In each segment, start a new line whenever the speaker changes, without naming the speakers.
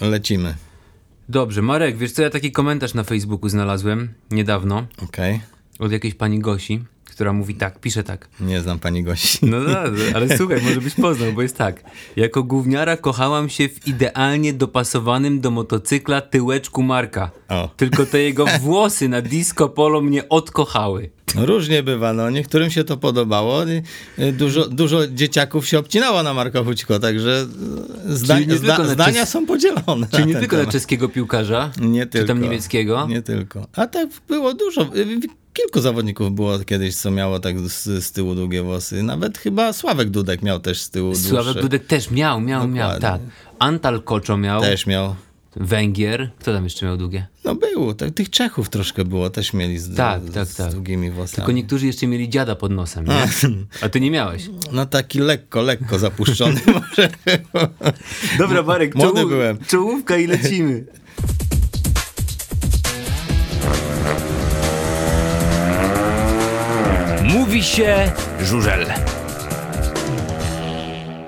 Lecimy.
Dobrze, Marek, wiesz co, ja taki komentarz na Facebooku znalazłem niedawno
Okej.
od jakiejś pani Gosi, która mówi tak, pisze tak.
Nie znam pani gości.
No dobrze, ale słuchaj, może byś poznał, bo jest tak. Jako gówniara kochałam się w idealnie dopasowanym do motocykla tyłeczku Marka.
O.
Tylko te jego włosy na disco polo mnie odkochały.
No, różnie bywa, no. Niektórym się to podobało. i, y, Dużo, dużo dzieciaków się obcinało na Marka Hućko, także y, zda,
Czyli nie
zda,
tylko na
zdania
czes-
są podzielone.
Czyli
na
nie
ten
tylko na
temat.
czeskiego piłkarza,
nie tylko.
czy tam niemieckiego.
Nie tylko. A tak było dużo. y, y, Kilku zawodników było kiedyś, co miało tak z, z tyłu długie włosy. Nawet chyba Sławek Dudek miał też z tyłu dłuższe.
Sławek Dudek też miał, miał, miał, tak.
Dokładnie.
Antal Koczo miał,
Też miał.
Węgier, kto tam jeszcze miał długie?
No było, tak, tych Czechów troszkę było, też mieli z,
Tak,
z,
tak, tak.
z długimi włosami.
Tylko niektórzy jeszcze mieli dziada pod nosem, nie? A ty nie miałeś.
No taki lekko, lekko zapuszczony może.
Dobra, Marek,
Młody czołów- byłem.
czołówka i lecimy.
Mówi się żurzel.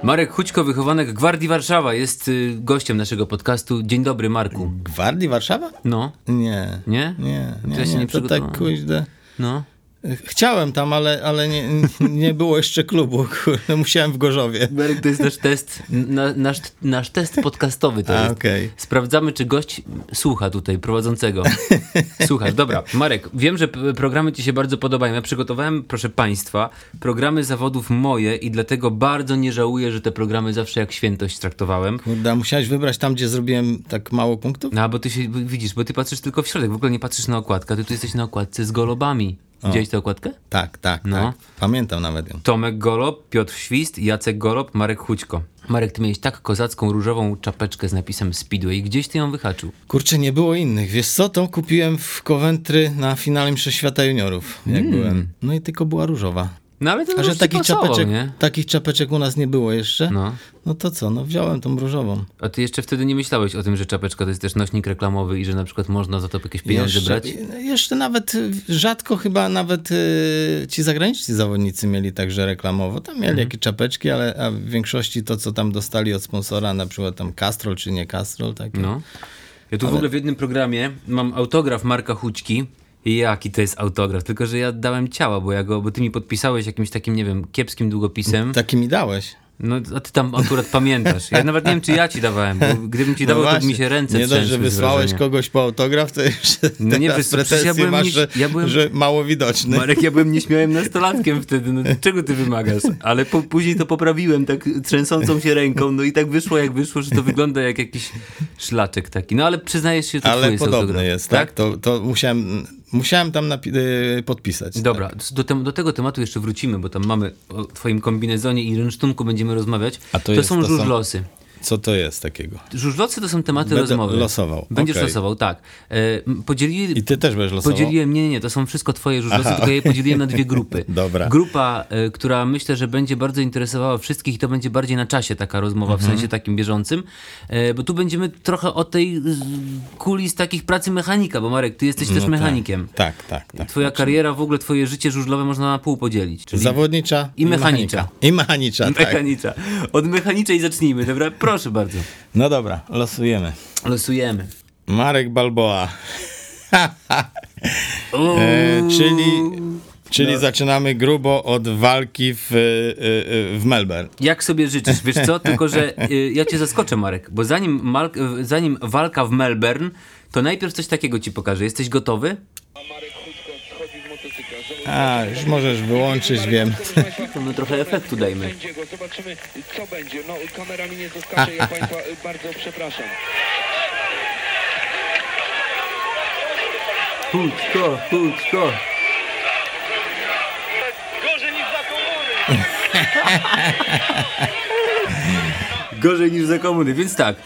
Marek Hućko, wychowanek Gwardii Warszawa, jest y, gościem naszego podcastu. Dzień dobry, Marku.
Gwardii Warszawa?
No,
Nie.
Nie?
Nie,
To
nie,
ja się
nie. to
nie
tak
przygotowałem.
kuźde.
no.
Chciałem tam, ale, ale nie, nie było jeszcze klubu. Kurde, musiałem w Gorzowie.
Marek, to jest nasz test, na, nasz, nasz test podcastowy to
A,
jest.
okej.
Sprawdzamy, czy gość słucha tutaj prowadzącego. Słuchasz, dobra. Marek, wiem, że p- programy ci się bardzo podobają. Ja przygotowałem, proszę państwa, programy zawodów moje i dlatego bardzo nie żałuję, że te programy zawsze jak świętość traktowałem.
Kurde, a musiałeś wybrać tam, gdzie zrobiłem tak mało punktów?
No, bo ty się, bo widzisz, bo ty patrzysz tylko w środek, w ogóle nie patrzysz na okładkę, ty tu jesteś na okładce z golobami. Widziałeś tę okładkę?
Tak, tak,
No.
tak. Pamiętam nawet ją.
Tomek Golob, Piotr Świst, Jacek Golob, Marek Hućko. Marek, ty miałeś tak kozacką różową czapeczkę z napisem Speedway. Gdzieś ty ją wyhaczył.
Kurczę, nie było innych. Wiesz co, tą kupiłem w Coventry na finale Mistrzostw Świata Juniorów, jak byłem. No i tylko była różowa.
Hmm. No ale to
A
już
że
ci
takich
pasował,
czapeczek,
nie?
takich czapeczek u nas nie było jeszcze,
No.
no. no to co, no wziąłem tą różową.
A ty jeszcze wtedy nie myślałeś o tym, że czapeczka to jest też nośnik reklamowy i że na przykład można za to jakieś pieniądze brać?
jeszcze nawet y, rzadko chyba nawet y, ci zagraniczni zawodnicy mieli także reklamowo. Tam
Mhm.
mieli jakieś czapeczki, ale a w większości to, co tam dostali od sponsora, na przykład tam Castrol czy nie Castrol, takie.
No. Ja tu w ogóle w jednym programie mam autograf Marka Hućki. Jaki to jest autograf? Tylko, że ja dałem ciała, bo ja go, bo ty mi podpisałeś jakimś takim, nie wiem, kiepskim długopisem.
Taki mi dałeś.
No, a ty tam akurat pamiętasz. Ja nawet nie wiem, czy ja ci dawałem, bo gdybym ci
No
dawał, to by mi
właśnie.
się ręce
Nie dość,
trzęsły
że
z
wysłałeś
wrażenia.
kogoś po autograf, to jeszcze
No nie,
teraz
wiesz co, przecież
pretensje
ja byłem
masz,
nie-
że,
ja byłem-
że mało widoczny.
Marek, ja byłem nieśmiałym nastolatkiem wtedy, no czego ty wymagasz? Ale po, później to poprawiłem tak trzęsącą się ręką, no i tak wyszło jak wyszło, że to wygląda jak jakiś szlaczek taki. No ale przyznajesz się, że to twój
Ale
jest
podobny
autograf,
jest, tak? To, to musiałem, musiałem tam napi- y, podpisać.
Dobra,
Tak.
do, tem- do tego tematu jeszcze wrócimy, bo tam mamy o twoim kombinezonie i rynsztunku będziemy rozmawiać.
A to jest-
są
to są-
żużlosy.
Co to jest takiego?
Żużlowcy to są tematy
Będę
rozmowy.
losował,
Będziesz
okej.
losował, tak. E, m, podzielili,
I ty też będziesz losował?
Podzieliłem, nie, nie, nie, to są wszystko twoje żużlowce, tylko ja je podzieliłem na dwie grupy.
Dobra.
Grupa, y, która myślę, że będzie bardzo interesowała wszystkich i to będzie bardziej na czasie taka rozmowa,
Mhm.
w sensie takim bieżącym, e, bo tu będziemy trochę o tej y, kuli z takich pracy mechanika, bo Marek, ty jesteś też mechanikiem.
No Tak, tak, tak.
Twoja kariera, w ogóle twoje życie żużlowe można na pół podzielić. Czyli
Zawodnicza
I mechanicza.
mechanika. I mechanicza, tak.
mechanicza. Od mechaniczej zacznijmy, dobra? Proszę bardzo.
No dobra, losujemy.
Losujemy.
Marek Balboa.
Uuu.
E, czyli czyli zaczynamy grubo od walki w, y, y, y, w Melbourne.
Jak sobie życzysz, wiesz co? Tylko, że y, ja cię zaskoczę, Marek, bo zanim, mal, y, zanim walka w Melbourne, to najpierw coś takiego ci pokażę. Jesteś gotowy?
A, już możesz wyłączyć, wiem.
To my trochę efektu dajmy.
Sędziego, Zobaczymy, co będzie. No, kamera mi nie zaskacze, ja Państwa y, bardzo przepraszam.
Huczko, huczko. Gorzej niż za komuny, więc tak.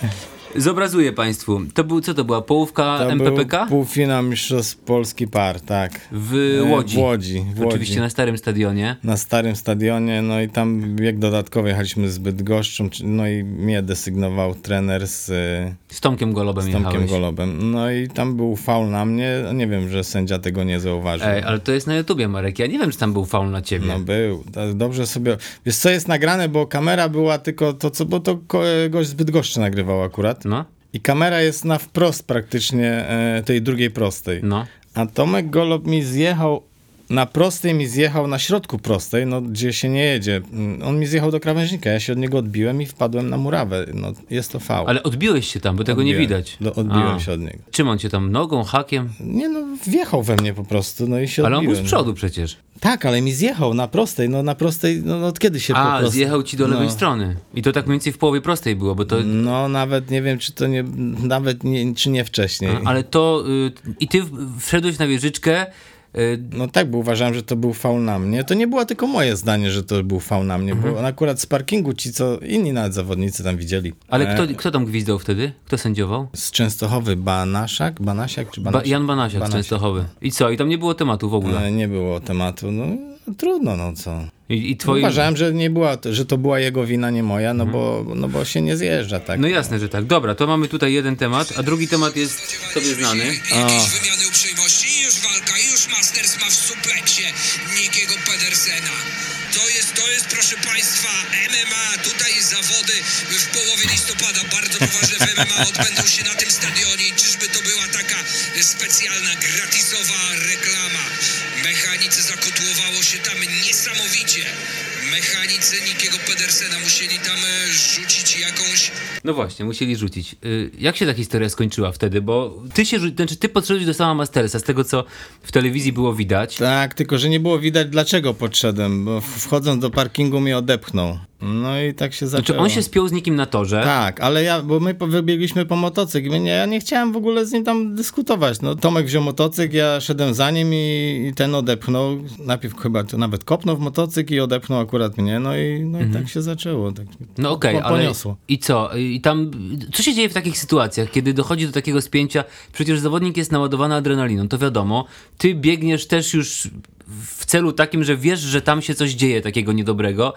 Zobrazuję Państwu. To był, co to była? Połówka
To
MPPK?
był półfinał Mistrzostw Polski Par, tak.
W
E,
Łodzi.
W Łodzi, w Łodzi.
Oczywiście na starym stadionie.
na starym stadionie, no i tam bieg dodatkowy jechaliśmy z Bydgoszczą, czy- no i mnie desygnował trener z, y,
Z Tomkiem Golobem
z Tomkiem
jechałeś.
Golobem. No i tam był faul na mnie, nie wiem, że sędzia tego nie zauważył.
Ej, ale to jest na YouTubie, Marek. Ja nie wiem, czy tam był faul na ciebie.
No był, To dobrze sobie, wiesz co jest nagrane, bo kamera była tylko to, co, bo to ko- gość z Bydgoszczy nagrywał akurat.
No.
I kamera jest na wprost praktycznie e, tej drugiej prostej.
No.
A Tomek Golob mi zjechał na prostej, mi zjechał na środku prostej, no gdzie się nie jedzie. Mm, On mi zjechał do krawężnika, ja się od niego odbiłem i wpadłem na murawę. No jest to fał.
Ale odbiłeś się tam, bo tego nie
Odbiłem.
widać.
No, odbiłem
A.
się od niego.
Czym on cię tam? Nogą, hakiem?
Nie no, wjechał we mnie po prostu, no i się
Ale on był
odbiłem.
z
no.
przodu przecież.
Tak, ale mi zjechał na prostej, no na prostej, no od kiedy się po
A,
prostu...
zjechał ci do lewej
no.
strony. I to tak mniej więcej w połowie prostej było, bo to...
No nawet nie wiem, czy to nie, nawet nie, czy nie wcześniej.
Ale to... Y, I ty w- wszedłeś na wieżyczkę... Y,
No tak, bo uważałem, że to był faul na mnie. To nie było tylko moje zdanie, że to był faul na mnie,
Mhm.
bo on akurat z parkingu ci, co inni nawet zawodnicy tam widzieli.
ale
E,
kto, kto tam gwizdał wtedy? Kto sędziował?
Z Częstochowy Banaszak? Banasiak czy
Ba
Banasiak?
Jan Banasiak,
Banasiak.
Banasiak Częstochowy. I co? I tam nie było tematu w ogóle.
E, Nie było tematu, no trudno, no co.
I, i twoim...
Uważałem, że nie była, że to była jego wina, nie moja, no, bo, no bo się nie zjeżdża, tak.
No jasne, że tak. Dobra, to mamy tutaj jeden temat, a drugi temat jest sobie znany.
Jakieś wymiany uprzejmości i już walka, i już Masters ma w supleksie Nikiego Pedersena. To jest, to jest, proszę Państwa, MMA. Tutaj zawody w połowie listopada bardzo poważne w MMA odbędą się na tym stadionie. I Czyżby to była taka specjalna, gratisowa reklama. Mechanicy zakotłowało się tam niesamowicie. Mechanicy Nikiego Pedersena musieli tam e, rzucić jakąś
No właśnie, musieli rzucić. Y, Jak się ta historia skończyła wtedy? Bo ty się rzu- znaczy ty podszedłeś do sama Mastersa, z tego co w telewizji było widać.
Tak, tylko że nie było widać dlaczego podszedłem, bo wchodząc do parkingu mnie odepchnął. No i tak się zaczęło.
Znaczy on się spiął z nikim na torze.
Tak, ale ja, bo my po- wybiegliśmy po motocykl i my nie, ja nie chciałem w ogóle z nim tam dyskutować. No, Tomek wziął motocykl, ja szedłem za nim i, i ten odepchnął. Najpierw chyba to nawet kopnął w motocykl i odepchnął akurat mnie, no i,
Mhm.
no i tak się zaczęło. Tak,
No okej,
po-
ale
poniosło.
i co? I tam co się dzieje w takich sytuacjach, kiedy dochodzi do takiego spięcia? Przecież zawodnik jest naładowany adrenaliną, to wiadomo. Ty biegniesz też już w celu takim, że wiesz, że tam się coś dzieje takiego niedobrego.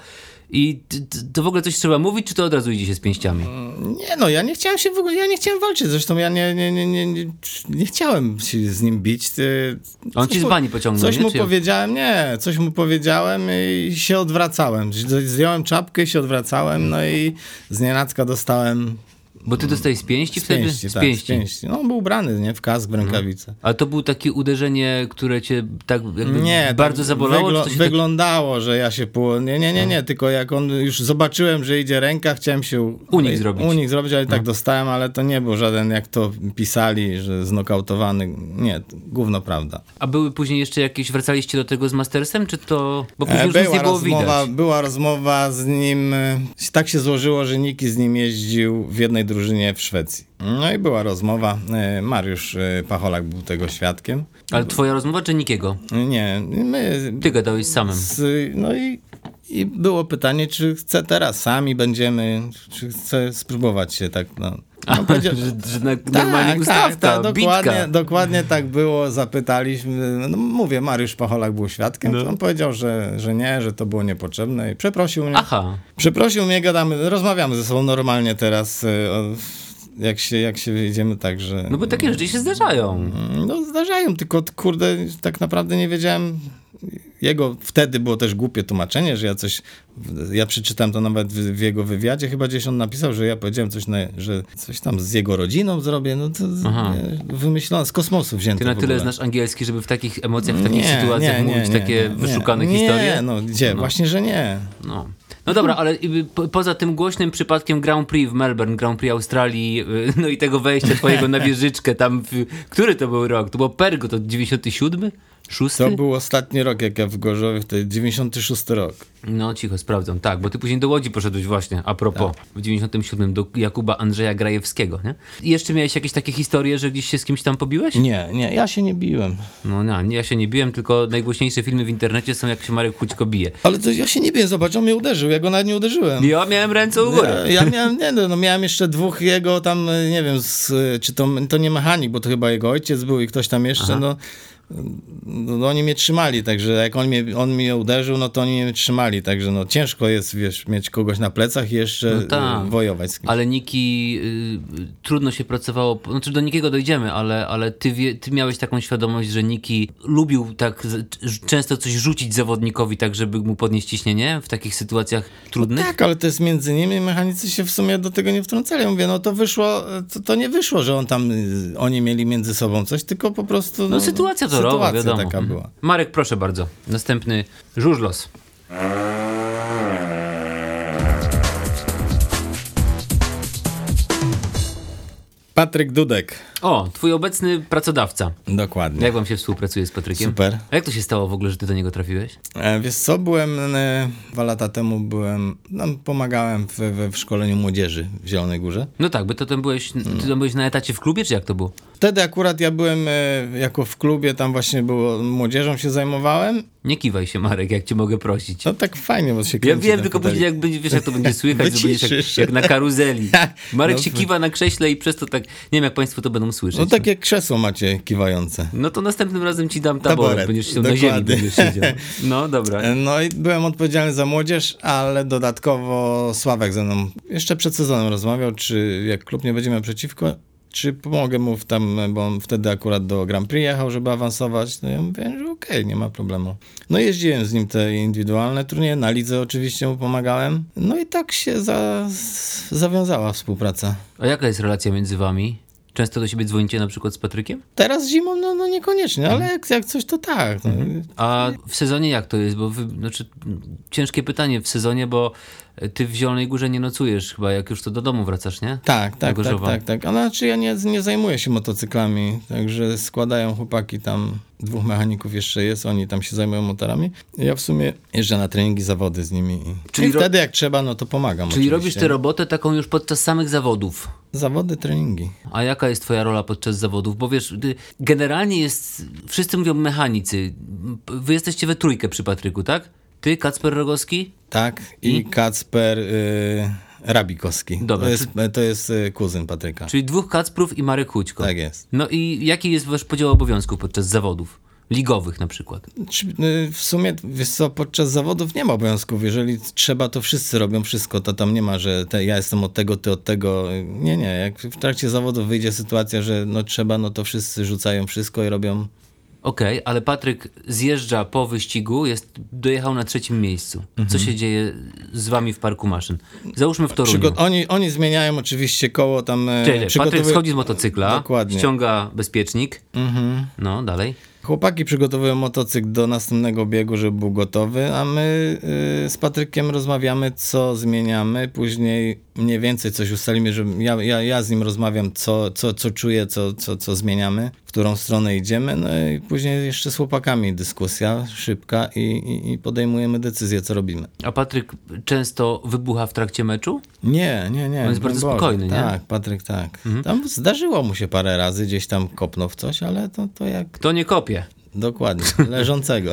I ty- ty- to w ogóle coś trzeba mówić, czy to od razu idzie się z pięściami?
Nie no, ja nie chciałem się w ogóle, ja nie chciałem walczyć, zresztą ja nie, nie, nie, nie, nie, nie chciałem się z nim bić. Ty,
On
coś
ci z
mu-
bani pociągnął,
Coś
nie?
mu
Czy jak?
powiedziałem, nie, coś mu powiedziałem i się odwracałem. Zdjąłem czapkę i się odwracałem, no i z dostałem
Bo ty dostajesz z pięści Mhm. wtedy?
pięści, tak, z pięści. No, on był ubrany, nie? W kask, w rękawice.
A to było takie uderzenie, które cię tak jakby
Nie,
bardzo
tak
zabolało? czy to się tak- No.
wyglądało, że ja się pół... Nie, nie, nie, nie, tylko jak on już zobaczyłem, że idzie ręka, chciałem się... u-
Unik zrobić. No.
Unik zrobić, ale i tak dostałem, ale to nie był żaden, jak to pisali, że znokautowany. Nie, gówno prawda.
A były później jeszcze jakieś, wracaliście do tego z Mastersem, czy to... Bo później
E,
już nic nie było
rozmowa,
widać.
była rozmowa z nim. e, Tak się złożyło, że Niki z nim jeździł w jednej drużynie w Szwecji. No i była rozmowa. e, Mariusz e, Pacholak był tego świadkiem. E,
Ale twoja rozmowa, czy nikiego?
Nie, my
Ty gadałeś z samym.
z, no i, i było pytanie, czy chce teraz sami będziemy, czy chce spróbować się tak, no. no powiedział-
Że, że na, normalnie
tak,
Gustawka,
tak, dokładnie,
bitka.
dokładnie tak było, zapytaliśmy, no mówię, Mariusz Pacholak był świadkiem,
No.
to on powiedział, że, że nie, że to było niepotrzebne i przeprosił mnie.
Aha,
Przeprosił mnie, gadamy, rozmawiamy ze sobą normalnie teraz, y, o, jak się, jak się wyjdziemy tak, że...
no bo takie rzeczy się zdarzają.
No zdarzają, tylko t- kurde, tak naprawdę nie wiedziałem. Jego wtedy było też głupie tłumaczenie, że ja coś. Ja przeczytałem to nawet w, w jego wywiadzie, chyba gdzieś on napisał, że ja powiedziałem coś, na, że coś tam z jego rodziną zrobię. No to z-
Aha.
nie, wymyślone, z kosmosu wzięte.
Ty na
w
tyle
ogóle.
znasz angielski, żeby w takich emocjach, w takich sytuacjach mówić takie wyszukane
nie,
historie?
Nie, no gdzie? Właśnie, że nie.
No. No dobra, ale i- po, poza tym głośnym przypadkiem Grand Prix w Melbourne, Grand Prix Australii, y, no i tego wejścia twojego na wieżyczkę tam, w, który to był rok? To było Pergo, to 97? 6?
To był ostatni rok, jak ja w Gorzowie, to jest 96 rok.
No cicho, sprawdzam, tak, bo ty później do Łodzi poszedłeś właśnie, a propos,
Tak.
w 97 do Jakuba Andrzeja Grajewskiego, nie? I jeszcze miałeś jakieś takie historie, że gdzieś się z kimś tam pobiłeś?
Nie, nie, ja się nie biłem.
No nie, nie, ja się nie biłem, tylko najgłośniejsze filmy w internecie są jak się Marek Hućko bije.
Ale to ja się nie biłem, zobacz, on mnie uderzył, ja go nawet nie uderzyłem.
Ja miałem ręce u góry.
Ja, ja miałem, nie, no, no miałem jeszcze dwóch jego tam, y, nie wiem, z, y, czy to, to nie mechanik, bo to chyba jego ojciec był i ktoś tam jeszcze, no. no, no oni mnie trzymali, także jak on mnie, on mnie uderzył, no to oni mnie trzymali, także no ciężko jest, wiesz, mieć kogoś na plecach i jeszcze
No tak.
y, wojować z kimś.
Ale Niki, y, y, trudno się pracowało, po- znaczy do Nikiego dojdziemy, ale, ale ty, wie, ty miałeś taką świadomość, że Niki lubił tak z- c- często coś rzucić zawodnikowi, tak żeby mu podnieść ciśnienie w takich sytuacjach trudnych?
Tak, ale to jest między nimi, mechanicy się w sumie do tego nie wtrącali. Ja Mówię, no to wyszło, to, to nie wyszło, że on tam, y, oni mieli między sobą coś, tylko po prostu...
No sytuacja to robi,
sytuacja
wiadomo.
taka
Mhm.
była.
Marek, proszę bardzo. Następny żużlos.
Patryk Dudek,
O, twój obecny pracodawca.
dokładnie.
Jak wam się współpracuje z Patrykiem?
Super.
A jak to się stało w ogóle, że ty do niego trafiłeś?
E, Wiesz co, byłem e, dwa lata temu, byłem, no, pomagałem w, w, w szkoleniu młodzieży w Zielonej Górze.
No tak, bo to tam byłeś,
Hmm.
ty tam byłeś na etacie w klubie, czy jak to było?
Wtedy akurat ja byłem e, jako w klubie, tam właśnie było, młodzieżą się zajmowałem.
Nie kiwaj się, Marek, jak cię mogę prosić.
No tak fajnie, bo się
Ja
kręci
wiem,
ten
tylko
fotelik.
później jak będzie, wiesz, jak to będzie słychać, to będziesz jak,
Wyciszysz.
jak na karuzeli. Marek
No,
się kiwa na krześle i przez to tak, nie wiem jak państwo to będą słyszeć.
No takie krzesło macie kiwające.
No to następnym razem ci dam taboret,
Taboret,
będziesz się na
dokładnie.
ziemi będziesz siedział. No dobra.
E, No i byłem odpowiedzialny za młodzież, ale dodatkowo Sławek ze mną jeszcze przed sezonem rozmawiał, czy jak klub nie będzie miał przeciwko, czy pomogę mu w tam, bo on wtedy akurat do Grand Prix jechał, żeby awansować. No ja mówię, że okej, nie ma problemu. No jeździłem z nim te indywidualne turnieje, na lidze oczywiście mu pomagałem. No i tak się za, z- zawiązała współpraca.
A jaka jest relacja między wami? Często do siebie dzwonicie na przykład z Patrykiem?
Teraz zimą, no, no niekoniecznie, ale jak, jak coś, to tak. No,
A w sezonie jak to jest? Bo wy, znaczy, m, ciężkie pytanie w sezonie, bo ty w Zielonej Górze nie nocujesz chyba, jak już to do domu wracasz, nie?
Tak, tak, tak,
Gorzowa.
tak, tak. A znaczy ja nie, nie zajmuję się motocyklami, także składają chłopaki tam, dwóch mechaników jeszcze jest, oni tam się zajmują motorami. Ja w sumie jeżdżę na treningi, zawody z nimi i,
Czyli
Czyli I
ro-
wtedy jak trzeba, no to pomagam
Czyli
oczywiście.
robisz tę robotę taką już podczas samych zawodów.
Zawody, treningi.
A jaka jest twoja rola podczas zawodów? Bo wiesz, ty- generalnie jest, wszyscy mówią mechanicy. Wy jesteście we trójkę przy Patryku, tak? Ty, Kacper Rogowski?
Tak, i, Kacper y, Rabikowski.
Dobra,
To jest, to jest y, kuzyn Patryka.
Czyli dwóch Kacprów i Marek Hućko.
Tak jest.
No i jaki jest wasz podział obowiązków podczas zawodów? Ligowych na przykład.
Czy, y, w sumie, wiesz co, podczas zawodów nie ma obowiązków. Jeżeli trzeba, to wszyscy robią wszystko. To tam nie ma, że te, ja jestem od tego, ty od tego. Nie, nie. Jak w trakcie zawodów wyjdzie sytuacja, że no trzeba, no to wszyscy rzucają wszystko i robią.
Okej, ale Patryk zjeżdża po wyścigu, jest, dojechał na trzecim miejscu.
Mhm.
Co się dzieje z wami w parku maszyn? Załóżmy w Toruniu.
Przygo- oni, oni zmieniają oczywiście koło tam. e,
Czyli Patryk
przygotowują-
schodzi z motocykla,
Dokładnie. Mhm.
ściąga bezpiecznik. No, dalej.
Chłopaki przygotowują motocykl do następnego biegu, żeby był gotowy, a my y, z Patrykiem rozmawiamy, co zmieniamy. Później mniej więcej coś ustalimy, że ja, ja, ja z nim rozmawiam, co, co, co czuję, co, co, co zmieniamy, w którą stronę idziemy. No i później jeszcze z chłopakami dyskusja szybka i, i, i podejmujemy decyzję, co robimy.
A Patryk często wybucha w trakcie meczu?
Nie, nie, nie.
On jest
broń
bardzo
Boże.
spokojny, nie? Mhm.
Tak, Patryk, tak. Tam zdarzyło mu się parę razy, gdzieś tam kopnął w coś, ale to, to jak
To nie kopie.
dokładnie, leżącego.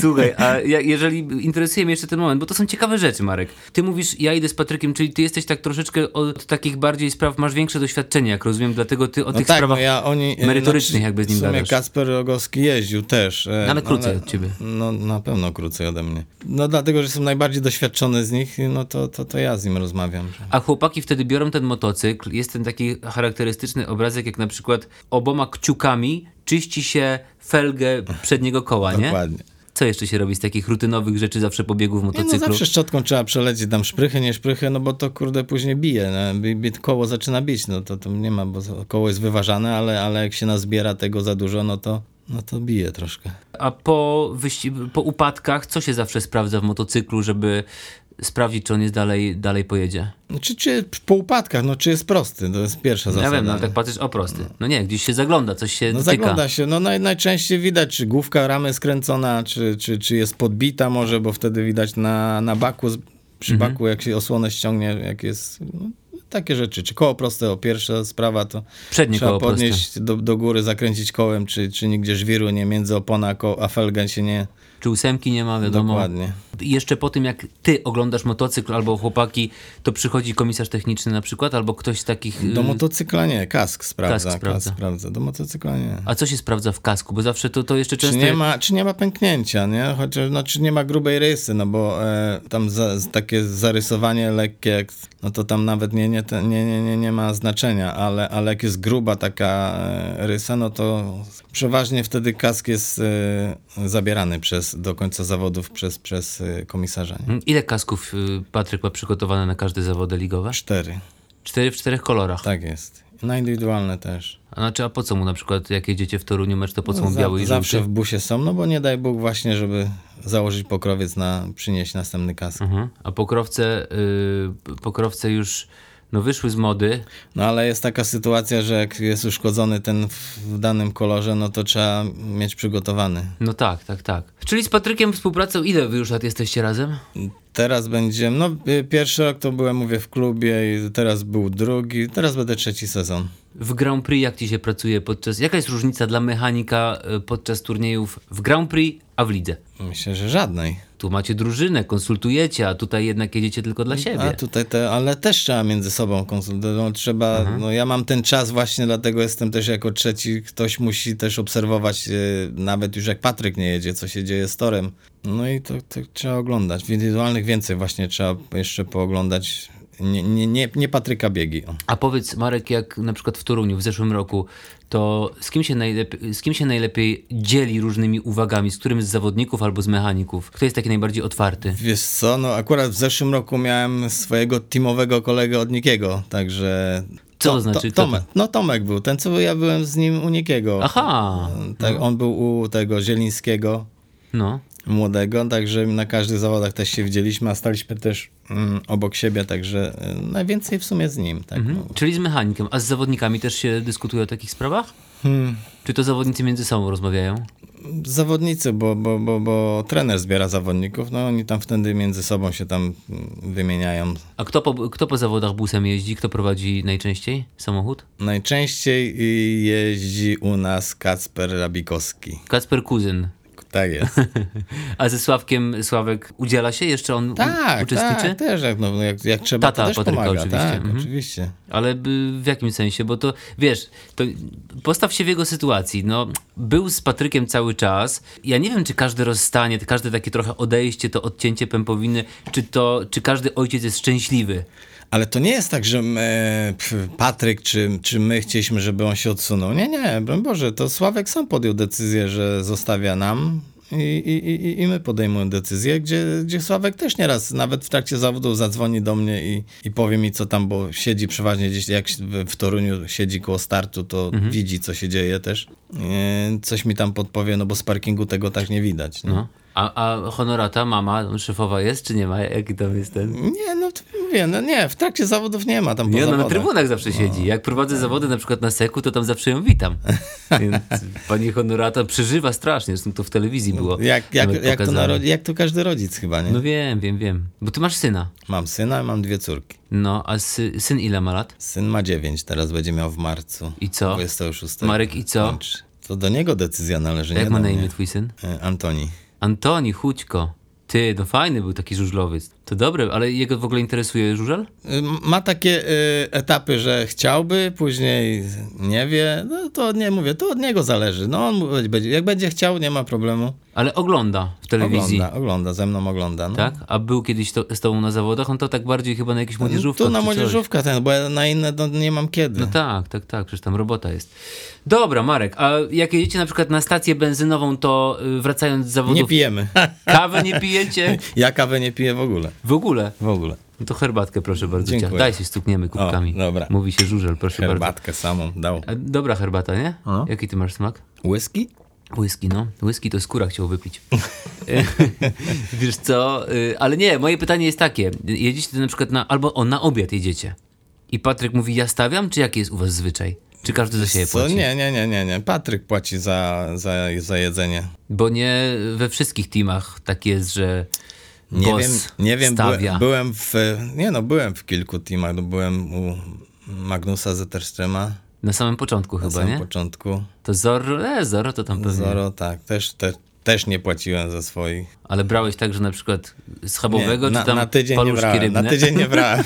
Słuchaj, a ja, jeżeli interesuje mnie jeszcze ten moment, bo to są ciekawe rzeczy, Marek. Ty mówisz, ja idę z Patrykiem, czyli ty jesteś tak troszeczkę od takich bardziej spraw, masz większe doświadczenie, jak rozumiem, dlatego ty o
No
tych sprawach...
tak, oni,
merytorycznych
znaczy,
jakby z nim
W sumie
gadasz.
Kasper Rogowski jeździł też. e,
No ale krócej od ciebie.
No na pewno krócej ode mnie. No dlatego, że jestem najbardziej doświadczony z nich, no to, to, to ja z nim rozmawiam.
A chłopaki wtedy biorą ten motocykl, jest ten taki charakterystyczny obrazek, jak na przykład oboma kciukami czyści się felgę przedniego koła, nie?
Dokładnie.
Co jeszcze się robi z takich rutynowych rzeczy zawsze po biegu w
Nie,
motocyklu?
no zawsze szczotką trzeba przelecieć tam szprychy, nie szprychy, no bo to kurde później bije, no, bi- bi- koło zaczyna bić, no to, to nie ma, bo koło jest wyważane, ale, ale jak się nazbiera tego za dużo, no to, no to bije troszkę.
A po, wyści- po upadkach, co się zawsze sprawdza w motocyklu, żeby sprawdzić, czy on jest dalej, dalej pojedzie?
No Czy, czy po upadkach, no czy jest prosty, to jest pierwsza
Ja
zasada.
wiem, no tak patrzysz, o prosty. No nie, gdzieś się zagląda, coś się
No
dotyka.
zagląda się, no naj, najczęściej widać, czy główka ramy skręcona, czy, czy, czy jest podbita może,
Mhm.
bo wtedy widać na, na baku, z- przy baku jak się osłonę ściągnie, jak jest, no, takie rzeczy. Czy koło proste, o pierwsza sprawa to
Przednie
trzeba
koło proste.
podnieść do, do góry, zakręcić kołem, czy, czy nigdzie żwiru nie między opona a, ko- a felgę się nie...
Czy ósemki nie ma, wiadomo.
Dokładnie.
I jeszcze po tym, jak ty oglądasz motocykl albo chłopaki, to przychodzi komisarz techniczny na przykład, albo ktoś z takich...
Do
y,
motocykla nie, kask sprawdza. Kask sprawdza.
sprawdza.
Do motocykla nie.
A co się sprawdza w kasku? Bo zawsze to, to jeszcze
Czy
często...
nie, ma, czy nie ma pęknięcia, nie? Chociaż, no, czy nie ma grubej rysy, no bo e, tam za, z- takie zarysowanie lekkie, jak- no to tam nawet nie, nie, te- nie, nie, nie, nie ma znaczenia, ale, ale jak jest gruba taka e, rysa, no to przeważnie wtedy kask jest e, zabierany przez, do końca zawodów przez, przez e, komisarza, nie?
Ile kasków y, Patryk ma przygotowane na każde zawody ligowe?
Cztery,
Cztery w czterech kolorach.
tak jest. Na indywidualne też.
A znaczy, a po co mu na przykład, jak jedziecie w Toruniu mecz, to po co mu
Za-
biały i
zawsze w
żółty?
busie są, no bo nie daj Bóg właśnie, żeby założyć pokrowiec na, przynieść następny kask.
Mhm. A pokrowce, y, pokrowce już no, wyszły z mody.
No ale jest taka sytuacja, że jak jest uszkodzony ten w w danym kolorze, no to trzeba mieć przygotowany.
No tak, tak, tak. Czyli z Patrykiem współpracą, ile wy już lat jesteście razem?
Teraz będzie, no y, pierwszy rok to byłem, mówię, w klubie i teraz był drugi, teraz będę trzeci sezon.
W Grand Prix jak ci się pracuje podczas... Jaka jest różnica dla mechanika y, podczas turniejów w Grand Prix, a w lidze?
Myślę, że żadnej.
Tu macie drużynę, konsultujecie, a tutaj jednak jedziecie tylko dla siebie.
A tutaj te, ale też trzeba między sobą konsultować. No, trzeba,
Mhm.
no ja mam ten czas właśnie, dlatego jestem też jako trzeci. Ktoś musi też obserwować, y, nawet już jak Patryk nie jedzie, co się dzieje z torem. No i to, to trzeba oglądać. W indywidualnych więcej właśnie trzeba jeszcze pooglądać. Nie, nie, nie, nie Patryka biegi. O.
A powiedz, Marek, jak na przykład w Toruniu w zeszłym roku, to z kim, się najlepiej, z kim się najlepiej dzieli różnymi uwagami? Z którym z zawodników albo z mechaników? Kto jest taki najbardziej otwarty?
Wiesz co, no akurat w zeszłym roku miałem swojego teamowego kolegę od Nikiego, także...
Co
To-
znaczy
to,
kto
Tomek? No Tomek był, ten co ja byłem z nim u Nikiego.
Aha!
Tak, on był u tego Zielińskiego.
No.
młodego, także na każdych zawodach też się widzieliśmy, a staliśmy też mm, obok siebie, także y, najwięcej w sumie z nim. Tak.
Mhm. Czyli z mechanikiem, a z zawodnikami też się dyskutuje o takich sprawach? Czy to zawodnicy między sobą rozmawiają?
Zawodnicy, bo, bo, bo, bo trener zbiera zawodników, no oni tam wtedy między sobą się tam mm, wymieniają.
A kto po, kto po zawodach busem jeździ? Kto prowadzi najczęściej samochód?
Najczęściej y, jeździ u nas Kacper Rabikowski.
Kacper Kuzyn.
Tak jest.
A ze Sławkiem Sławek udziela się? Jeszcze on u-
Tak,
uczestniczy?
tak, też jak, no, jak, jak trzeba,
Tata
to też
Patryka
pomaga.
oczywiście,
Tak,
mhm.
oczywiście.
Ale by- w jakim sensie? Bo to wiesz, to postaw się w jego sytuacji. No, był z Patrykiem cały czas. Ja nie wiem, czy każde rozstanie, każde takie trochę odejście, to odcięcie pępowiny, czy to, czy każdy ojciec jest szczęśliwy.
Ale to nie jest tak, że my, pf, Patryk czy, czy my chcieliśmy, żeby on się odsunął. Nie, nie, broń Boże, to Sławek sam podjął decyzję, że zostawia nam i, i, i, i my podejmujemy decyzję, gdzie, gdzie Sławek też nieraz, nawet w trakcie zawodów zadzwoni do mnie i, i powie mi, co tam, bo siedzi przeważnie gdzieś, jak w- w Toruniu siedzi koło startu, to
Mhm.
widzi, co się dzieje też. Yy, Coś mi tam podpowie, no bo z parkingu tego tak nie widać. Nie?
No. A, a honorata, mama, szefowa jest, czy nie ma? Jaki tam jest ten?
Nie, no to mówię, no nie, w trakcie zawodów nie ma tam po
Nie, ona na
zawodach. No.
trybunach zawsze siedzi. Jak prowadzę zawody na przykład na seku, to tam zawsze ją witam. Więc pani honorata przeżywa strasznie, zresztą to w telewizji było.
Jak, jak,
nawet
jak, to
pokazane.
naro- jak to każdy rodzic chyba, nie?
No wiem, wiem, wiem. Bo ty masz syna.
Mam syna i mam dwie córki.
No, a sy, syn ile ma lat?
Syn ma dziewięć, teraz będzie miał w marcu.
I co?
26.
Marek, i co?
Kończy. To do niego decyzja należy,
Jak
nie
ma
do
na imię
mnie.
twój syn?
E, Antoni.
Antoni Chućko. Ty, no fajny był taki żużlowiec. To dobre, ale jego w ogóle interesuje żużel?
Y, Ma takie y, etapy, że chciałby, później nie wie, no to nie mówię, to od niego zależy. No on mu- będzie, jak będzie chciał, nie ma problemu.
Ale ogląda w telewizji.
Ogląda, ogląda, ze mną ogląda. No.
Tak? A był kiedyś to, z tobą na zawodach? On to tak bardziej chyba na jakichś młodzieżówkach
No, Tu na
czy coś.
młodzieżówka ten, bo ja na inne no, nie mam kiedy.
No tak, tak, tak, przecież tam robota jest. Dobra, Marek, a jak jedziecie na przykład na stację benzynową, to y, wracając z zawodów...
nie pijemy.
Kawę nie pijecie?
ja kawę nie piję w ogóle.
W ogóle.
W ogóle.
No to herbatkę proszę bardzo.
Dziękuję.
ciach. Daj się stukniemy kubkami.
O, dobra.
Mówi się żużel, proszę bardzo.
Herbatkę samą dał.
A Dobra herbata, nie? Jaki ty masz smak?
Whisky?
Whisky, no. Whisky to skóra chciał wypić. Wiesz co? y, Ale nie, moje pytanie jest takie. Jedziecie na przykład na, albo o, na obiad jedziecie. I Patryk mówi, ja stawiam, czy jaki jest u was zwyczaj? Czy każdy za siebie
Co?
płaci?
Nie, nie, nie, nie, nie. Patryk płaci za, za, za jedzenie.
Bo nie we wszystkich teamach tak jest, że
Nie
Boss
wiem, nie wiem byłem,
stawia.
byłem w, nie no, byłem w kilku teamach, no, byłem u Magnusa Zeterstrema
Na samym początku
na
chyba,
samym
nie?
początku.
To Zorro, e, Zorro to tam pewnie.
Zoro, tak, też, te, też nie płaciłem za swoich.
Ale brałeś także na przykład
Nie,
schabowego,
na,
czy tam
na tydzień nie
paluszki
brałem,
rybne?
na tydzień nie brałem.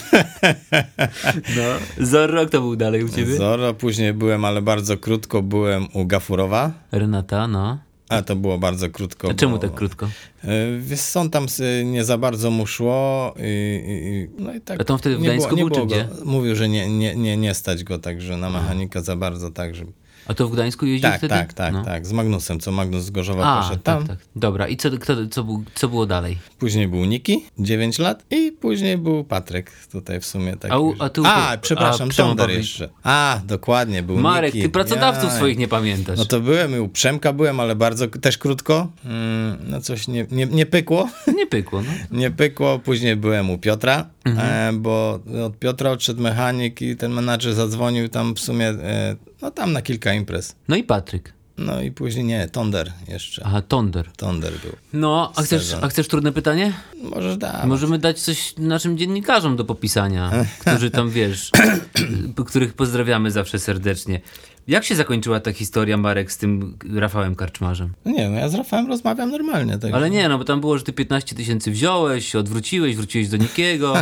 No. Zorro, kto był dalej u ciebie?
Zoro, później byłem, ale bardzo krótko byłem u Gafurowa,
Renata, no.
ale to było bardzo krótko.
A czemu
bo-
tak krótko?
Y, Wiesz, są tam y, nie za bardzo mu szło. i- i- i- no i tak,
A to on wtedy w Gdańsku był, czy
go. Mówił, że nie, nie, nie, nie stać go także na mechanika za bardzo, także.
A to w Gdańsku jeździł
Tak,
wtedy?
tak, tak,
no.
tak. Z Magnusem, co Magnus z Gorzowa
A,
poszedł tam.
tak, tak. Dobra, i co, kto, co, był, co było dalej?
Później był Niki, 9 lat i później był Patryk tutaj w sumie taki.
A u-
że-
a tu-
a
a
przepraszam,
Przemo
Sonder
Pawlik.
jeszcze. A, dokładnie, był
Marek,
Niki.
ty pracodawców
Jaj.
swoich nie pamiętasz.
No to byłem i u Przemka byłem, ale bardzo też krótko. Mm, no coś nie, nie, nie pykło.
Nie pykło, no.
nie pykło. Później byłem u Piotra,
Mhm.
e, bo od Piotra odszedł mechanik i ten menadżer zadzwonił tam w sumie, e, no tam na kilka imprez.
No i Patryk.
No i później nie, Tonder jeszcze.
Aha, Tonder.
Tonder był.
No, a chcesz,
Sezon.
a chcesz trudne pytanie?
Możesz da.
Możemy dać coś naszym dziennikarzom do popisania, którzy tam, wiesz, p- których pozdrawiamy zawsze serdecznie. Jak się zakończyła ta historia, Marek, z tym Rafałem Karczmarzem?
Nie, no ja z Rafałem rozmawiam normalnie. Tak.
Ale nie, no bo tam było, że ty 15 tysięcy wziąłeś, odwróciłeś, wróciłeś do nikiego.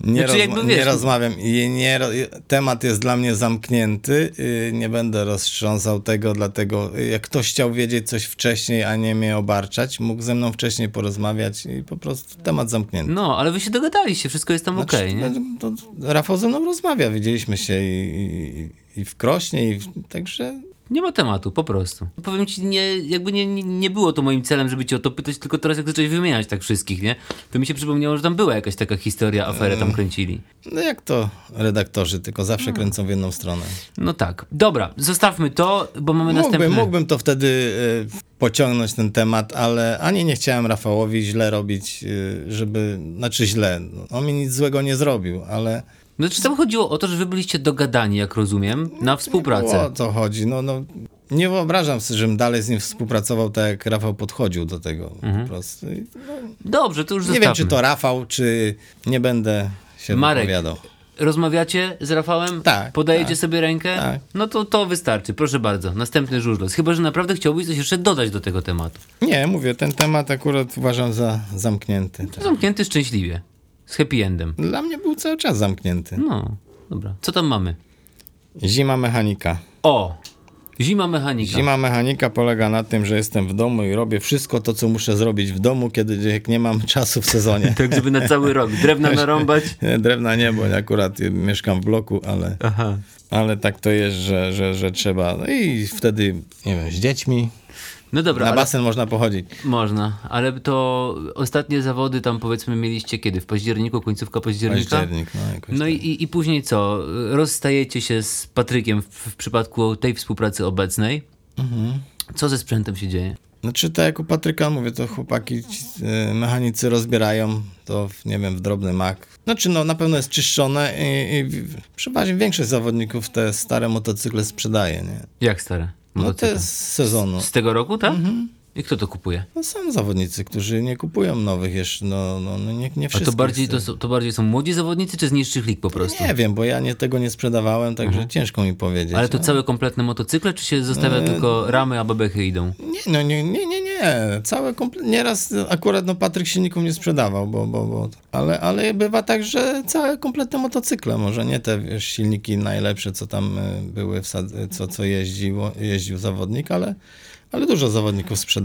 nie,
znaczy jakby wiesz-
nie rozmawiam. I nie, ro- i- temat jest dla mnie zamknięty. y, nie będę roztrząsał tego, dlatego y, jak ktoś chciał wiedzieć coś wcześniej, a nie mnie obarczać, mógł ze mną wcześniej porozmawiać i po prostu temat zamknięty.
No, ale wy się dogadaliście, wszystko jest tam
Znaczy,
No okej, nie?
to, to Rafał ze mną rozmawia, widzieliśmy się i, i, i w Krośnie, i w, także
Nie ma tematu, po prostu. Powiem ci, nie, jakby nie, nie, nie było to moim celem, żeby cię o to pytać, tylko teraz jak zacząłeś wymieniać tak wszystkich, nie? To mi się przypomniało, że tam była jakaś taka historia, aferę tam kręcili.
no jak to redaktorzy, tylko zawsze kręcą w jedną stronę.
No tak. Dobra, zostawmy to, bo mamy
Mógłbym,
następne.
mógłbym to wtedy y, pociągnąć ten temat, ale ani nie chciałem Rafałowi źle robić, y, żeby, znaczy źle, no, on mi nic złego nie zrobił, ale
Znaczy, tam chodziło o to, że wy byliście dogadani, jak rozumiem, na
było o
współpracę.
co chodzi, no, no nie wyobrażam sobie, żebym dalej z nim współpracował tak jak Rafał podchodził do tego po prostu. I, no,
Dobrze, to już
nie
Mhm. zostawmy.
wiem czy to Rafał, czy nie będę się
Marek,
wypowiadał.
Rozmawiacie z Rafałem?
Tak,
Podajecie
tak,
sobie rękę?
tak.
No to to wystarczy, proszę bardzo. Następny żużlos. Chyba, że naprawdę chciałbyś coś jeszcze dodać do tego tematu.
Nie, mówię, ten temat akurat uważam za zamknięty. Tak.
Zamknięty szczęśliwie. Z happy endem.
Dla mnie był cały czas zamknięty.
No, dobra. Co tam mamy?
Zima mechanika.
O! Zima mechanika.
Zima mechanika polega na tym, że jestem w domu i robię wszystko to, co muszę zrobić w domu, kiedy jak nie mam czasu w sezonie.
Tak, żeby na cały rok. Drewna narąbać.
Drewna nie, bo akurat mieszkam w bloku, ale,
Aha.
ale tak to jest, że, że, że trzeba. No i wtedy, nie wiem, z dziećmi.
No dobra,
Na
ale
basen można pochodzić.
można. Ale to ostatnie zawody tam powiedzmy mieliście kiedy? W październiku, końcówka października?
Październik, no jakoś.
No i, i, i później co? Rozstajecie się z Patrykiem w, w przypadku tej współpracy obecnej.
Mhm.
Co ze sprzętem się dzieje?
Znaczy tak jak u Patryka mówię, to chłopaki, ci, y, mechanicy rozbierają to, w, nie wiem, w drobny mak. Znaczy no, na pewno jest czyszczone i, i w- przeważnie większość zawodników te stare motocykle sprzedaje, nie?
Jak stare?
No to
motocykle?
jest Mhm. z sezonu.
Z tego roku, tak? I kto to kupuje?
No, są zawodnicy, którzy nie kupują nowych jeszcze, no, no, no nie, nie
A
wszystkich.
to bardziej,
chcę.
to, są- to bardziej są młodzi zawodnicy, czy z niższych lig po prostu? Mhm.
Nie wiem, bo ja nie, tego nie sprzedawałem, także ciężko mi powiedzieć.
Ale to
no.
całe kompletne motocykle, czy się zostawia
E,
tylko ramy, a bebechy idą?
Nie, no nie, nie, nie, nie. Całe komple... Nieraz akurat no, Patryk silników nie sprzedawał, bo, bo, bo... Ale, ale bywa tak, że całe kompletne motocykle, może nie te wiesz, silniki najlepsze, co tam y, były, wsad... co, co jeździło, jeździł zawodnik, ale, ale dużo zawodników sprzedaje.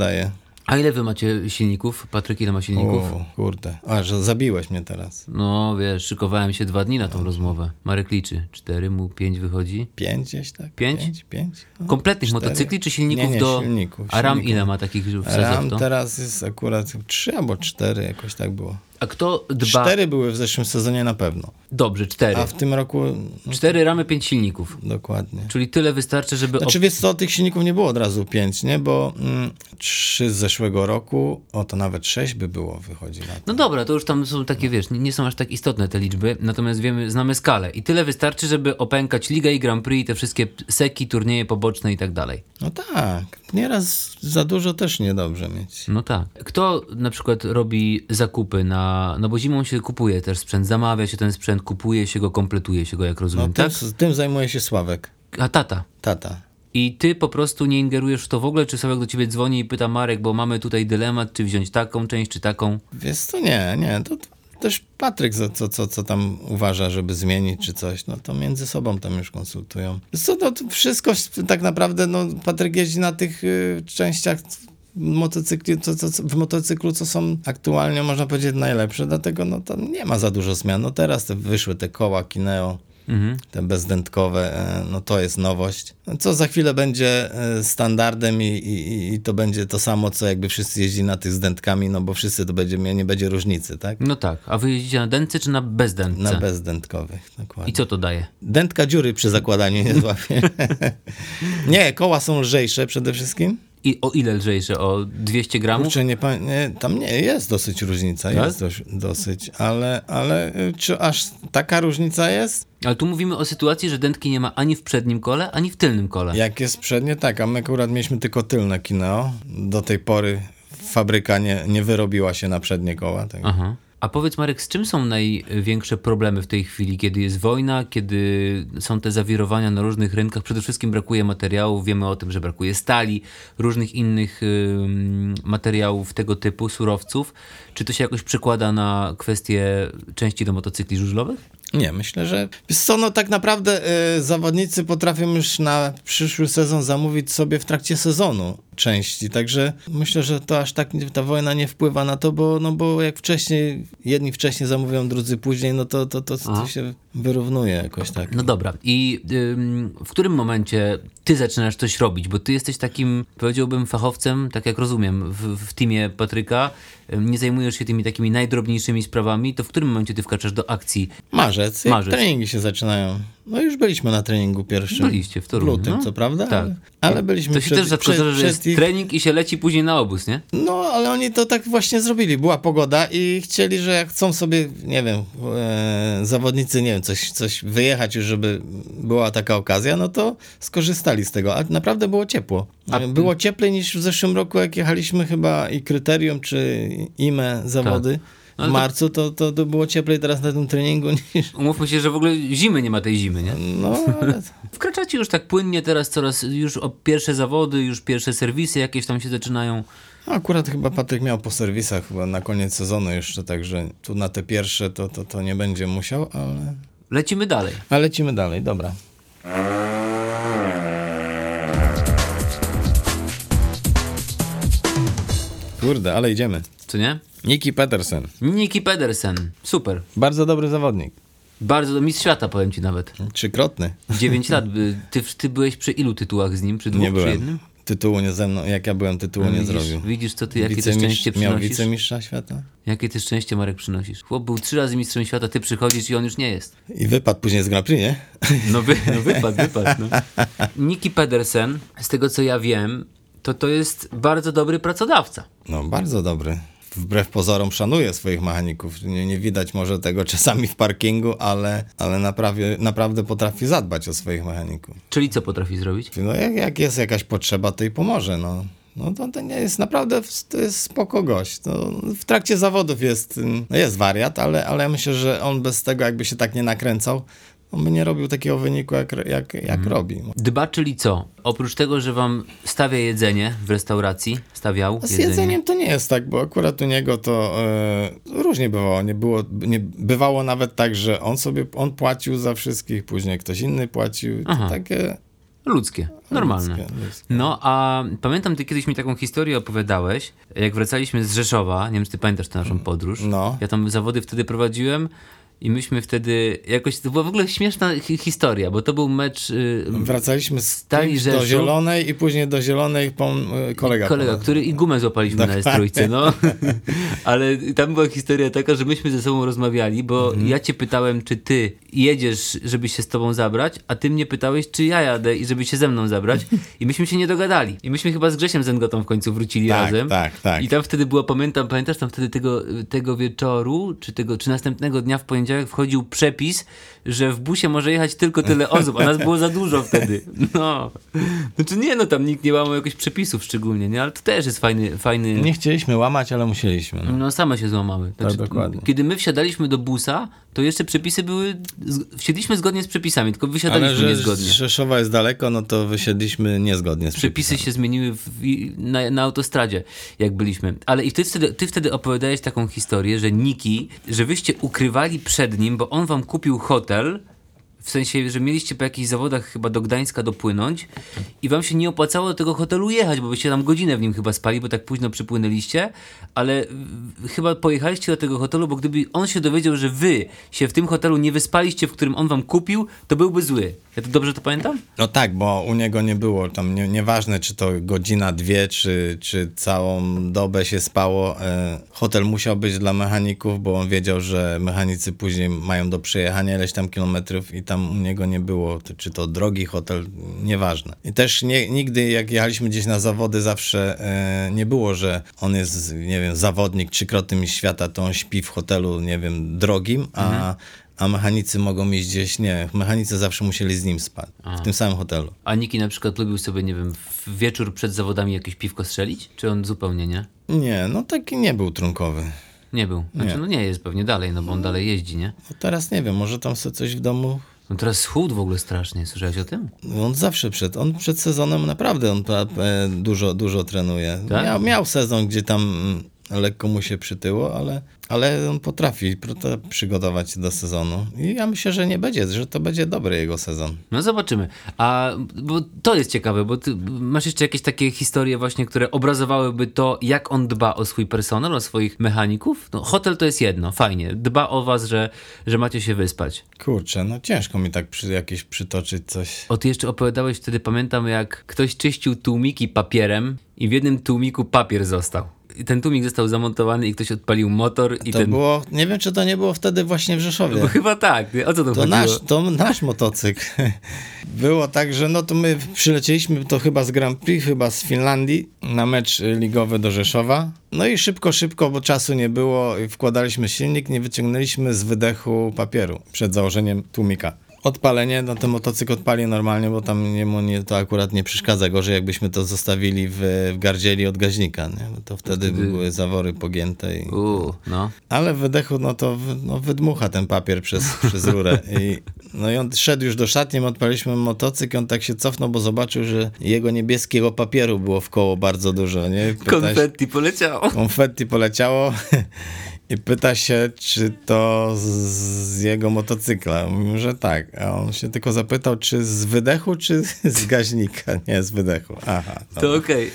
A ile wy macie silników? Patryk, ile ma silników?
O, kurde. A, że zabiłeś mnie teraz.
No wiesz, szykowałem się dwa dni na tą rozmowę. Marek liczy. Cztery, mu pięć wychodzi.
Pięć gdzieś, tak?
Pięć?
Pięć, pięć. No.
Kompletnych
Cztery.
motocykli czy silników
Nie, nie,
do...
silników,
A ram
silników.
ile ma takich w
Ram
to?
teraz jest akurat trzy albo cztery, jakoś tak było.
A kto dba...
Cztery były w zeszłym sezonie na pewno.
Dobrze, cztery.
A w tym roku no,
Cztery ramy, pięć silników.
dokładnie.
Czyli tyle wystarczy, żeby...
Znaczy
ob-
wiesz co, tych silników nie było od razu pięć, nie? Bo mm, trzy z zeszłego roku, o to nawet sześć by było, wychodzi na to.
No dobra, to już tam są takie, wiesz, nie- nie są aż tak istotne te liczby, natomiast wiemy, znamy skalę. I tyle wystarczy, żeby opękać Ligę i Grand Prix i te wszystkie seki, turnieje poboczne i tak dalej.
No tak, nieraz za dużo też niedobrze mieć.
No tak. Kto na przykład robi zakupy na... No bo zimą się kupuje też sprzęt, zamawia się ten sprzęt, kupuje się go, kompletuje się go, jak
No
rozumiem,
tym,
tak?
tym zajmuje się Sławek,
A tata.
tata.
I ty po prostu nie ingerujesz w to w ogóle, czy Sławek do ciebie dzwoni i pyta Marek, bo mamy tutaj dylemat, czy wziąć taką część, czy taką.
Wiesz co, nie, nie, to też Patryk, za co, co, co tam uważa, żeby zmienić czy coś, no to między sobą tam już konsultują. Wiesz Co, no to wszystko w- tak naprawdę, no Patryk jeździ na tych y, częściach motocykli, co, co, co, w motocyklu, co są aktualnie, można powiedzieć, najlepsze, dlatego no tam nie ma za dużo zmian. No teraz te wyszły te koła Kineo,
Mhm.
te bezdętkowe, e, no to jest nowość. No Co za chwilę będzie e, standardem i, i, i- i to będzie to samo, co jakby wszyscy jeździli na tych z dętkami, no bo wszyscy to będzie, mia- nie będzie różnicy, tak?
No tak. A wy jeździcie na dętce, czy na bezdętce?
Na bezdętkowych,
I
dokładnie.
co to daje?
Dętka dziury przy zakładaniu nie złapie. nie, koła są lżejsze przede wszystkim.
I o ile lżejsze? O 200 gramów?
Kurczę, nie, pa- nie, tam nie jest dosyć różnica,
Tak?
jest doś, dosyć, ale, ale y, czy aż taka różnica jest?
Ale tu mówimy o sytuacji, że dętki nie ma ani w przednim kole, ani w tylnym kole.
Jak jest przednie, tak, a my akurat mieliśmy tylko tylne kineo. Do tej pory fabryka nie, nie wyrobiła się na przednie koła. Tak.
Aha. A powiedz Marek, z czym są największe problemy w tej chwili, kiedy jest wojna, kiedy są te zawirowania na różnych rynkach? Przede wszystkim brakuje materiałów, wiemy o tym, że brakuje stali, różnych innych ym, materiałów tego typu, surowców. Czy to się jakoś przekłada na kwestie części do motocykli żużlowych?
Nie, myślę, że. Wiesz co, no tak naprawdę y, zawodnicy potrafią już na przyszły sezon zamówić sobie w trakcie sezonu części, także myślę, że to aż tak nie- ta wojna nie wpływa na to, bo, no bo jak wcześniej, jedni wcześniej zamówią, drudzy później, no to, to, to, to się wyrównuje jakoś tak.
No dobra, i ym, w którym momencie ty zaczynasz coś robić? Bo ty jesteś takim, powiedziałbym, fachowcem, tak jak rozumiem, w, w teamie Patryka. Ym, nie zajmujesz się tymi takimi najdrobniejszymi sprawami. To w którym momencie ty wkraczasz do akcji?
Marzec, jak
Marzec.
treningi się zaczynają. No już byliśmy na treningu pierwszym.
Byliście w Toruniu,
lutym,
no.
co prawda?
Tak.
Ale, ale byliśmy
To się
przed,
też rzadko
przed,
zdarza, że
przed
jest
ich-
trening i się leci później na obóz, nie?
No, ale oni to tak właśnie zrobili. Była pogoda i chcieli, że jak chcą sobie, nie wiem, e, zawodnicy, nie wiem, coś, coś wyjechać już, żeby była taka okazja, no to skorzystali z tego. A naprawdę było ciepło. E, było cieplej niż w zeszłym roku, jak jechaliśmy chyba i kryterium, czy IME zawody.
Tak. No, Ale
w
to-
marcu to, to, to było cieplej teraz na tym treningu niż.
Umówmy się, że w ogóle zimy nie ma tej zimy, nie?
No, ale
Wkraczacie już tak płynnie teraz coraz, już o pierwsze zawody, już pierwsze serwisy jakieś tam się zaczynają.
No, Akurat chyba Patryk miał po serwisach chyba na koniec sezonu jeszcze, także tu na te pierwsze to, to, to nie będzie musiał, ale...
Lecimy dalej.
ale lecimy dalej, dobra. Kurde, ale idziemy.
Co nie?
Niki Petersen,
Niki Pedersen. Super.
bardzo dobry zawodnik,
Bardzo, mistrz świata powiem ci nawet.
trzykrotny.
9 lat. by- Ty, ty byłeś przy ilu tytułach z nim? Przy dwóch,
Nie
przy jednym?
byłem. Tytułu nie ze mną, jak ja byłem, tytułu nie
widzisz,
zrobił.
Widzisz, co ty, jakie ty
Wicemistrz-
szczęście
Miał
przynosisz?
wicemistrza świata
Jakie ty szczęście, Marek, przynosisz? Chłop był trzy razy mistrzem świata, ty przychodzisz i on już nie jest.
i wypadł później z Grand Prix, nie?
No, wy, no wypadł, wypadł. No. Niki Pedersen, z tego co ja wiem, to to jest bardzo dobry pracodawca.
No, bardzo dobry. Wbrew pozorom szanuję swoich mechaników. Nie, nie widać może tego czasami w parkingu, ale, ale naprawie, naprawdę potrafi zadbać o swoich mechaników.
Czyli co potrafi zrobić?
No, jak, jak jest jakaś potrzeba, to i pomoże. No. No to, to nie jest naprawdę, w- to jest spoko gość. No, w trakcie zawodów jest, ym, no jest wariat, ale, ale ja myślę, że on bez tego jakby się tak nie nakręcał, on by nie robił takiego wyniku, jak, jak, jak robi.
Dba, czyli co? Oprócz tego, że wam stawia jedzenie w restauracji, stawiał
Z
jedzenie.
jedzeniem to nie jest tak, bo akurat u niego to e, różnie bywało. Nie było, nie, bywało nawet tak, że on sobie on płacił za wszystkich, później ktoś inny płacił. To
Aha.
Takie
Ludzkie, normalne.
ludzkie, ludzkie.
No, a pamiętam, ty kiedyś mi taką historię opowiadałeś, jak wracaliśmy z Rzeszowa, nie wiem, czy ty pamiętasz tę naszą podróż.
No.
Ja tam zawody wtedy prowadziłem I myśmy wtedy jakoś, to była w ogóle śmieszna hi- historia, bo to był mecz y,
Wracaliśmy z
Stali
kimś do
Rzeszów.
zielonej i później do zielonej pom, e, kolega.
kolega,
pomógł.
który i gumę złapaliśmy na S3, no. Ale tam była historia taka, że myśmy ze sobą rozmawiali, bo
Mhm.
ja cię pytałem, czy ty jedziesz, żeby się z tobą zabrać, a ty mnie pytałeś, czy ja jadę i żeby się ze mną zabrać. I myśmy się nie dogadali. I myśmy chyba z Grzesiem Zengotą w końcu wrócili
Tak,
razem.
tak, tak.
I tam wtedy była, pamiętam, pamiętasz, tam wtedy tego, tego wieczoru, czy tego, czy następnego dnia w poniedziałek wchodził przepis, że w busie może jechać tylko tyle osób, a nas było za dużo wtedy. No. Znaczy nie, no tam nikt nie łamał jakichś przepisów szczególnie, nie? Ale to też jest fajny, fajny...
Nie chcieliśmy łamać, ale musieliśmy. No.
No same się złamały.
dokładnie.
Kiedy my wsiadaliśmy do busa, to jeszcze przepisy były... Z... Wsiedliśmy zgodnie z przepisami, tylko wysiadaliśmy
Ale że
niezgodnie.
z Rzeszowa jest daleko, no to wysiedliśmy niezgodnie z przepisami.
Przepisy się zmieniły w, w- na, na autostradzie, jak byliśmy. Ale i ty wtedy, ty wtedy opowiadałeś taką historię, że Niki, że wyście ukrywali przed nim, bo on wam kupił hotel, w sensie, że mieliście po jakichś zawodach chyba do Gdańska dopłynąć i wam się nie opłacało do tego hotelu jechać, bo byście tam godzinę w nim chyba spali, bo tak późno przypłynęliście, ale w- chyba pojechaliście do tego hotelu, bo gdyby on się dowiedział, że wy się w tym hotelu nie wyspaliście, w którym on wam kupił, to byłby zły. Ja to dobrze to pamiętam?
No tak, bo u niego nie było tam, nie, nieważne czy to godzina, dwie, czy, czy całą dobę się spało. e, Hotel musiał być dla mechaników, bo on wiedział, że mechanicy później mają do przejechania ileś tam kilometrów i tam u niego nie było, to- czy to drogi hotel, nieważne. I też nie, nigdy jak jechaliśmy gdzieś na zawody, zawsze e, nie było, że on jest, nie wiem, zawodnik trzykrotny mistrz świata, to on śpi w hotelu, nie wiem, drogim, a a mechanicy mogą iść gdzieś, nie, mechanicy zawsze musieli z nim spać, w tym samym hotelu.
A Niki na przykład lubił sobie, nie wiem, w wieczór przed zawodami jakieś piwko strzelić? Czy on zupełnie nie?
Nie, no taki nie był trunkowy.
Nie był. Znaczy,
Nie.
no nie jest pewnie dalej, no bo on dalej jeździ, nie?
No teraz nie wiem, może tam sobie coś w domu... no
No teraz schudł w ogóle strasznie, słyszałeś o tym?
On zawsze przed, on przed sezonem naprawdę on pra- e, dużo, dużo trenuje.
Tak?
Miał, miał sezon, gdzie tam mm, lekko mu się przytyło, ale, ale on potrafi pro- to przygotować się do sezonu. I ja myślę, że nie będzie, że to będzie dobry jego sezon.
No zobaczymy. A bo to jest ciekawe, bo ty masz jeszcze jakieś takie historie właśnie, które obrazowałyby to, jak on dba o swój personel, o swoich mechaników? No, hotel to jest jedno, fajnie. Dba o was, że, że macie się wyspać.
Kurczę, no ciężko mi tak przy, jakieś przytoczyć coś.
O, ty jeszcze opowiadałeś wtedy, pamiętam, jak ktoś czyścił tłumiki papierem i w jednym tłumiku papier został. I ten tłumik został zamontowany i ktoś odpalił motor i
To
ten...
było, nie wiem czy to nie było wtedy właśnie w Rzeszowie.
Bo chyba tak. O co to,
To
chodziło?
nasz, to nasz motocykl. Było tak, że no to my przylecieliśmy to chyba z Grand Prix, chyba z Finlandii na mecz y, ligowy do Rzeszowa. No i szybko, szybko, bo czasu nie było, i wkładaliśmy silnik, nie wyciągnęliśmy z wydechu papieru przed założeniem tłumika. Odpalenie, no ten motocykl odpali normalnie, bo tam nie, mu nie, to akurat nie przeszkadza gorzej, jakbyśmy to zostawili w, w gardzieli od gaźnika, nie? Bo to wtedy, by były zawory pogięte i...
U, no.
Ale w wydechu, no to w- no, wydmucha ten papier przez, przez rurę. I, no i on szedł już do szatni, my odpaliśmy motocykl, on tak się cofnął, bo zobaczył, że jego niebieskiego papieru było w koło bardzo dużo, nie? Pyta się-
Konfetti poleciało.
konfetti poleciało i pyta się, czy to z, z jego motocykla. Mówimy, że tak. A on się tylko zapytał, czy z wydechu, czy z gaźnika. Nie, z wydechu. Aha. dobra.
To okej.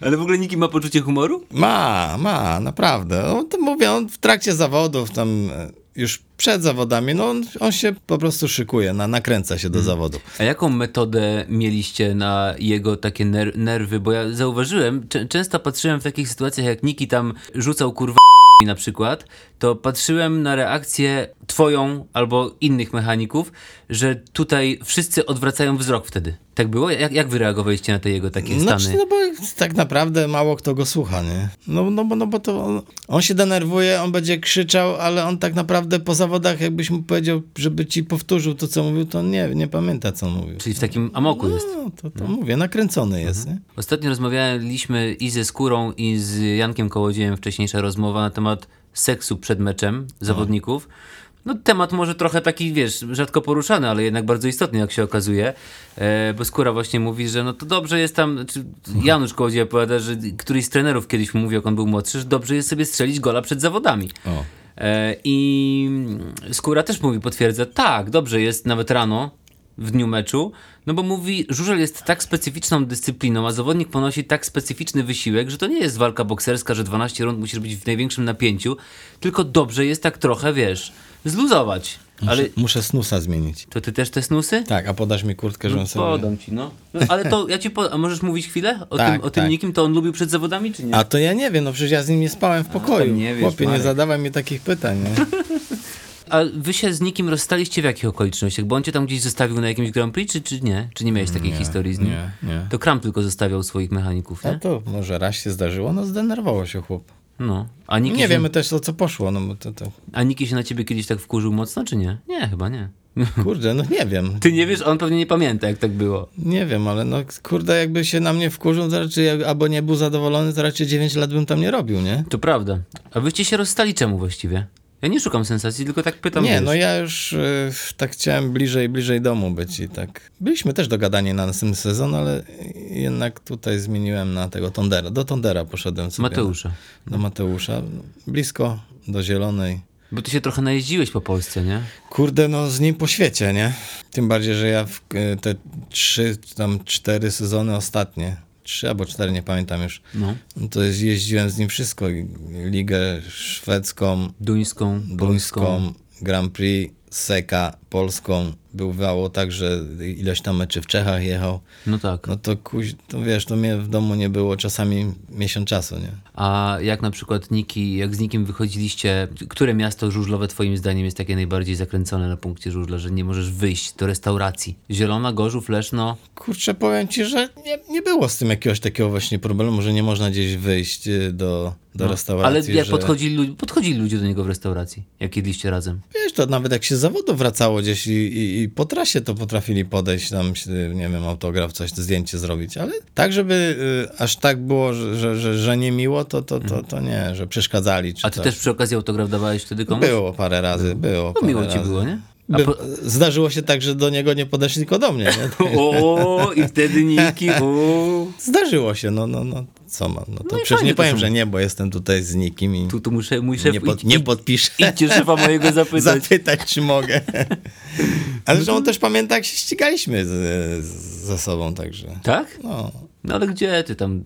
Ale w ogóle Niki ma poczucie humoru?
Ma, ma, naprawdę. On to mówię, on w trakcie zawodów, tam e, już przed zawodami, no on, on się po prostu szykuje, na, nakręca się
Mm.
do zawodu.
A jaką metodę mieliście na jego takie ner- nerwy? Bo ja zauważyłem, czę- często patrzyłem w takich sytuacjach, jak Niki tam rzucał kurwa na przykład, to patrzyłem na reakcję twoją albo innych mechaników, że tutaj wszyscy odwracają wzrok wtedy. Tak było? Jak, jak wy reagowaliście na te jego takie stany?
Znaczy, no bo tak naprawdę mało kto go słucha, nie? No, no, bo, no bo to on, on się denerwuje, on będzie krzyczał, ale on tak naprawdę po zawodach, jakbyś mu powiedział, żeby ci powtórzył to, co mówił, to on nie, nie pamięta, co on mówił.
Czyli w takim amoku jest. Mhm.
No, to, to mówię, nakręcony jest, nie?
Ostatnio rozmawialiśmy i ze Skórą, i z Jankiem Kołodziejem, wcześniejsza rozmowa na temat seksu przed meczem zawodników. No temat może trochę taki, wiesz, rzadko poruszany, ale jednak bardzo istotny, jak się okazuje, e, bo Skóra właśnie mówi, że no to dobrze jest tam, czy Janusz Kołodziej opowiada, że któryś z trenerów kiedyś mu mówił, jak on był młodszy, że dobrze jest sobie strzelić gola przed zawodami.
O.
E, I Skóra też mówi, potwierdza, tak, dobrze jest nawet rano, w dniu meczu, no bo mówi, żużel jest tak specyficzną dyscypliną, a zawodnik ponosi tak specyficzny wysiłek, że to nie jest walka bokserska, że 12 rund musisz być w największym napięciu, tylko dobrze jest tak trochę, wiesz, zluzować. Ale
Muszę snusa zmienić.
to ty też te snusy?
Znaczy- Tak, a podasz mi kurtkę, żebym sobie...
Podam ci, no. no. Ale to ja ci po... A możesz mówić chwilę o
Tak,
tym, o tym
tak.
nikim, to on lubił przed zawodami, czy nie?
A to ja nie wiem, no przecież ja z nim nie spałem w pokoju.
nie wiesz,
Chłopie, nie
Marek.
zadawaj mi takich pytań, nie?
A wy się z nikim rozstaliście w jakich okolicznościach? Bo on cię tam gdzieś zostawił na jakimś Grand Prix, czy, czy nie? Czy nie miałeś takiej historii z nim?
nie, nie.
To Kram tylko zostawiał swoich mechaników,
A
nie?
No to może raz się zdarzyło, no zdenerwowało się chłop.
No. A Niki,
Nie
się,
wiemy też o co poszło, no bo to, to...
a Niki się na ciebie kiedyś tak wkurzył mocno, czy nie? Nie, chyba nie.
Kurde, no nie wiem.
Ty nie wiesz, on pewnie nie pamięta, jak tak było.
Nie wiem, ale no kurde, jakby się na mnie wkurzył, to raczej, jak- albo nie był zadowolony, to raczej 9 lat bym tam nie robił, nie?
To prawda. A wyście się rozstali czemu właściwie? Ja nie szukam sensacji, tylko tak pytam.
Nie,
wiesz.
no ja już y, tak chciałem bliżej, bliżej domu być i tak. Byliśmy też dogadani na następny sezon, ale jednak tutaj zmieniłem na tego Tondera. Do Tondera poszedłem no. sobie.
Mateusza.
Do Mateusza. Blisko, do Zielonej.
Bo ty się trochę najeździłeś po Polsce, nie?
Kurde, no z nim po świecie, nie? Tym bardziej, że ja w y, te trzy, czy tam cztery sezony ostatnie, trzy albo cztery, nie pamiętam już,
No.
to jest, jeździłem z nim wszystko. i- Ligę szwedzką,
Duńską, polską.
Duńską, Grand Prix, Seka, Polską. Bywało tak, że ileś tam meczy w Czechach jechał.
No tak.
No to kuś, to wiesz, to mnie w domu nie było czasami miesiąc czasu, nie?
A jak na przykład Niki, jak z Nikim wychodziliście, które miasto żużlowe twoim zdaniem jest takie najbardziej zakręcone na punkcie żużla, że nie możesz wyjść do restauracji? Zielona, Gorzów, Leszno,
Kurczę, powiem ci, że nie, nie było z tym jakiegoś takiego właśnie problemu, że nie można gdzieś wyjść y, do, do
No, ale
restauracji.
jak
że,
podchodzili, lu- podchodzili ludzie do niego w restauracji, jak jedliście razem?
Wiesz, to nawet jak się z zawodu wracało gdzieś i, i, i po trasie, to potrafili podejść tam, się, nie wiem, autograf, coś, zdjęcie zrobić, ale tak, żeby y, aż tak było, że, że, że, że nie miło, to, to, to, to nie, że przeszkadzali czy
Mhm. A ty
coś.
też przy okazji autograf dawałeś wtedy komuś?
tak? Było parę razy, było.
No
parę
miło ci
razy.
było, nie? A
By,
po-
Zdarzyło się tak, że do niego nie podeszli, tylko do mnie. Nie? Tak
O, i wtedy Niki, o.
Zdarzyło się, no, no, no, co mam, no to
i
przecież
fajnie
nie
to
powiem,
są.
że nie, bo jestem tutaj z nikim i
Tu, tu muszę, mój szef,
nie, pod,
idź-
nie
idź-
podpiszę.
idźcie szefa mojego zapytać.
Zapytać, czy mogę. Ale
No.
że on też pamięta, jak się ścigaliśmy z, z, ze sobą, także.
Tak?
No,
No ale gdzie ty tam,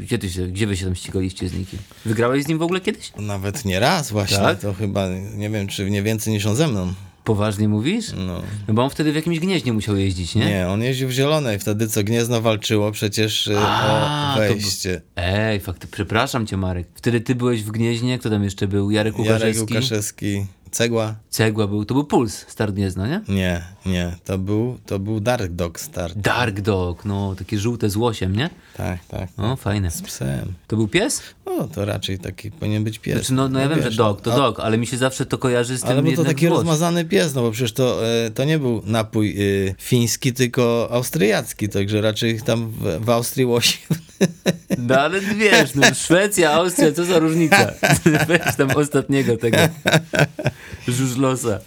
gdzie, ty się, gdzie wy się tam ścigaliście z Nikim? Wygrałeś z nim w ogóle kiedyś?
nawet nie raz właśnie,
Tak?
to chyba, nie wiem, czy nie więcej niż on ze mną.
Poważnie mówisz?
No.
No bo on wtedy w jakimś gnieźnie musiał jeździć, nie?
Nie, on jeździł w zielonej, wtedy co Gniezno walczyło przecież y,
A,
o
to
wejście.
Ej, fakt, przepraszam cię Marek. Wtedy ty byłeś w Gnieźnie, kto tam jeszcze był? Jarek
Jarek
Łukaszewski?
Łukaszewski, Cegła.
Cegła był, to był Puls, Star Gniezna, nie?
Nie, nie, to był, to był Dark Dog Start.
Dark Dog, no takie żółte z łosiem, nie?
Tak, tak.
No fajne.
Z psem.
To był pies?
O, No, to raczej taki powinien być pies.
Znaczy, no, no ja wiem, że
wiesz,
dog to
a-
dog, ale mi się zawsze to kojarzy z tym
Ale bo to
jednak
taki
z łos.
rozmazany pies, no bo przecież to, e, to nie był napój e, fiński, tylko austriacki, także raczej tam w, w Austrii łosi.
No ale wiesz, no, Szwecja, Austria, co za różnica? Weź tam ostatniego tego żużlosa.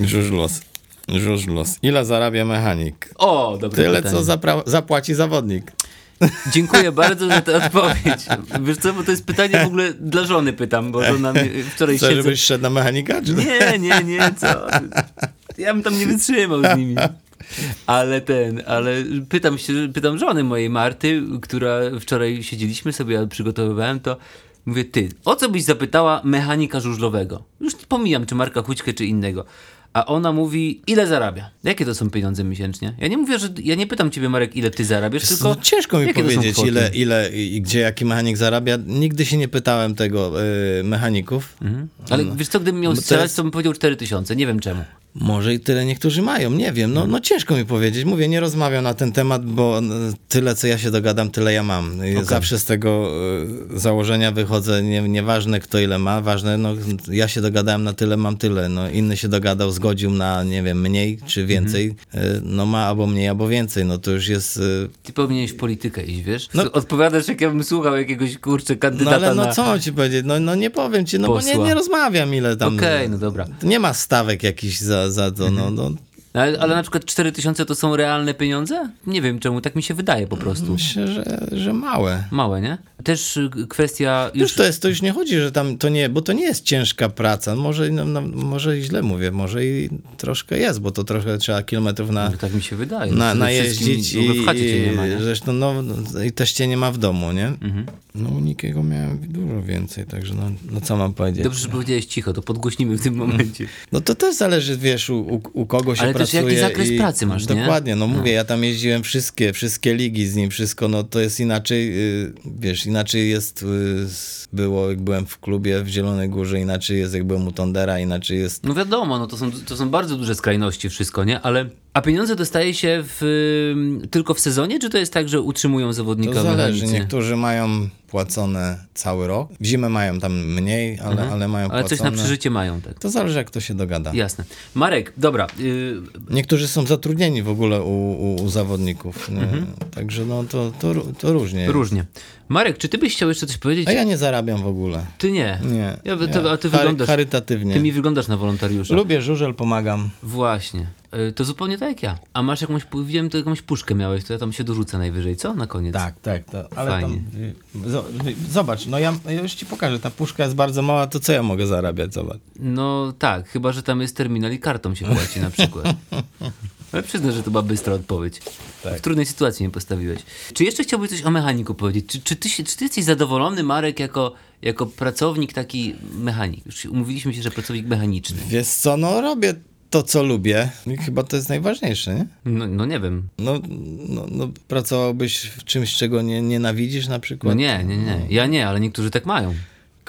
Żużlos. Żużlos. Ile zarabia mechanik?
O, dobre
Tyle,
pytanie.
co zapra- zapłaci zawodnik.
Dziękuję bardzo za tę odpowiedź. Wiesz co, bo to jest pytanie w ogóle dla żony pytam, bo żona mnie wczoraj
Co,
siedzę...
żebyś szedł na mechanika? Czy...
Nie, nie, nie, co? Ja bym tam nie wytrzymał z nimi. Ale ten, ale pytam się, pytam żony mojej Marty, która wczoraj siedzieliśmy sobie, ja przygotowywałem to. Mówię, ty, o co byś zapytała mechanika żużlowego? Już pomijam, czy Marka Hućkę, czy innego. A ona mówi, ile zarabia? Jakie to są pieniądze miesięcznie? Ja nie mówię, że. Ja nie pytam ciebie, Marek, ile ty zarabiasz, tylko.
no, ciężko mi
jakie to są
powiedzieć,
kwoty?
ile, ile i gdzie jaki mechanik zarabia. Nigdy się nie pytałem tego y, mechaników.
Mhm. Ale
No.
wiesz co, gdybym miał
Bo to
strzelać,
jest-
to bym powiedział 4000, nie wiem czemu.
Może i tyle niektórzy mają, nie wiem. No, no ciężko mi powiedzieć. Mówię, nie rozmawiam na ten temat, bo y, tyle, co ja się dogadam, tyle ja mam. Y, Zawsze z tego y, założenia wychodzę, nie, nieważne kto ile ma, ważne, no ja się dogadałem na tyle, mam tyle. No, inny się dogadał, zgodził na, nie wiem, mniej
Mhm.
czy więcej. Y, No ma albo mniej, albo więcej. No to już jest... y,
Ty powinieneś w politykę iść, wiesz?
No-
Odpowiadasz, jak ja bym słuchał jakiegoś kurczę
No
kandydata
ale no
na...
co mam ci powiedzieć? No, no nie powiem ci, no bo
Posła.
nie, nie rozmawiam ile tam...
Okej, no dobra. Mhm.
Nie ma stawek jakichś za, za to, no, no
Ale, ale na przykład 4000 to
No.
są realne pieniądze? Nie wiem czemu, tak mi się wydaje po prostu.
myślę, że, że małe.
Małe, nie? też y, kwestia
Już
już...
to jest, to już nie chodzi, że tam to nie, bo to nie jest ciężka praca. Może, no, no, może i źle mówię, może i troszkę jest, bo to trochę trzeba kilometrów na,
Tak mi się wydaje.
na,
Przede
najeździć
wszystkim,
i,
w ogóle w chacie cię nie ma, nie? Mhm.
zresztą no, no, i też cię nie ma w domu, nie? No u nikiego miałem dużo więcej, także no, no co mam powiedzieć?
Dobrze, że powiedziałeś cicho, to podgłośnimy w tym momencie.
No to też zależy, wiesz, u, u, u kogo się
Ale też
pracuje.
jaki zakres
i-
pracy masz, nie?
Dokładnie, no mówię, ja tam jeździłem wszystkie, wszystkie ligi z nim, wszystko, no to jest inaczej, y, wiesz, inaczej jest, y, z- było jak byłem w klubie w Zielonej Górze, inaczej jest jak byłem u Tondera, inaczej jest...
No wiadomo, no to, są, to są bardzo duże skrajności wszystko, nie? Ale, a pieniądze dostaje się w, ym, tylko w sezonie, czy to jest tak, że utrzymują zawodnika
To zależy,
mechanicy?
niektórzy mają płacone cały rok, w zimę mają tam mniej, ale, ale mają
Mhm. Ale
płacone...
coś na przeżycie mają, tak.
To zależy, jak to się dogada.
Jasne. Marek, dobra, y,
Niektórzy są zatrudnieni w ogóle u, u, u zawodników, nie? także no to, to, ró- to różnie. jest.
Mhm. różnie. Marek, czy ty byś chciał jeszcze coś powiedzieć?
A ja nie zarabiam w ogóle.
Ty nie.
Nie.
Ja,
nie.
to, a ty
Chary-
wyglądasz.
Charytatywnie.
Ty mi wyglądasz na wolontariusza.
Lubię żużel, pomagam.
Właśnie. Y, To zupełnie tak jak ja. A masz jakąś, pu- widziałem, to jakąś puszkę miałeś, to ja tam się dorzucę najwyżej, co? Na koniec.
Tak, tak. To, ale
Fajnie.
tam. zo- Zobacz, no ja, ja już ci pokażę. Ta puszka jest bardzo mała, to co ja mogę zarabiać? Zobacz.
No tak, chyba, że tam jest terminal i kartą się płaci na przykład. Ale przyznam, że to była bystra odpowiedź. W trudnej sytuacji mnie postawiłeś. Czy jeszcze chciałbyś coś o mechaniku powiedzieć? Czy, czy, ty, się, czy ty jesteś zadowolony, Marek, jako, jako pracownik taki mechanik? Już umówiliśmy się, że pracownik mechaniczny.
Wiesz co, no robię to, co lubię. I chyba to jest najważniejsze, nie?
No, no nie wiem.
No, no, no pracowałbyś w czymś, czego nie, nienawidzisz na
No
przykład?
nie, nie, nie. Ja nie, ale niektórzy tak mają.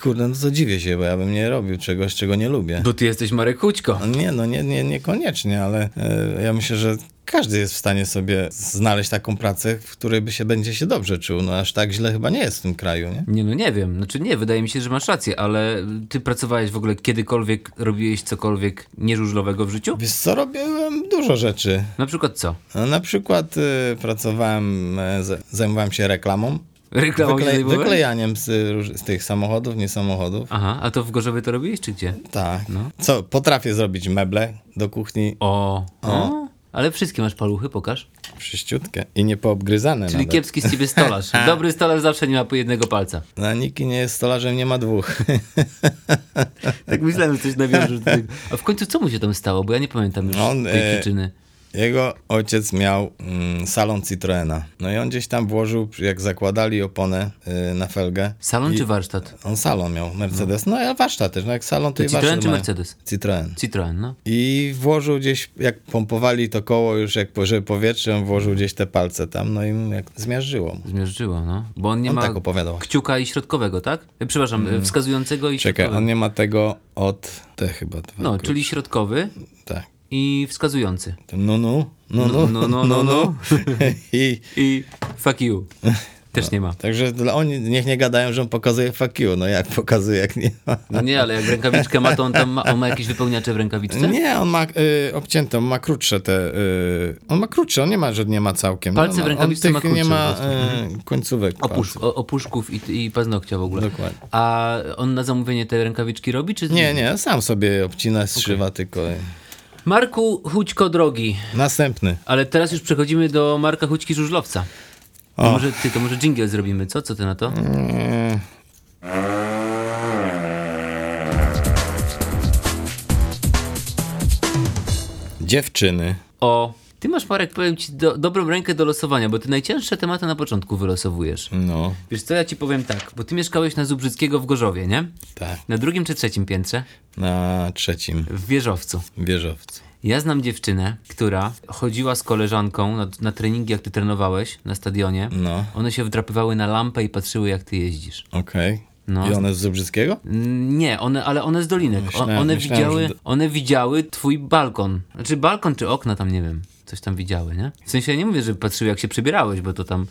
Kurde, no to dziwię się, bo ja bym nie robił czegoś, czego nie lubię.
Bo ty jesteś Marek Hućko.
No Nie, no nie, nie, niekoniecznie, ale e, ja myślę, że każdy jest w stanie sobie znaleźć taką pracę, w której by się będzie się dobrze czuł. No aż tak źle chyba nie jest w tym kraju, nie?
Nie, no nie wiem. Znaczy nie, wydaje mi się, że masz rację, ale ty pracowałeś w ogóle kiedykolwiek, robiłeś cokolwiek nieżużlowego w życiu?
Wiesz co, robiłem dużo rzeczy.
Na przykład co?
No, na przykład e, pracowałem, e, z- zajmowałem się reklamą.
Reklamą się
Wykle,
zajmowałeś?
wyklejaniem z, róż- z tych samochodów, nie samochodów.
Aha, a to w Gorzowie to robiłeś, czy gdzie?
Tak.
No.
Co, potrafię zrobić meble do kuchni
O, o. Ale wszystkie masz paluchy, pokaż.
przyściutkę i nie poobgryzane
Czyli
nawet.
kiepski z ciebie stolarz. Dobry stolarz zawsze nie ma po jednego palca.
No, nikt nie jest stolarzem, nie ma dwóch.
Tak myślałem, że coś nawiążesz do tego. No A w końcu co mu się tam stało? Bo ja nie pamiętam już
On,
tej
e,
przyczyny.
Jego ojciec miał mm, salon Citroena. No i on gdzieś tam włożył, jak zakładali oponę y, na felgę.
Salon
i
czy warsztat?
On salon miał, Mercedes. No ale warsztat też, no jak salon, to, i
Citroen
warsztat
czy
mają.
Mercedes?
Citroen.
Citroen, no.
I włożył gdzieś, jak pompowali to koło już, jak po- żeby powietrze, on włożył gdzieś te palce tam, no i mu jak zmiażdżyło. mu.
Zmierzyło, no. Bo on nie
On
ma
tak opowiadał.
kciuka i środkowego, tak? E, Przepraszam, e, wskazującego i
Czekaj,
środkowego.
on nie ma tego od te chyba. Dwa,
No,
kru-
czyli środkowy
Tak.
i wskazujący.
No, no, no, no,
no, no, no, no.
I
I fuck you. Też nie ma.
Także dla oni niech nie gadają, że on pokazuje fuck you. No jak pokazuje, jak nie ma.
No nie, ale jak rękawiczkę ma, to on tam ma, on ma jakieś wypełniacze w rękawiczce?
Nie, on ma y, obcięte, on ma krótsze te. Y, on ma krótsze, on nie ma, że nie ma całkiem.
Palce w
no, no,
rękawiczce
on
ma
tych
krótsze Mhm.
nie ma
po
y, końcówek.
Opusz,
palców.
o, opuszków i, i paznokcia w ogóle.
Dokładnie.
A on na zamówienie te rękawiczki robi, czy
Nie, nie, sam sobie obcina, strzywa tylko.
Marku Hućko drogi,
Następny.
ale teraz już przechodzimy do Marka Hućki Żużlowca. To może ty, to może jingle zrobimy, co? Co ty na to?
Dziewczyny.
O, ty masz Marek, powiem ci, do, dobrą rękę do losowania, bo ty najcięższe tematy na początku wylosowujesz.
No,
Wiesz co, ja ci powiem tak, bo ty mieszkałeś na Zubrzyckiego w Gorzowie, nie?
tak.
Na drugim czy trzecim piętrze?
Na trzecim
W wieżowcu.
wieżowcu.
Ja znam dziewczynę, która chodziła z koleżanką na, na treningi, jak ty trenowałeś na stadionie.
No.
One się wdrapywały na lampę i patrzyły, jak ty jeździsz.
Okej.
No.
I one z Zubrzyckiego?
Mm, Nie, one, ale one z dolinek. O,
Myślałem-
one,
myślałem,
widziały,
że do-
one widziały twój balkon. Znaczy balkon czy okna, tam nie wiem. Coś tam widziały, nie? W sensie ja nie mówię, że patrzyły jak się przebierałeś, bo to tam...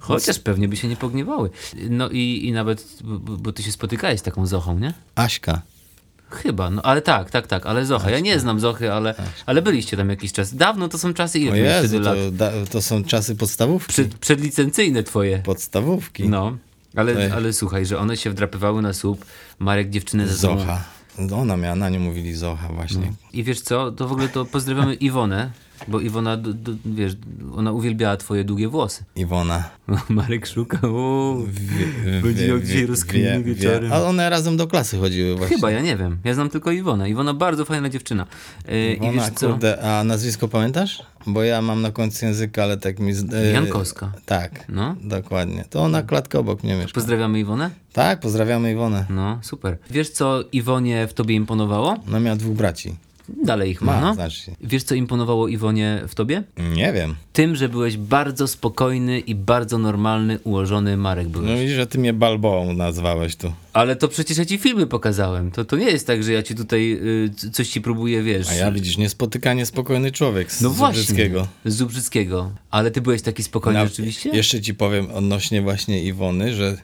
Chociaż pewnie by się nie pogniewały. No i, i nawet, bo- bo bo ty się spotykałeś z taką Zochą, nie?
Aśka.
Chyba, no ale tak, tak, tak, ale Zocha. Ja nie znam Zochy, ale, ale byliście tam jakiś czas. Dawno to są czasy, ile
O
miałeś
Jezu,
wtedy lat?
to, da, to są czasy podstawówki.
Przed, przedlicencyjne twoje.
Podstawówki.
No, ale,
Ej.
ale słuchaj, że one się wdrapywały na słup, Marek dziewczynę ze sobą.
Zocha. No Ona miała, na nią mówili Zocha właśnie.
I wiesz co, to w ogóle to pozdrawiamy Iwonę, Bo Iwona, d- d- wiesz, ona uwielbiała twoje długie włosy.
Iwona.
Marek szuka, uuu.
Wie-
Będzie ją
wie-
dzisiaj
wie-
rozkminił
wie-
wieczorem.
A one razem do klasy chodziły właśnie.
Chyba, ja nie wiem. Ja znam tylko Iwonę. Iwona bardzo fajna dziewczyna. Yy, I
Ona,
wiesz co?
kurde, a nazwisko pamiętasz? Bo ja mam na końcu języka, ale tak mi... Z... e,
Jankowska.
Tak,
No.
dokładnie. To ona klatkę obok mnie mieszka.
Pozdrawiamy Iwonę?
tak, pozdrawiamy Iwonę.
No, super. Wiesz co Iwonie w tobie imponowało?
Ona miała dwóch braci.
Dalej ich ma,
Ma,
no.
znaczy.
Wiesz co imponowało Iwonie w tobie?
Nie wiem.
Tym, że byłeś bardzo spokojny i bardzo normalny, ułożony Marek byłeś.
No widzisz, że ty mnie Balboą nazwałeś tu.
Ale to przecież ja ci filmy pokazałem. To, to nie jest tak, że ja ci tutaj y, c- coś ci próbuję, wiesz.
A ja widzisz, niespotykanie spokojny człowiek z
no
z
właśnie.
Brzeskiego.
Z Zubrzyckiego. Ale ty byłeś taki spokojny
Na-
rzeczywiście? No.
Jeszcze ci powiem odnośnie właśnie Iwony, że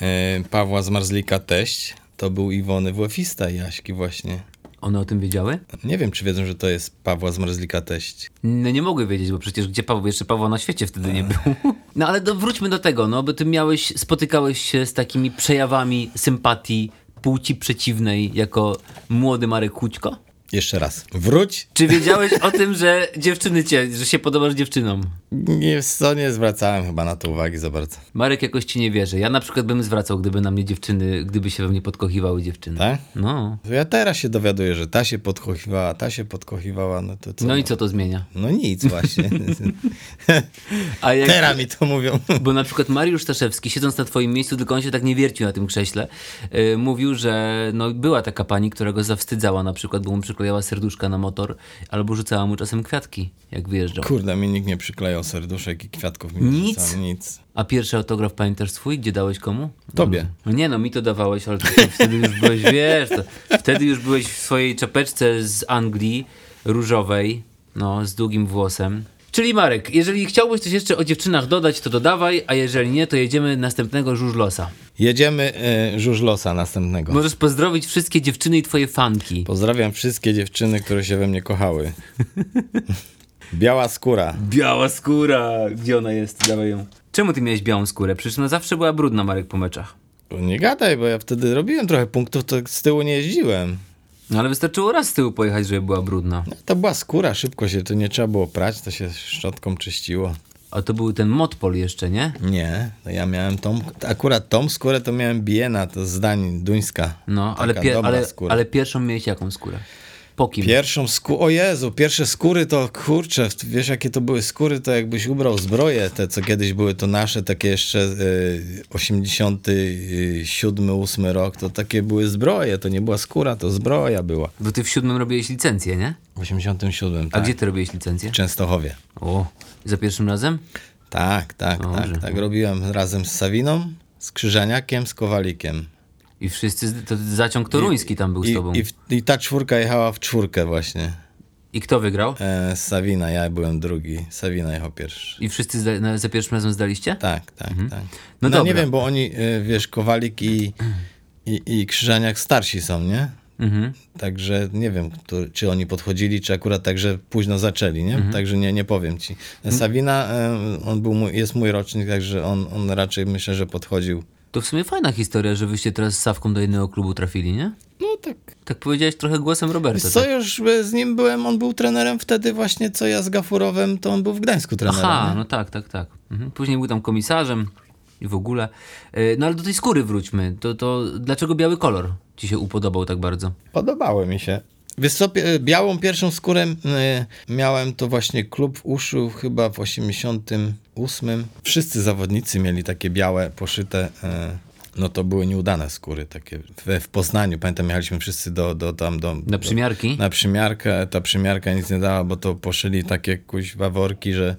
e, Pawła Zmarzlika teść to był Iwony Włefista Jaśki właśnie.
One o tym wiedziały?
Nie wiem, czy wiedzą, że to jest Pawła Zmarzlika teść.
No nie mogły wiedzieć, bo przecież gdzie Paweł? Jeszcze Pawła na świecie wtedy nie było. No ale do, wróćmy do tego, no bo ty miałeś, spotykałeś się z takimi przejawami sympatii płci przeciwnej jako młody Marek Kućko?
Jeszcze raz. Wróć!
Czy wiedziałeś o tym, że dziewczyny cię, że się podobasz dziewczynom?
Nie, wiesz co, nie zwracałem chyba na to uwagi za bardzo.
Marek jakoś ci nie wierzy. Ja na przykład bym zwracał, gdyby na mnie dziewczyny, gdyby się we mnie podkochiwały dziewczyny.
Tak?
No.
To ja teraz się dowiaduję, że ta się podkochiwała, ta się podkochiwała, no to co?
No i co to zmienia?
No nic właśnie.
A jak...
teraz mi to mówią.
Bo na przykład Mariusz Staszewski, siedząc na twoim miejscu, tylko on się tak nie wiercił na tym krześle, yy, mówił, że no, była taka pani, która go zawstydzała na przykład, bo mu przyklejała serduszka na motor, albo rzucała mu czasem kwiatki, jak wyjeżdżał.
Kurde, mi nikt nie przyklejał serduszek i kwiatków mi nie
Nic?
rzucał, Nic.
A pierwszy autograf pamiętasz swój? Gdzie dałeś komu?
Tobie.
No nie no, mi to dawałeś, ale ty wtedy już byłeś, wiesz, to, wtedy już byłeś w swojej czapeczce z Anglii, różowej, no, z długim włosem. Czyli Marek, jeżeli chciałbyś coś jeszcze o dziewczynach dodać, to dodawaj, a jeżeli nie, to jedziemy następnego żużlosa.
Jedziemy y, żużlosa następnego.
Możesz pozdrowić wszystkie dziewczyny i twoje fanki.
Pozdrawiam wszystkie dziewczyny, które się we mnie kochały. Biała skóra.
Biała skóra! Gdzie ona jest? Dawaj ją. Czemu ty miałeś białą skórę? Przecież ona zawsze była brudna, Marek, po meczach.
Nie gadaj, bo ja wtedy robiłem trochę punktów, to z tyłu nie jeździłem. No,
No ale wystarczyło raz z tyłu pojechać, żeby była brudna.
To była skóra, szybko się, to nie trzeba było prać, to się szczotką czyściło.
A to był ten Motpol jeszcze, nie?
Nie, no ja miałem tą, akurat tą skórę to miałem Biena, to z Danii, duńska.
No, ale,
Taka
pier-
dobra
ale,
skóra.
ale pierwszą miałeś jaką skórę? Po kim?
Pierwszą skórę, o Jezu, pierwsze skóry to, kurczę, wiesz jakie to były skóry, to jakbyś ubrał zbroje, te co kiedyś były to nasze, takie jeszcze y, 87, 8 rok, to takie były zbroje, to nie była skóra, to zbroja była.
Bo ty w siódmym robiłeś licencję, nie?
W 87,
A
tak,
gdzie ty robiłeś licencję?
w Częstochowie.
O, za pierwszym razem?
Tak, tak,
Dobrze.
tak, tak, robiłem razem z Sawiną, z Krzyżaniakiem, z Kowalikiem.
I wszyscy, z- to zaciąg toruński tam był
I,
z tobą.
i, w, I ta czwórka jechała w czwórkę właśnie.
I kto wygrał?
E, Sawina, ja byłem drugi, Sawina jechał pierwszy.
I wszyscy zda- na- za pierwszym razem zdaliście?
Tak, tak, tak.
No
No,
dobra.
nie wiem, bo oni, y, wiesz, Kowalik i, i, i Krzyżaniak starsi są, nie?
Mhm.
Także nie wiem, który, czy oni podchodzili, czy akurat także późno zaczęli, nie?
Mhm.
Także nie, nie powiem ci. Sabina, y, on był mój, jest mój rocznik, także on, on raczej myślę, że podchodził.
To w sumie fajna historia, że wyście teraz z Sawką do jednego klubu trafili, nie?
No tak.
Tak powiedziałeś trochę głosem Roberta.
Co
tak?
już y, z nim byłem, on był trenerem wtedy właśnie, co ja z Gafurowem, to on był w Gdańsku trenerem.
Aha,
nie?
no tak, tak, tak. Mhm. Później był tam komisarzem i w ogóle. E, No ale do tej skóry wróćmy. To, to dlaczego biały kolor ci się upodobał tak bardzo?
Podobało mi się. Wiesz co, pi- białą pierwszą skórę y, miałem to właśnie klub w Uszu chyba w 88. Wszyscy zawodnicy mieli takie białe, poszyte. y, No to były nieudane skóry takie. W, w Poznaniu, pamiętam, jechaliśmy wszyscy do, do tam do...
Na przymiarki?
Na przymiarkę. Ta przymiarka nic nie dała, bo to poszyli takie kuźwa worki, że,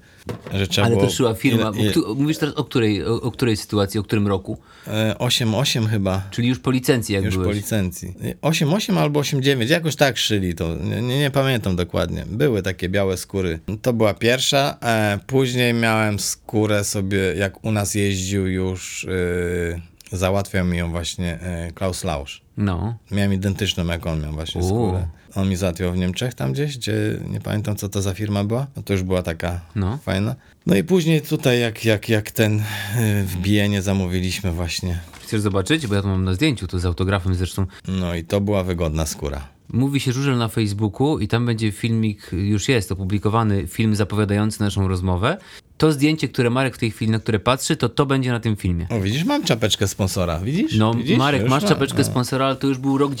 że trzeba
Ale
było...
to szyła firma.
ile- ile-
o któ- Mówisz teraz o której, o, o której sytuacji, o którym roku?
y, 8-8 chyba.
Czyli już po licencji jak
Już
byłeś.
po licencji. 8,8 albo 8,9, jakoś tak szyli to. Nie, nie, nie pamiętam dokładnie. Były takie białe skóry. To była pierwsza. E, później miałem skórę sobie, jak u nas jeździł już, y, załatwiał mi ją właśnie y, Klaus Lausch.
No.
Miałem identyczną, jak on miał właśnie
U.
skórę. On mi załatwiał w Niemczech tam gdzieś, gdzie nie pamiętam co to za firma była. No to już była taka
No.
fajna. No i później tutaj jak, jak, jak ten y, w Bienie zamówiliśmy właśnie.
Chcesz zobaczyć? Bo ja to mam na zdjęciu, to z autografem zresztą.
No i to była wygodna skóra.
Mówi się Żużel na Facebooku i tam będzie filmik, już jest opublikowany film zapowiadający naszą rozmowę. To zdjęcie, które Marek w tej chwili, na które patrzy, to to będzie na tym filmie.
O, No widzisz, mam czapeczkę sponsora, widzisz?
No,
widzisz?
Marek,
Już
masz
mam,
czapeczkę
no.
sponsora, ale to już był rok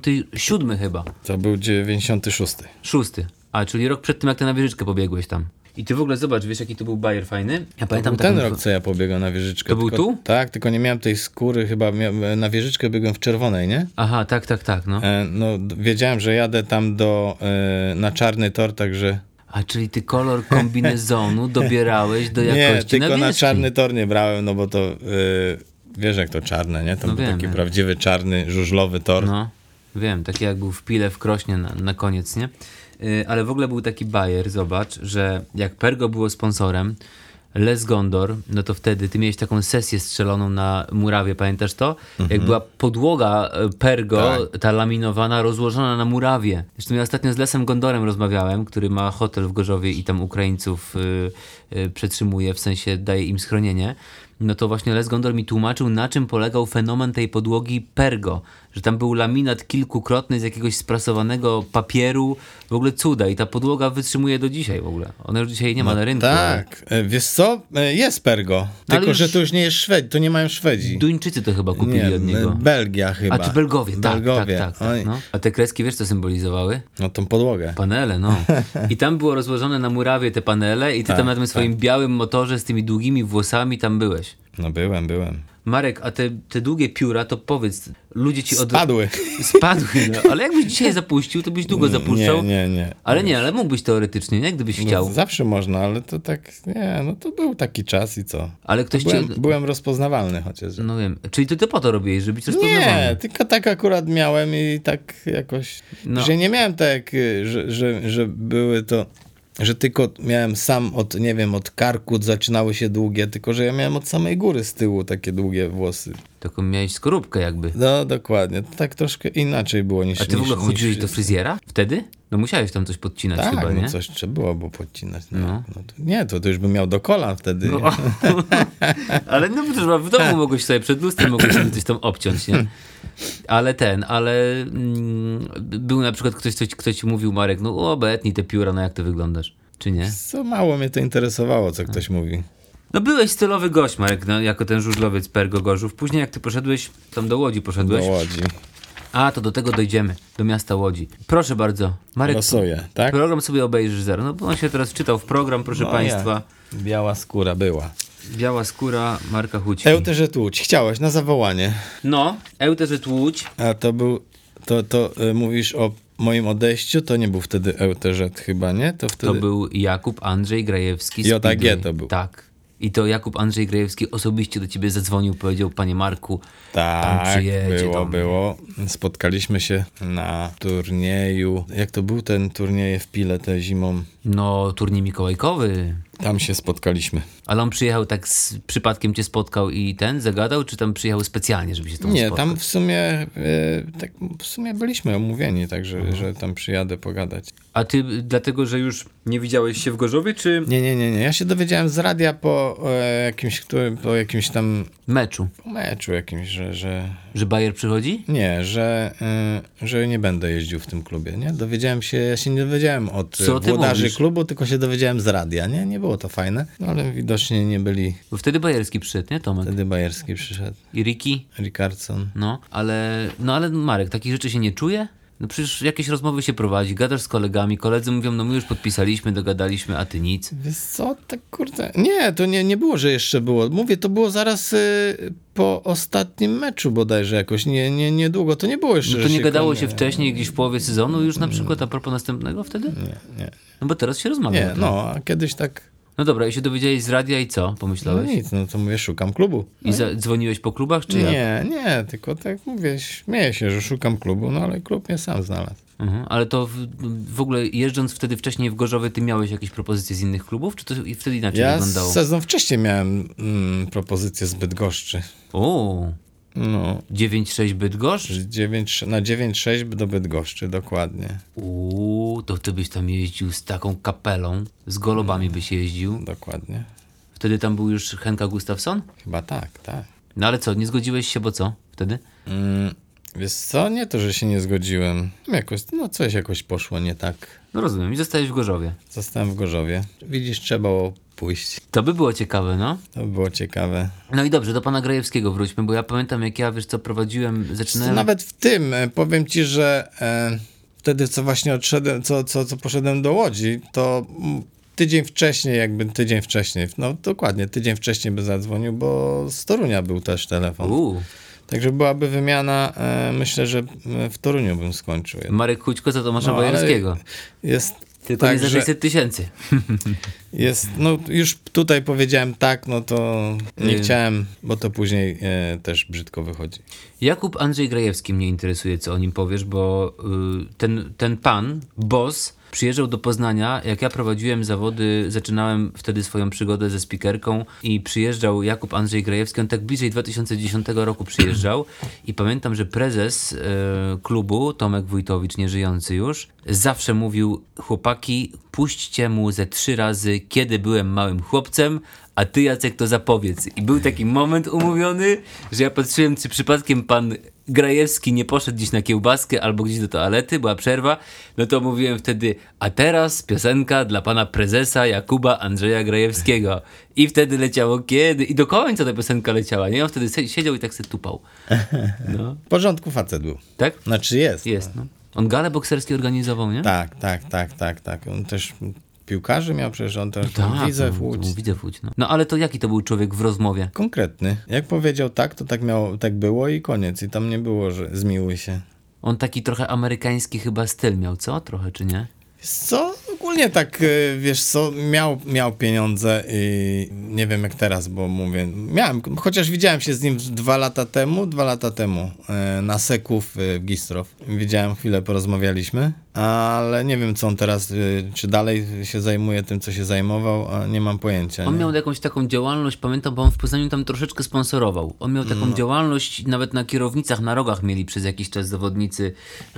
97 chyba.
To był 96.
Szósty. A, czyli rok przed tym, jak ty na wieżyczkę pobiegłeś tam. I ty w ogóle zobacz, wiesz, jaki to był bajer fajny? Ja pamiętam
Był ten
taką-
rok, co ja pobiegłem na wieżyczkę.
To był
tylko,
tu?
Tak, tylko nie miałem tej skóry, chyba mia- na wieżyczkę biegłem w czerwonej, nie?
Aha, tak, tak, tak, no.
E, No, d- wiedziałem, że jadę tam do, e, na czarny tor, także...
A, czyli ty kolor kombinezonu dobierałeś do jakości
Nie, tylko na
nawierzchni.
czarny tor nie brałem, no bo to... e, Wiesz jak to czarne, nie? To
No
był
wiem,
taki
wiem.
prawdziwy czarny, żużlowy tor.
No, wiem, taki jak był w Pile w Krośnie na, na koniec, nie? Yy, ale w ogóle był taki bajer, zobacz, że jak Pergo było sponsorem, Les Gondor, no to wtedy ty miałeś taką sesję strzeloną na murawie, pamiętasz to?
Mhm.
Jak była podłoga e, Pergo,
Tak.
ta laminowana, rozłożona na murawie. Zresztą ja ostatnio z Lesem Gondorem rozmawiałem, który ma hotel w Gorzowie i tam Ukraińców y, y, przetrzymuje, w sensie daje im schronienie. No to właśnie Les Gondor mi tłumaczył, na czym polegał fenomen tej podłogi Pergo. Że tam był laminat kilkukrotny z jakiegoś sprasowanego papieru. W ogóle cuda. I ta podłoga wytrzymuje do dzisiaj w ogóle. Ona już dzisiaj nie ma na rynku. ale
Tak, E, wiesz co? E, Jest Pergo, tylko
już-
że to już nie jest Szwedzi, to nie mają Szwedzi.
Duńczycy to chyba kupili
nie,
od niego.
e, Belgia chyba.
A czy Belgowie, tak,
Belgowie.
tak, tak.
Oj,
tak no. A te kreski wiesz co symbolizowały?
no tą podłogę.
Panele, no. I tam było rozłożone na murawie te panele i ty
Tak,
tam na tym swoim białym motorze z tymi długimi włosami tam byłeś.
No byłem, byłem.
Marek, a te, te długie pióra, to powiedz, ludzie ci od...
Spadły.
Spadły, no. Ale jakbyś dzisiaj zapuścił, to byś długo zapuszczał.
Nie, nie, nie.
Ale nie, ale mógłbyś teoretycznie, nie? Gdybyś chciał.
No, zawsze można, ale to tak, nie, no to był taki czas i co?
Ale ktoś
Byłem,
cię...
byłem rozpoznawalny chociaż.
No wiem. Czyli ty to po to robiłeś, żeby być rozpoznawany.
Nie, tylko tak akurat miałem i tak jakoś,
No.
że nie miałem tak, y, że, że, że były to, że tylko miałem sam od, nie wiem, od karku zaczynały się długie, tylko że ja miałem od samej góry z tyłu takie długie włosy.
Taką miałeś skorupkę jakby.
No dokładnie, to tak troszkę inaczej było niż
A ty w ogóle
niż,
chodziłeś
niż,
do fryzjera? Wtedy? No musiałeś tam coś podcinać
tak,
chyba,
no
nie?
coś trzeba było, bo podcinać. No.
No.
No. to, nie, to, to już bym miał do kolan wtedy.
No, ale no bo to w domu mogłeś sobie przed lustrem mogłeś sobie coś tam obciąć, nie? Ale ten, ale mm, był na przykład ktoś, kto ci, kto ci mówił, Marek, no obetnij te pióra, no jak ty wyglądasz, czy nie?
Co mało mnie to interesowało, co ktoś mówi.
No byłeś stylowy gość, Marek, no, jako ten żużlowiec Pergo Gorzów. Później jak ty poszedłeś, tam do Łodzi
Do
poszedłeś.
Łodzi.
A, to do tego dojdziemy, do miasta Łodzi. Proszę bardzo, Marek,
Losuję, tak?
program sobie obejrzysz zaraz. No bo on się teraz czytał w program, proszę
No,
państwa.
ja. Biała skóra była.
Biała skóra Marka Huci.
Euterze Tłuć, chciałeś na zawołanie.
No, Euterze Łódź.
A to był, to, to y, mówisz o moim odejściu, to nie był wtedy Euterze chyba, nie? To wtedy...
To był Jakub Andrzej Grajewski. z
JAG
Speedway.
to był.
Tak. I to Jakub Andrzej Grajewski osobiście do ciebie zadzwonił, powiedział, panie Marku, pan
Tak,
przyjedzie do
było,
mnie.
było. Spotkaliśmy się na turnieju. Jak to był ten turniej w Pile tę zimą?
No, turniej mikołajkowy.
Tam się spotkaliśmy.
Ale on przyjechał tak z przypadkiem cię spotkał i ten zagadał, czy tam przyjechał specjalnie, żeby się z tobą
Nie,
spotkać?
tam w sumie, e, tak, w sumie byliśmy omówieni,
Mhm.
także że tam przyjadę pogadać.
A ty y, dlatego, że już nie widziałeś się w Gorzowie, czy
Nie, nie, nie, nie. Ja się dowiedziałem z radia po e, jakimś, którym, po jakimś tam
meczu?
meczu jakimś, że, że
Że Bayer przychodzi?
nie, że, e, że nie będę jeździł w tym klubie, nie? Dowiedziałem się, ja się nie dowiedziałem od
Co
Co
ty
włodarzy
mówisz?
klubu, tylko się dowiedziałem z radia, nie? Nie było to fajne, no ale widocznie nie byli.
Bo wtedy Bajerski przyszedł, nie Tomek?
Wtedy Bajerski przyszedł,
I Riki?
Rickardson.
No, ale, no ale Marek, takich rzeczy się nie czuje? No przecież jakieś rozmowy się prowadzi, gadasz z kolegami, koledzy mówią, no my już podpisaliśmy, dogadaliśmy, a ty nic. No
Wiesz co, tak kurde. Nie, to nie, nie było, że jeszcze było. Mówię, to było zaraz y, po ostatnim meczu bodajże jakoś. Nie, nie, niedługo. To nie było jeszcze.
No to
że
nie gadało
konie-
się wcześniej, gdzieś w połowie sezonu już na przykład, a propos następnego wtedy?
Nie,
No bo teraz się rozmawia. o
nie,
tym.
no, a kiedyś tak.
no dobra, i się dowiedziałeś z radia i co,
No
pomyślałeś?
nic, no to mówię, szukam klubu.
I za- dzwoniłeś po klubach, czy jak?
No Nie, nie, tylko tak mówię, śmieję się, że szukam klubu, no ale klub mnie sam znalazł.
Mhm, ale to w, w ogóle jeżdżąc wtedy wcześniej w Gorzowie, ty miałeś jakieś propozycje z innych klubów, czy to i wtedy inaczej
Ja
wyglądało?
sezon wcześniej miałem mm, propozycję z Bydgoszczy.
O,
No,
9-6 Bydgoszcz?
z 9, na 9-6 do Bydgoszczy, dokładnie.
Uuu, to ty byś tam jeździł z taką kapelą, z golobami byś jeździł.
Dokładnie.
Wtedy tam był już Henka Gustafsson?
Chyba tak, tak.
No ale co, nie zgodziłeś się, bo co wtedy?
Wiesz co, nie to, że się nie zgodziłem. Jakoś, no coś jakoś poszło nie tak.
No rozumiem, i zostałeś w Gorzowie.
Zostałem w Gorzowie. Widzisz, trzeba było pójść.
To by było ciekawe, no.
To by było ciekawe.
No i dobrze, do pana Grajewskiego wróćmy, bo ja pamiętam, jak ja, wiesz co, prowadziłem, zaczynałem...
No Nawet w tym e, powiem ci, że e, wtedy co właśnie odszedłem, co, co, co poszedłem do Łodzi, to mm, tydzień wcześniej, jakby tydzień wcześniej, no dokładnie, tydzień wcześniej by zadzwonił, bo z Torunia był też telefon.
Uuu,
Także byłaby wymiana, e, myślę, że e, w Toruniu bym skończył.
Marek Kućko za Tomasza
No, ale
Wojarskiego.
Jest
Tylko
tak,
nie za
że
600 tysięcy.
jest, no już tutaj powiedziałem tak, no to nie
Yy.
chciałem, bo to później e, też brzydko wychodzi.
Jakub Andrzej Grajewski mnie interesuje, co o nim powiesz, bo y, ten, ten pan, boss, przyjeżdżał do Poznania. Jak ja prowadziłem zawody, zaczynałem wtedy swoją przygodę ze spikerką i przyjeżdżał Jakub Andrzej Grajewski. On tak bliżej 2010 roku przyjeżdżał i pamiętam, że prezes y, klubu, Tomek Wójtowicz, nieżyjący już, zawsze mówił, chłopaki, puśćcie mu ze trzy razy, kiedy byłem małym chłopcem, a ty Jacek to zapowiedz. I był taki moment umówiony, że ja patrzyłem, czy przypadkiem pan Grajewski nie poszedł gdzieś na kiełbaskę albo gdzieś do toalety, była przerwa. No to mówiłem wtedy, a teraz piosenka dla pana prezesa Jakuba Andrzeja Grajewskiego. I wtedy leciało kiedy? I do końca ta piosenka leciała. Nie, on wtedy se- siedział i tak se tupał. No,
W porządku facet był.
tak?
Znaczy jest.
Jest, no. On gale bokserskie organizował, nie?
Tak, tak, tak, tak, tak. On też piłkarzy miał, przecież on też
Tak,
widzę w
no,
Łódź.
no, Widzę w Łódź, no. no ale to jaki to był człowiek w rozmowie?
Konkretny. Jak powiedział tak, to tak, miało, tak było i koniec. I tam nie było, że zmiłuj się.
On taki trochę amerykański chyba styl miał, co? Trochę, czy nie?
Wiesz Co? Ogólnie tak, y, wiesz co, miał, miał pieniądze i nie wiem jak teraz, bo mówię, miałem, chociaż widziałem się z nim dwa lata temu, dwa lata temu y, na Seków y, w Gistrow. Widziałem chwilę, porozmawialiśmy, ale nie wiem co on teraz, y, czy dalej się zajmuje tym, co się zajmował, a nie mam pojęcia.
On
nie?
miał jakąś taką działalność, pamiętam, bo on w Poznaniu tam troszeczkę sponsorował. On miał
Mhm.
taką działalność, nawet na kierownicach, na rogach mieli przez jakiś czas zawodnicy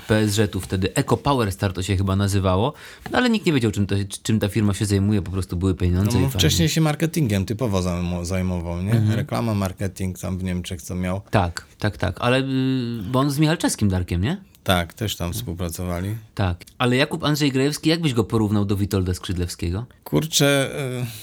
PSZ-u wtedy. Eco Power Star to się chyba nazywało, no ale nikt nie wiedział, czym, to, się- czym ta firma się zajmuje, po prostu były pieniądze
No,
i
bo
fajnie. Mhm.
wcześniej się marketingiem typowo zajmo- zajmował, nie? Reklama, marketing tam w Niemczech co miał.
Tak, tak, tak, ale y, bo on z Michalczewskim Darkiem, nie?
Tak, też tam współpracowali.
Tak. Ale Jakub Andrzej Grajewski, jak byś go porównał do Witolda Skrzydlewskiego?
Kurczę,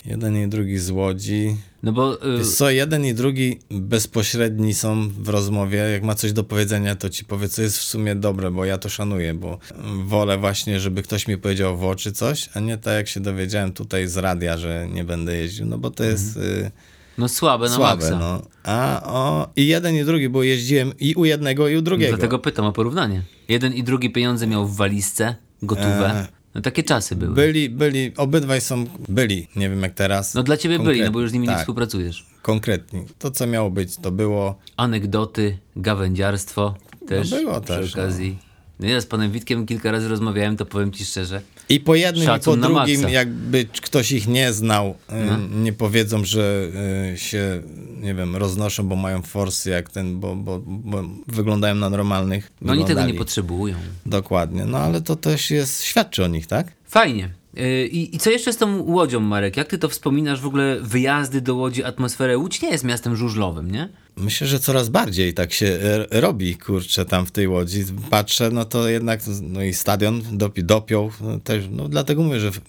y, jeden i drugi z Łodzi.
No bo... y,
Wiesz co, jeden i drugi bezpośredni są w rozmowie. Jak ma coś do powiedzenia, to ci powie, co jest w sumie dobre, bo ja to szanuję, bo mm, wolę właśnie, żeby ktoś mi powiedział w oczy coś, a nie tak jak się dowiedziałem tutaj z radia, że nie będę jeździł, no bo to jest... y,
No słabe Mhm. na
Słabe,
maksa.
no. A o, i jeden i drugi, bo jeździłem i u jednego, i u drugiego.
Dlatego pytam o porównanie. Jeden i drugi pieniądze miał w walizce, gotówę.
Eee.
No takie czasy były.
Byli, byli, obydwaj są, byli, nie wiem jak teraz.
no dla ciebie byli, no bo już z nimi nie
tak,
współpracujesz.
Konkretni. To, co miało być, to było.
Anegdoty, gawędziarstwo też
No było
przy
też,
okazji. No ja z panem Witkiem kilka razy rozmawiałem, to powiem ci szczerze.
I po jednym,
Szacun
i po
na
drugim,
maksa. Mhm.
jakby c- ktoś ich nie znał, y, nie powiedzą, że y, się, nie wiem, roznoszą, bo mają forsy jak ten, bo, bo, bo wyglądają na normalnych.
No oni tego nie
Wyglądali.
potrzebują.
Dokładnie. No ale to też jest, świadczy o nich, tak?
Fajnie. Yy, I, I co jeszcze z tą Łodzią, Marek? Jak ty to wspominasz w ogóle wyjazdy do Łodzi, atmosferę? Łódź nie jest miastem żużlowym, nie?
Myślę, że coraz bardziej tak się e, robi, kurczę, tam w tej Łodzi. Patrzę, no to jednak, no i stadion dopi, dopiął no też, no dlatego mówię, że w-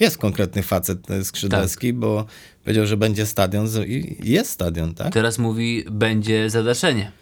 jest konkretny facet e, skrzydlewski, bo powiedział, że będzie stadion z- i jest stadion, tak?
Teraz mówi, będzie zadaszenie.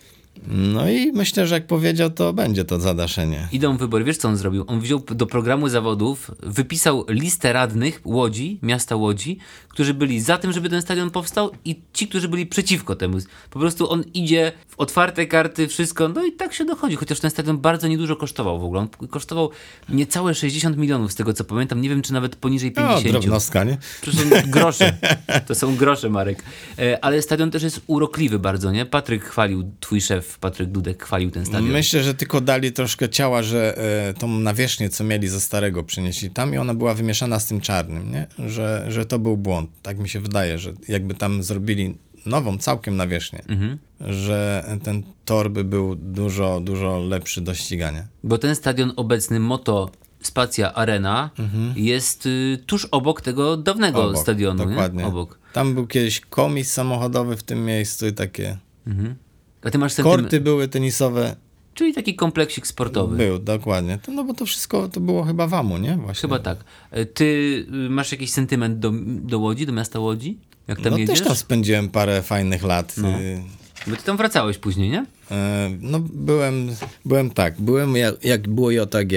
No i myślę, że jak powiedział, to będzie to zadaszenie.
Idą wybory. Wiesz, co on zrobił? On wziął do programu zawodów, wypisał listę radnych Łodzi, miasta Łodzi, którzy byli za tym, żeby ten stadion powstał i ci, którzy byli przeciwko temu. Po prostu on idzie w otwarte karty, wszystko, no i tak się dochodzi, chociaż ten stadion bardzo niedużo kosztował w ogóle. On kosztował niecałe 60 milionów z tego, co pamiętam. Nie wiem, czy nawet poniżej
No,
50.
drobnostka, nie?
Przecież grosze. To są grosze, Marek. E, Ale stadion też jest urokliwy bardzo, nie? Patryk chwalił, twój szef Patryk Dudek chwalił ten stadion.
Myślę, że tylko dali troszkę ciała, że e, tą nawierzchnię, co mieli ze starego, przynieśli tam i ona była wymieszana z tym czarnym, nie? Że, że to był błąd. Tak mi się wydaje, że jakby tam zrobili nową całkiem nawierzchnię,
Mhm.
że ten tor by był dużo, dużo lepszy do ścigania.
Bo ten stadion obecny Moto Spacja Arena jest y, tuż obok tego dawnego
Mhm. Obok,
stadionu.
dokładnie.
Nie? Obok.
Tam był kiedyś komis samochodowy w tym miejscu i takie
A ty masz sentyment.
korty były tenisowe.
Czyli taki kompleksik sportowy.
Był, dokładnie. To, no bo to wszystko to było chyba wamu, nie? Właśnie. No
Chyba tak. E, Ty y, masz jakiś sentyment do, do Łodzi, do miasta Łodzi? Jak tam
no
jedziesz?
też tam spędziłem parę fajnych lat. No,
Bo ty tam wracałeś później, nie?
no byłem, byłem tak, byłem jak, jak było JG,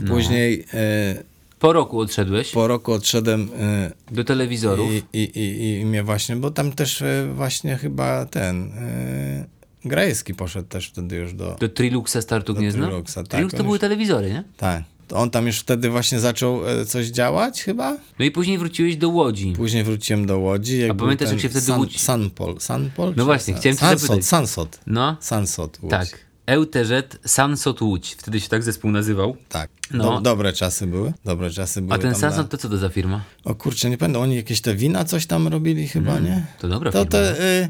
No.
później e,
Po roku odszedłeś
po roku odszedłem e,
do telewizorów.
i, i, i, i mnie właśnie, bo tam też e, właśnie chyba ten e, Grajewski poszedł też wtedy już do...
Do Triluxa startu Gniezna?
Triluxa, tak,
Trilux
on
to były
już-
telewizory, nie?
Tak. To On tam już wtedy właśnie zaczął e, coś działać chyba?
No i później wróciłeś do Łodzi.
Później wróciłem do Łodzi. Jak
A
był
pamiętasz,
ten
jak się wtedy
San,
Łódź-
Sanpol. Sanpol?
No
czy
właśnie,
San-
chciałem cię
Sansot,
zapytać.
Sansot.
No,
Sansot Łódź.
tak. EUTZ Sansot Łódź. Wtedy się tak zespół nazywał.
Tak.
No.
Do, dobre czasy były. Dobre czasy były.
A ten
tam
Sansot to co to za firma?
Na... O kurczę, nie pamiętam, oni jakieś te wina coś tam robili chyba, nie?
Mm, to dobra
To
firma,
te, y,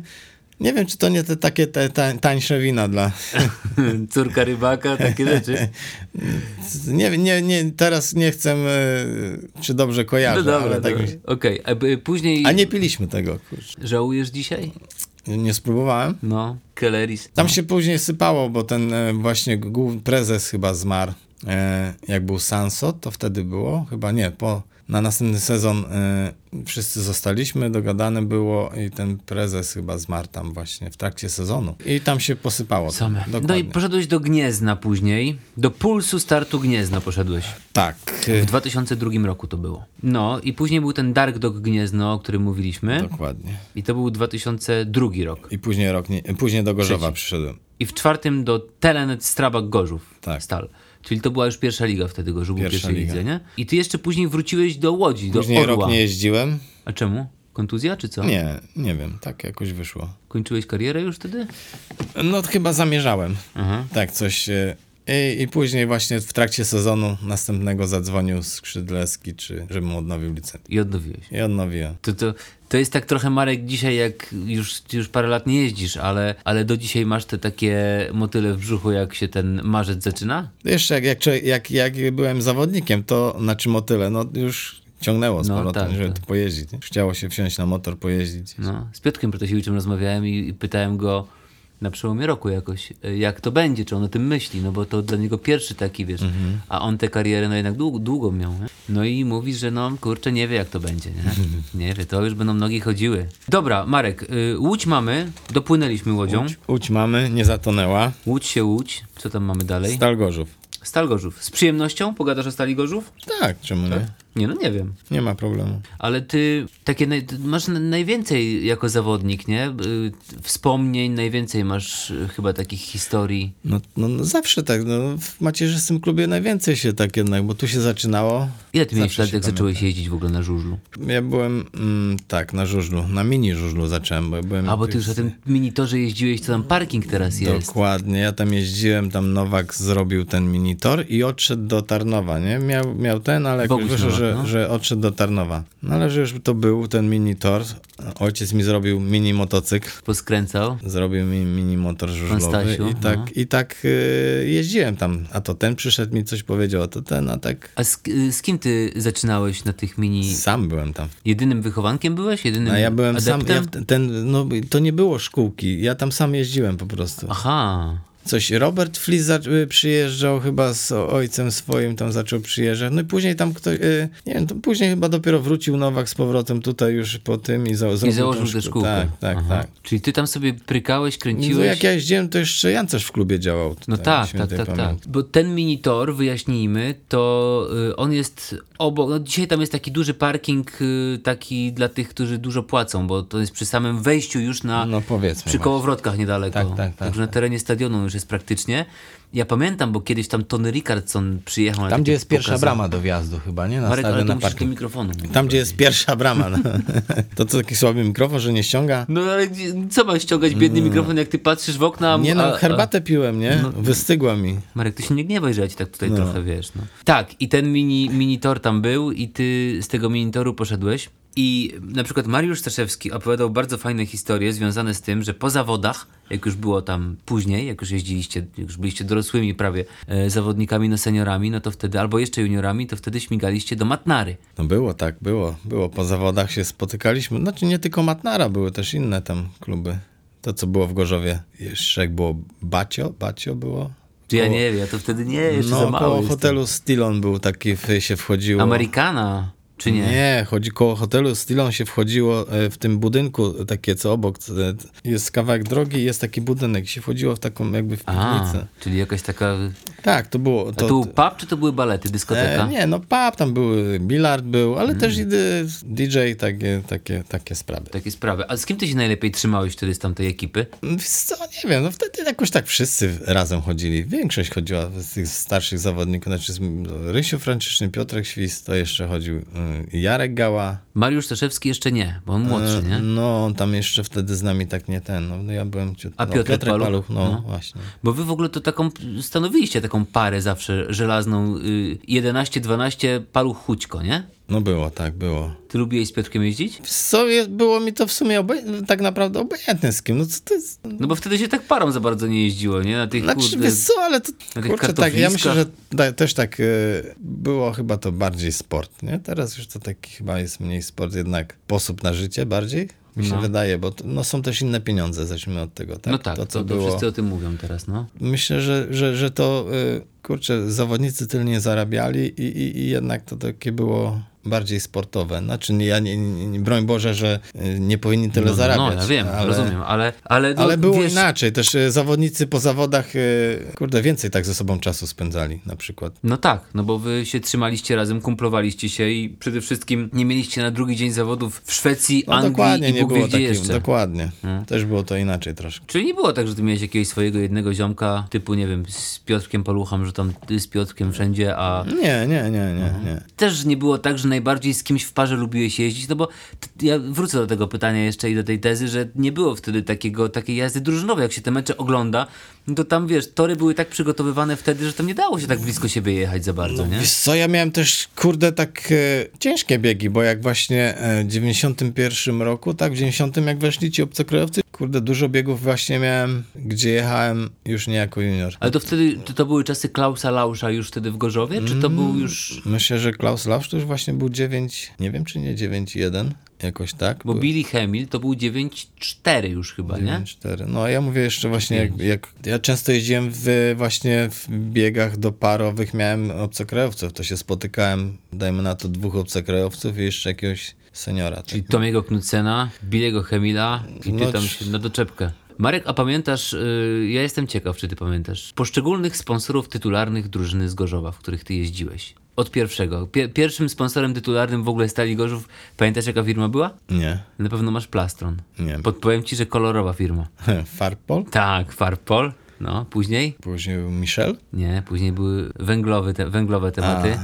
nie wiem, czy to nie te takie te, ta- tańsze wina dla...
Córka rybaka, takie rzeczy.
nie, nie, nie, teraz nie chcę, y, czy dobrze kojarzę,
No dobra,
ale tak
dobra.
mi się-
Okej, a by- później...
A nie piliśmy tego, kurczę.
Żałujesz dzisiaj?
Nie spróbowałem.
No, Kelleris.
Tam się później sypało, bo ten e, właśnie główny prezes chyba zmarł. E, jak był Sansot, to wtedy było, chyba nie, po, na następny sezon e, wszyscy zostaliśmy, dogadane było i ten prezes chyba zmarł tam właśnie w trakcie sezonu. I tam się posypało. to,
Same. No
Dokładnie.
i poszedłeś do Gniezna później. Do pulsu startu Gniezna poszedłeś.
Tak. e,
W 2002 roku to było. No i później był ten Dark Dog Gniezno, o którym mówiliśmy.
Dokładnie.
I to był 2002 rok.
I później, rok nie, później do Gorzowa przyszedłem.
I w czwartym do Telenet Strabag Gorzów.
Tak.
Stal. Czyli to była już pierwsza liga wtedy Gorzów, był
Pierwsza
pierwszej
liga.
lidze, nie? I ty jeszcze później wróciłeś do Łodzi,
Później
do Orła.
rok nie jeździłem.
A czemu? Kontuzja czy co?
Nie, nie wiem, tak jakoś wyszło.
Kończyłeś karierę już wtedy?
No chyba zamierzałem.
Mhm.
Tak, coś. e, I, I później właśnie w trakcie sezonu następnego zadzwonił Skrzydlewski, czy żebym odnowił licencję.
I odnowiłeś.
I odnowiłem.
To, to, to jest tak trochę, Marek, dzisiaj jak już, ty już parę lat nie jeździsz, ale, ale do dzisiaj masz te takie motyle w brzuchu, jak się ten marzec zaczyna?
Jeszcze jak, jak, człowiek- jak, jak byłem zawodnikiem, to na czym o tyle? No już ciągnęło z
No,
powrotem,
tak,
żeby
tak.
tu pojeździć. nie? Chciało się wsiąść na motor, pojeździć.
No, z Piotrkiem Protasiewiczoem rozmawiałem i, i pytałem go na przełomie roku jakoś, y, jak to będzie, czy on o tym myśli, no bo to dla niego pierwszy taki, wiesz, a on tę karierę no jednak długo, długą miał, nie? no i mówi, że no kurczę, nie wie jak to będzie, nie? nie wie, to już będą nogi chodziły. Dobra, Marek, y, Łódź mamy, dopłynęliśmy Łodzią, Łódź,
Łódź mamy, nie zatonęła.
się Łódź, co tam mamy dalej?
Stal Gorzów.
Stal Gorzów, z przyjemnością pogadasz o Stali Gorzów?
Tak, czemu nie?
Nie, no nie wiem.
Nie ma problemu.
Ale ty takie naj, ty masz na- najwięcej jako zawodnik, nie? Y, Wspomnień, najwięcej masz y, chyba takich historii.
No, no, no zawsze tak, no, w macierzystym klubie najwięcej się tak jednak, bo tu się zaczynało.
Ile ty miałeś
Zawsze
lat,
się
jak zacząłeś jeździć w ogóle na żużlu?
Ja byłem mm, tak na żużlu, na mini żużlu zacząłem, bo ja byłem.
A bo ty już na tym minitorze jeździłeś, co
No,
tam parking teraz jest.
Dokładnie, ja tam jeździłem, tam Nowak zrobił ten minitor i odszedł do Tarnowa, nie? Miał, miał ten, ale jakoś
Boguś
wyszło,
Nowak,
że,
no.
że odszedł do Tarnowa. No ale że już to był ten minitor, ojciec mi zrobił mini motocykl.
Poskręcał.
Zrobił mi mini motor żużlowy
Stasiu,
i tak,
no.
i tak y, jeździłem tam. A to ten przyszedł mi coś powiedział, a to ten, a tak
A z, y, z kim ty zaczynałeś na tych mini?
sam byłem tam.
Jedynym wychowankiem byłeś? Jedynym
A No, ja byłem
adeptem?
sam, ja w- ten, no, to nie było szkółki, ja tam sam jeździłem po prostu.
Aha.
Coś, Robert Flis zac- y, przyjeżdżał chyba z o- ojcem swoim, tam zaczął przyjeżdżać, no i później tam ktoś, y, nie wiem, to później chyba dopiero wrócił Nowak z powrotem tutaj już po tym i, za,
I
zrobił
założył
tą
tę
szkół-
szkółkę.
Tak, tak,
Aha.
tak.
Czyli ty tam sobie prykałeś, kręciłeś?
No, jak ja jeździłem, to jeszcze Jan też w klubie działał. tutaj,
No tak, tak,
świętej
tak, tak.
pamięci.
Bo ten minitor, wyjaśnijmy, to y, on jest obok. No dzisiaj tam jest taki duży parking, y, taki dla tych, którzy dużo płacą, bo to jest przy samym wejściu już na.
No powiedzmy
Przy
właśnie.
kołowrotkach niedaleko.
Tak, tak, tak,
Także na terenie stadionu już jest praktycznie. Ja pamiętam, bo kiedyś tam Tony Rickardson przyjechał.
Tam,
na taki
gdzie jest pierwsza
pokazany-
brama do wjazdu chyba, nie? Na
Marek,
stadion,
ale to
na
musisz do
parking.
mikrofonu.
Tam, gdzie jest pierwsza brama. No. to co, taki słaby mikrofon, że nie ściąga?
No ale gdzie- co masz ściągać biedny mikrofon, jak ty patrzysz w okna? a-
Mm. Nie
a-
no,
a- no.
herbatę piłem, nie? Wystygła mi.
Marek, ty się nie gniewaj, że ja ci tak tutaj trochę wiesz. No. Tak, i ten mini, mini tor tam był i ty z tego mini toru poszedłeś. I na przykład Mariusz Staszewski opowiadał bardzo fajne historie związane z tym, że po zawodach, jak już było tam później, jak już jeździliście, jak już byliście dorosłymi prawie e, zawodnikami, no seniorami, no to wtedy, albo jeszcze juniorami, to wtedy śmigaliście do Matnary.
No było tak, było. Było. Po zawodach się spotykaliśmy. Znaczy nie tylko Matnara, były też inne tam kluby. To, co było w Gorzowie. Jeszcze jak było Bacio, Bacio było.
Czy ja
koło-
nie wiem, ja to wtedy nie, jeszcze
No,
za mało
koło
jestem.
hotelu Stilon był taki, w- się wchodziło.
Amerykana, czy nie?
Nie, chodzi koło hotelu Stilon się wchodziło e, w tym budynku, takie co obok e, jest kawałek drogi, jest taki budynek, się wchodziło w taką jakby w
A,
piwnicę.
czyli jakaś taka...
Tak, to było.
A
To,
to był pub, czy to były balety, dyskoteka? Mm.
e, nie, no pub, tam był bilard był, ale też i dy- DJ, takie, takie, takie sprawy.
Takie sprawy. A z kim ty się najlepiej trzymałeś wtedy z tamtej ekipy?
Wiesz co, nie wiem, no wtedy jakoś tak wszyscy razem chodzili. Większość chodziła z tych starszych zawodników, znaczy z Rysiu Franciszny, Piotrek Świst, to jeszcze chodził y, Jarek Gała.
Mariusz Staszewski jeszcze nie, bo on młodszy,
Y,
nie?
No, on tam jeszcze wtedy z nami tak nie ten, no, no ja byłem... ciut-
A
no,
Piotrek Paluch?
no,
No.
właśnie.
Bo wy w ogóle to taką, stanowiliście taką parę zawsze żelazną, y, 11-12 paluch chućko, nie?
No było, tak, było.
Ty lubiłeś z Piotrkiem jeździć?
Wiesz Co, je- było mi to w sumie oboj- tak naprawdę obojętne z kim, no co to jest...
No bo wtedy się tak parą za bardzo nie jeździło, nie? Na tych
Znaczy,
kurde...
wiesz co, ale to,
na tych
kurczę, tak, ja myślę, że
kartofliskach.
da, też tak e, było chyba to bardziej sport, nie? Teraz już to taki chyba jest mniej sport, jednak sposób na życie bardziej, mi się wydaje, bo to, no, są też inne pieniądze, zacznijmy od tego, tak?
No tak, to,
to, co
to,
było.
wszyscy o tym mówią teraz, no.
Myślę, że, że, że to, e, kurczę, zawodnicy tyle nie zarabiali i, i, i jednak to takie było bardziej sportowe. Znaczy, nie, ja nie, nie, nie, broń Boże, że e, nie powinni tyle
No,
zarabiać.
no ja wiem, rozumiem, ale... Ale, no,
Ale było
wiesz,
inaczej. Też e, zawodnicy po zawodach, e, kurde, więcej tak ze sobą czasu spędzali na przykład.
No tak, no bo wy się trzymaliście razem, kumplowaliście się i przede wszystkim nie mieliście na drugi dzień zawodów w Szwecji,
No dokładnie,
Anglii i
nie
Bóg wie
było
gdzie
takim.
jeszcze.
Dokładnie. Też było to inaczej troszkę.
Czyli nie było tak, że ty miałeś jakiegoś swojego jednego ziomka, typu, nie wiem, z Piotrkiem Palucham, że tam ty z Piotrkiem wszędzie, a
Nie, nie, nie, nie,
Mhm.
nie.
też nie było tak, że najbardziej z kimś w parze lubiłeś jeździć, no bo t- ja wrócę do tego pytania jeszcze i do tej tezy, że nie było wtedy takiego, takiej jazdy drużynowej, jak się te mecze ogląda, no to tam, wiesz, tory były tak przygotowywane wtedy, że tam nie dało się tak blisko siebie jechać za bardzo, nie?
Wiesz co, ja miałem też, kurde, tak e, ciężkie biegi, bo jak właśnie e, w 91 roku, tak, w 90 jak weszli ci obcokrajowcy, kurde, dużo biegów właśnie miałem, gdzie jechałem już nie jako junior.
Ale to wtedy, to, to były czasy Klausa Lausza już wtedy w Gorzowie, czy to był już...
Myślę, że Klaus Lawsz to już właśnie był 9, nie wiem czy nie 9-1, jakoś tak.
Bo
Był-
Billy Hemil to był 9-4 już chyba, nie?
4. No ja mówię jeszcze właśnie, jak, jak ja często jeździłem w, właśnie w biegach do parowych, miałem obcokrajowców, to się spotykałem, dajmy na to dwóch obcokrajowców i jeszcze jakiegoś seniora. Tak.
I Tomiego Knucena, Billiego Hemila i ty
No,
tam
czy-
się na doczepkę. Marek, a pamiętasz, y, ja jestem ciekaw, czy ty pamiętasz, poszczególnych sponsorów tytularnych drużyny z Gorzowa, w których ty jeździłeś? Od pierwszego. Pie- pierwszym sponsorem tytularnym w ogóle Stali Gorzów, pamiętasz jaka firma była?
Nie,
Na pewno masz Plastron.
Nie.
Podpowiem ci, że kolorowa firma.
Farpol,
Tak, Farpol. No, później?
później był Michel,
Nie, później były węglowy te, węglowe tematy.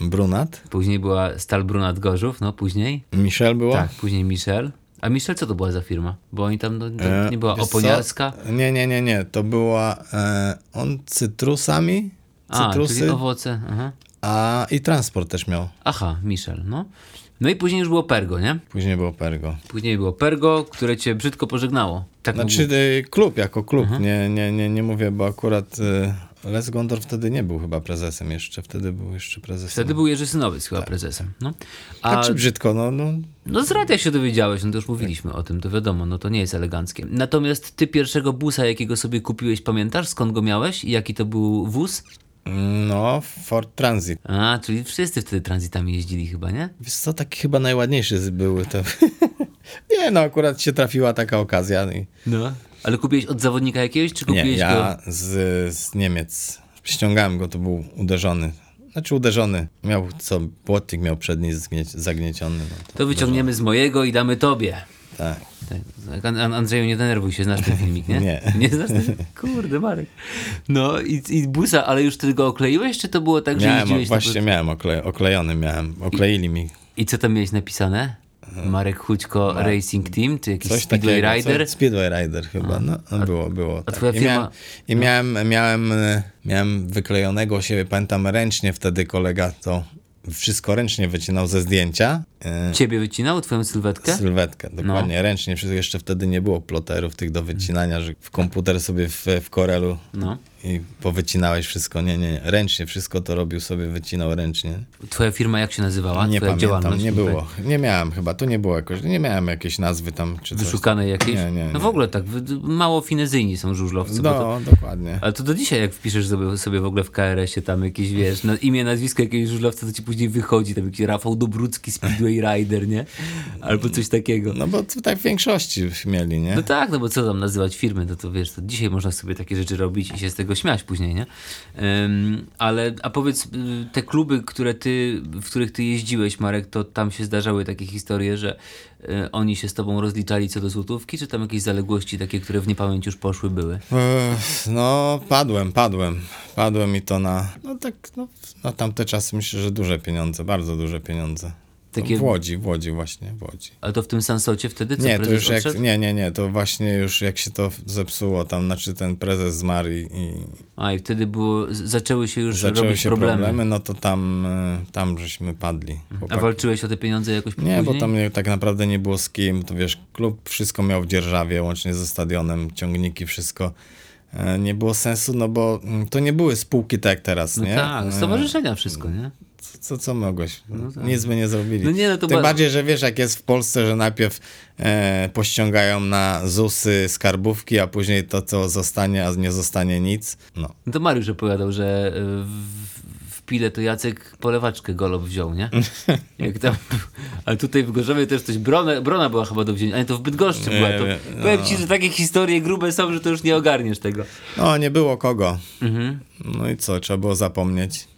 Brunat,
Później była Stal Brunat Gorzów, no później.
Michel było.
Tak, później Michel. A Michel co to była za firma? Bo oni tam, no, to
E,
nie była
wiesz co?
oponiarska.
Nie, nie, nie, nie, to była e, on cytrusami,
A, czyli
cytrusy,
owoce. Aha.
a i transport też miał.
Aha, Michel, no. No i później już było Pergo, nie?
Później było Pergo.
Później było Pergo, które cię brzydko pożegnało. Tak
Znaczy y, klub jako klub,
Mhm.
nie, nie, nie, nie mówię, bo akurat y, Les Gondor wtedy nie był chyba prezesem jeszcze, wtedy był jeszcze prezesem.
Wtedy był Jerzy Synowiec chyba prezesem. No. A,
Tak. Znaczy brzydko, no, no
no z radia się dowiedziałeś, no to już mówiliśmy o tym, to wiadomo, no to nie jest eleganckie. Natomiast ty pierwszego busa, jakiego sobie kupiłeś, pamiętasz skąd go miałeś i jaki to był wóz?
no Ford Transit.
A, czyli wszyscy wtedy tranzytami jeździli chyba, nie?
Wiesz co, taki chyba najładniejszy z- były te. nie, no akurat się trafiła taka okazja. I...
No. Ale kupiłeś od zawodnika jakiegoś, czy
Nie,
kupiłeś
ja
go?
z, z Niemiec ściągałem go, to był uderzony. Znaczy uderzony. Miał co, płotnik miał przedni zgnie, zagnieciony. No to,
To wyciągniemy z mojego i damy tobie.
tak.
Tak, An- An- Andrzeju, nie denerwuj się, znasz ten filmik, nie?
Nie.
Nie znasz ten? Kurde, Marek. No i, i busa, ale już ty go okleiłeś, czy to było tak, że
Miałem, o-
jeździłeś...
właśnie
Na...
miałem okle, oklejony, miałem. Okleili mi.
I co tam miałeś napisane? Marek Chućko Racing Team, czy jakiś
E, Coś
Speedway
takiego,
Rider?
Co, Speedway Rider chyba, no było, było. Tak.
twoja
I, miałem,
firma- No.
i miałem, miałem, e, miałem wyklejonego u siebie, pamiętam ręcznie wtedy kolega to wszystko ręcznie wycinał ze zdjęcia. e,
Ciebie wycinało, twoją sylwetkę?
Sylwetkę, dokładnie,
No.
ręcznie. Wszystko jeszcze wtedy nie było ploterów tych do wycinania, że w komputer sobie w, w Corelu
No.
i powycinałeś wszystko. Nie, nie, nie. Ręcznie wszystko to robił sobie, wycinał ręcznie.
Twoja firma jak się nazywała?
nie
No, Twoja
pamiętam,
działalność?
nie było. Nie miałem chyba, tu nie było jakoś, nie miałem jakiejś nazwy tam czy coś.
Wyszukanej jakiejś?
Nie, nie, nie.
No w ogóle tak, wy- mało finezyjni są żużlowcy.
No,
bo to,
dokładnie.
ale to do dzisiaj, jak wpiszesz sobie, sobie w ogóle w KRS-ie tam jakieś, wiesz, na, imię, nazwisko jakiegoś żużlowca, to ci później wychodzi tam jakiś Rafał Dobrucki, Speedway Rider, nie? Albo coś takiego.
No bo to tak w większości mieli, nie?
No tak, no bo co tam nazywać firmy, no to wiesz, to dzisiaj można sobie takie rzeczy robić i się z tego śmiać później, nie? Ym, ale, a powiedz, y, te kluby, które ty, w których ty jeździłeś, Marek, to tam się zdarzały takie historie, że y, oni się z tobą rozliczali co do złotówki, czy tam jakieś zaległości takie, które w niepamięć już poszły były?
Ech, No, padłem, padłem. Padłem i to na. No tak, no, na tamte czasy myślę, że duże pieniądze, bardzo duże pieniądze.
Takie-
Takie... W Łodzi, w Łodzi właśnie, w Łodzi.
Ale to w tym Sansocie wtedy, co
Nie, to
prezes
już jak,
odszedł?
nie, nie, nie, to właśnie już jak się to zepsuło, tam znaczy ten prezes zmarł i, i
A, i wtedy było, z- zaczęły się już
zaczęły
robić
się
problemy. Mhm.
problemy. no to tam, e, tam żeśmy padli.
A
chłopaki.
walczyłeś o te pieniądze jakoś
Nie,
później?
bo tam nie, tak naprawdę nie było z kim, to wiesz, klub wszystko miał w dzierżawie, łącznie ze stadionem, ciągniki, wszystko. E, Nie było sensu, no bo mm, to nie były spółki tak jak teraz,
No
nie?
tak,
E,
stowarzyszenia wszystko, nie?
Co, co mogłeś? Nic by nie zrobili.
No nie, no to
Tym
ba-
bardziej, że wiesz, jak jest w Polsce, że najpierw e, pościągają na ZUSy skarbówki, a później to, co zostanie, a nie zostanie nic. No.
No to Mariusz opowiadał, że y, w, w Pile to Jacek polewaczkę golob wziął, nie? Jak tam, ale tutaj w Gorzowie też coś, brona, brona była chyba do wzięcia, ale to w Bydgoszczy była. To,
nie,
Powiem ci, że takie historie grube są, że to już nie ogarniesz tego.
no, nie było kogo.
Mhm.
No i co, trzeba było zapomnieć.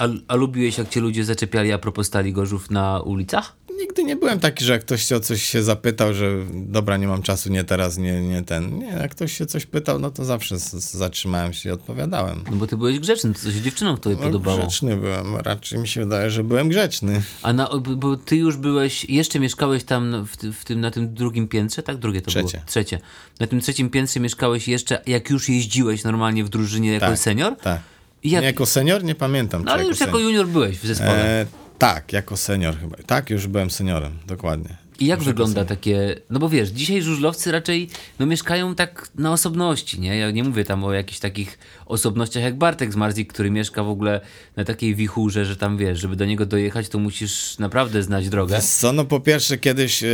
A, a lubiłeś, jak cię ludzie zaczepiali a propos Stali Gorzów na ulicach?
Nigdy nie byłem taki, że jak ktoś się o coś się zapytał, że dobra, nie mam czasu, nie teraz, nie, nie ten. Nie, jak ktoś się coś pytał, no to zawsze z- z- zatrzymałem się i odpowiadałem.
No bo ty byłeś grzeczny, to coś dziewczynom tobie
No,
podobało.
Grzeczny byłem, raczej mi się wydaje, że byłem grzeczny.
A na, bo ty już byłeś, jeszcze mieszkałeś tam na- w, ty- w tym, na tym drugim piętrze, tak? Drugie to
Trzecie.
było. Trzecie. Na tym trzecim piętrze mieszkałeś jeszcze, jak już jeździłeś normalnie w drużynie jako
Tak,
senior?
Tak.
I jak-
Nie, jako senior nie pamiętam.
No
czy
ale już jako
senior.
junior byłeś w zespole.
E, tak, jako senior chyba. Tak, już byłem seniorem, dokładnie.
I jak wygląda takie, no bo wiesz, dzisiaj żużlowcy raczej no, mieszkają tak na osobności, nie? Ja nie mówię tam o jakichś takich osobnościach jak Bartek z Marzik, który mieszka w ogóle na takiej wichurze, że tam wiesz, żeby do niego dojechać, to musisz naprawdę znać drogę.
Wiesz Co, no po pierwsze kiedyś, e,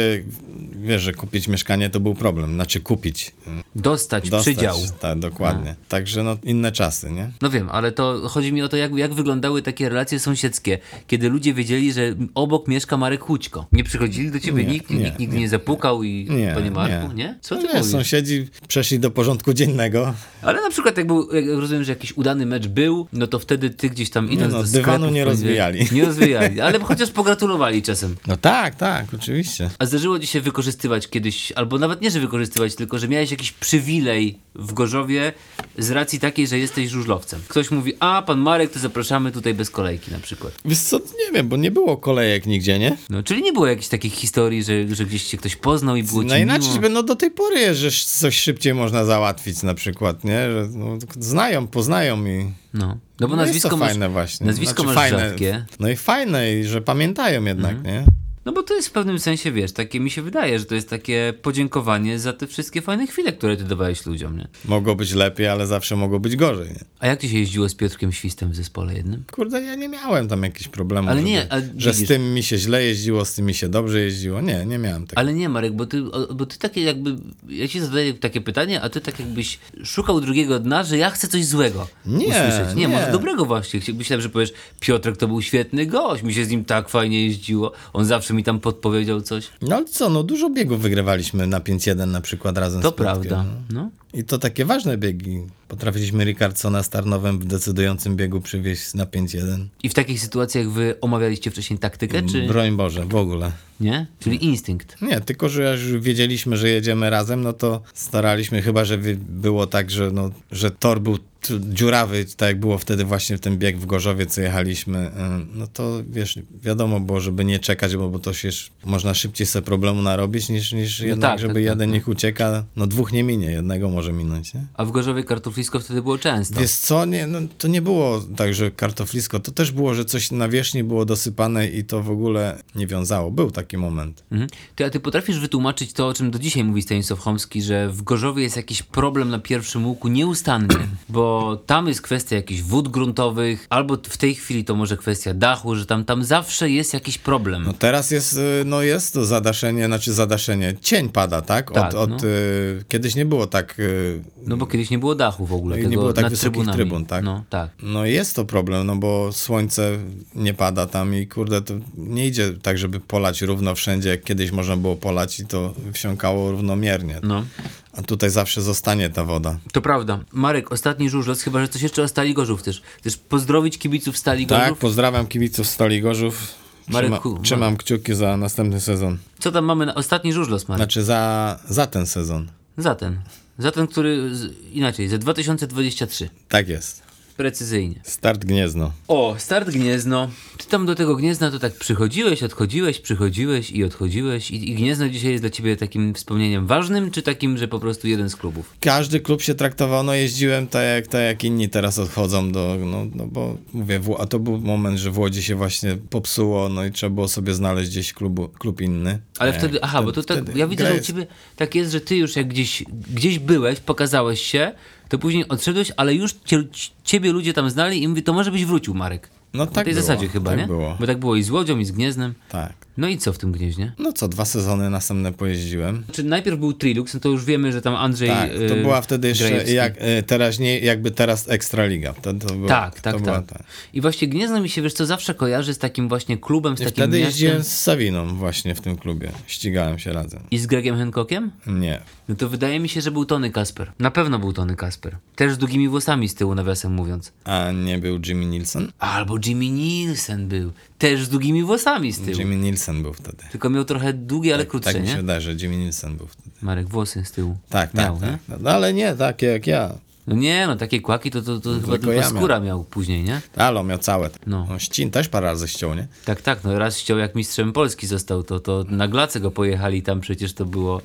wiesz, że kupić mieszkanie to był problem. Znaczy kupić,
Dostać,
dostać.
przydział.
Tak, dokładnie. Także no inne czasy, nie?
No wiem, ale to chodzi mi o to, jak, jak wyglądały takie relacje sąsiedzkie, kiedy ludzie wiedzieli, że obok mieszka Marek Hućko. Nie przychodzili do ciebie
Nie,
nikt,
nie,
nikt nigdy nie,
nie.
zapukał i
Nie,
panie Marku, nie? Co
No
ty
wiesz,
mówisz?
sąsiedzi przeszli do porządku dziennego.
Ale na przykład jak był, jak rozumiem, że jakiś udany mecz był, no to wtedy ty gdzieś tam idąc
no,
do
dywanu
sklepu...
nie rozwijali.
Nie rozwijali, ale chociaż pogratulowali czasem.
No tak, tak, oczywiście.
A zdarzyło ci się wykorzystywać kiedyś, albo nawet nie, że wykorzystywać, tylko że miałeś jakiś przywilej w Gorzowie z racji takiej, że jesteś żużlowcem. Ktoś mówi, a pan Marek, to zapraszamy tutaj bez kolejki na przykład.
Wiesz co, nie wiem, bo nie było kolejek nigdzie, nie?
No, czyli nie było jakichś takich historii, że, że gdzieś cię ktoś poznał i było ci
No inaczej,
miło.
by, no do tej pory jest, że sz- coś szybciej można załatwić na przykład, nie? Że, no, znają, poznają i...
No. no bo
No
nazwisko
jest to
masz,
fajne właśnie.
Nazwisko
Znaczy,
masz
fajne,
rzadkie.
No i fajne, i że pamiętają jednak, nie?
No bo to jest w pewnym sensie, wiesz, takie mi się wydaje, że to jest takie podziękowanie za te wszystkie fajne chwile, które ty dawałeś ludziom, nie?
Mogło być lepiej, ale zawsze mogło być gorzej. Nie?
A jak ty się jeździło z Piotrkiem Świstem w zespole jednym?
Kurde, ja nie miałem tam jakichś problemów,
Ale
żeby,
nie, a
że
widzisz-
z tym mi się źle jeździło, z tym mi się dobrze jeździło. Nie, nie miałem tego.
Ale nie, Marek, bo ty, o- bo ty takie jakby, ja ci zadaję takie pytanie, a ty tak jakbyś szukał drugiego dna, że ja chcę coś złego
Nie,
usłyszeć. Nie,
nie.
może dobrego właśnie. Chcia- Myślałem, że powiesz, Piotrek to był świetny gość, mi się z nim tak fajnie jeździło, on zawsze mi tam podpowiedział coś.
No ale co, no dużo biegów wygrywaliśmy na 5-1 na przykład razem
To
z Piotrkiem.
prawda, no.
I to takie ważne biegi. Potrafiliśmy Ricardsona z Tarnowem w decydującym biegu przywieźć na 5-1.
I w takich sytuacjach wy omawialiście wcześniej taktykę,
Mm,
czy
Broń Boże, w ogóle.
nie? Czyli instynkt.
Nie, tylko że jak już wiedzieliśmy, że jedziemy razem, no to staraliśmy, chyba że wy- było tak, że, no, że tor był t- dziurawy, tak jak było wtedy właśnie w ten bieg w Gorzowie, co jechaliśmy, ym, no to wiesz, wiadomo było, żeby nie czekać, bo, bo to się sz- można szybciej sobie problemu narobić, niż, niż jednak,
tak,
żeby
tak, tak,
jeden niech ucieka, no dwóch nie minie, jednego może minąć, nie?
A w Gorzowie kartoflisko wtedy było często.
Wiesz co, nie, no, to nie było tak, że kartoflisko, to też było, że coś na wierzchni było dosypane i to w ogóle nie wiązało. Był taki moment.
Mhm. Ty, a ty potrafisz wytłumaczyć to, o czym do dzisiaj mówi Stanisław Chomski, że w Gorzowie jest jakiś problem na pierwszym łuku nieustanny, bo bo tam jest kwestia jakichś wód gruntowych, albo w tej chwili to może kwestia dachu, że tam, tam zawsze jest jakiś problem.
No teraz jest, y, no jest to zadaszenie, znaczy zadaszenie, cień pada, tak? Od,
Tak,
od,
no.
y, kiedyś nie było tak, y,
No bo kiedyś nie było dachu w
No
ogóle,
i
tego
nie było tak
nad
wysokich
trybunami.
trybun, tak?
No tak.
no jest to problem, no bo słońce nie pada tam i kurde, to nie idzie tak, żeby polać równo wszędzie, jak kiedyś można było polać i to wsiąkało równomiernie.
No.
A tutaj zawsze zostanie ta woda.
To prawda. Marek, ostatni żużlec, chyba że coś jeszcze o Stali Gorzów też. Też pozdrowić kibiców Stali
Tak,
Gorzów.
pozdrawiam kibiców Stali Gorzów. Trzyma,
Marku,
trzymam kciuki za następny sezon.
Co tam mamy na ostatni żużlos, Marek?
Znaczy za, za ten sezon.
Za ten. Za ten, który... Z... Inaczej, za 2023.
Tak jest.
Precyzyjnie.
Start Gniezno.
O, start Gniezno. Ty tam do tego Gniezna to tak przychodziłeś, odchodziłeś, przychodziłeś i odchodziłeś. I, I Gniezno dzisiaj jest dla ciebie takim wspomnieniem ważnym, czy takim, że po prostu jeden z klubów?
Każdy klub się traktował, no jeździłem tak jak, tak jak inni teraz odchodzą do, no, no bo mówię, w, a to był moment, że w Łodzi się właśnie popsuło, no i trzeba było sobie znaleźć gdzieś klubu, klub inny.
Ale
Nie,
wtedy, aha, bo to tak,
wtedy
ja widzę,
gra
że u
jest-
ciebie tak jest, że ty już jak gdzieś, gdzieś byłeś, pokazałeś się, to później odszedłeś, ale już cie, ciebie ludzie tam znali i mówi, to może byś wrócił, Marek.
No
Na
tak
tej
było,
zasadzie chyba,
tak
nie?
Było.
Bo tak było i z Łodzią, i z Gnieznem.
Tak.
No i co w tym Gnieźnie?
No co, dwa sezony następne pojeździłem.
Czy najpierw był Trilux, no to już wiemy, że tam Andrzej
Tak, to
y,
była wtedy jeszcze
Grajewski.
jak, y, teraźnie, jakby teraz Ekstraliga. To, to była,
Tak, tak,
to była
tak.
ta.
I właśnie Gniezno mi się, wiesz co, zawsze kojarzy z takim właśnie klubem, z
I
takim
wtedy
miastem.
jeździłem z Sawiną właśnie w tym klubie. Ścigałem się razem.
I z Gregiem Hancockiem?
Nie.
No to wydaje mi się, że był Tony Kasper. Na pewno był Tony Kasper. Też z długimi włosami z tyłu, nawiasem mówiąc.
A nie był Jimmy Nielsen?
Albo Jimmy Nielsen był. Też z długimi włosami z tyłu.
Jimmy Nielsen był wtedy.
Tylko miał trochę długie, ale krótsze,
tak mi się
nie?
wydaje, że Jimmy Nielsen był wtedy.
Marek, włosy z tyłu.
Tak, tak,
miał, Nie?
tak. No, ale nie takie jak ja.
No nie, no takie kłaki to, to, to chyba tylko
No ja miałem.
skóra miał później, nie?
Alo, miał całe.
No.
No. ścin też parę razy ściął, nie?
Tak, tak, no raz ściął jak mistrzem Polski został, to, to na glacę go pojechali tam przecież to było,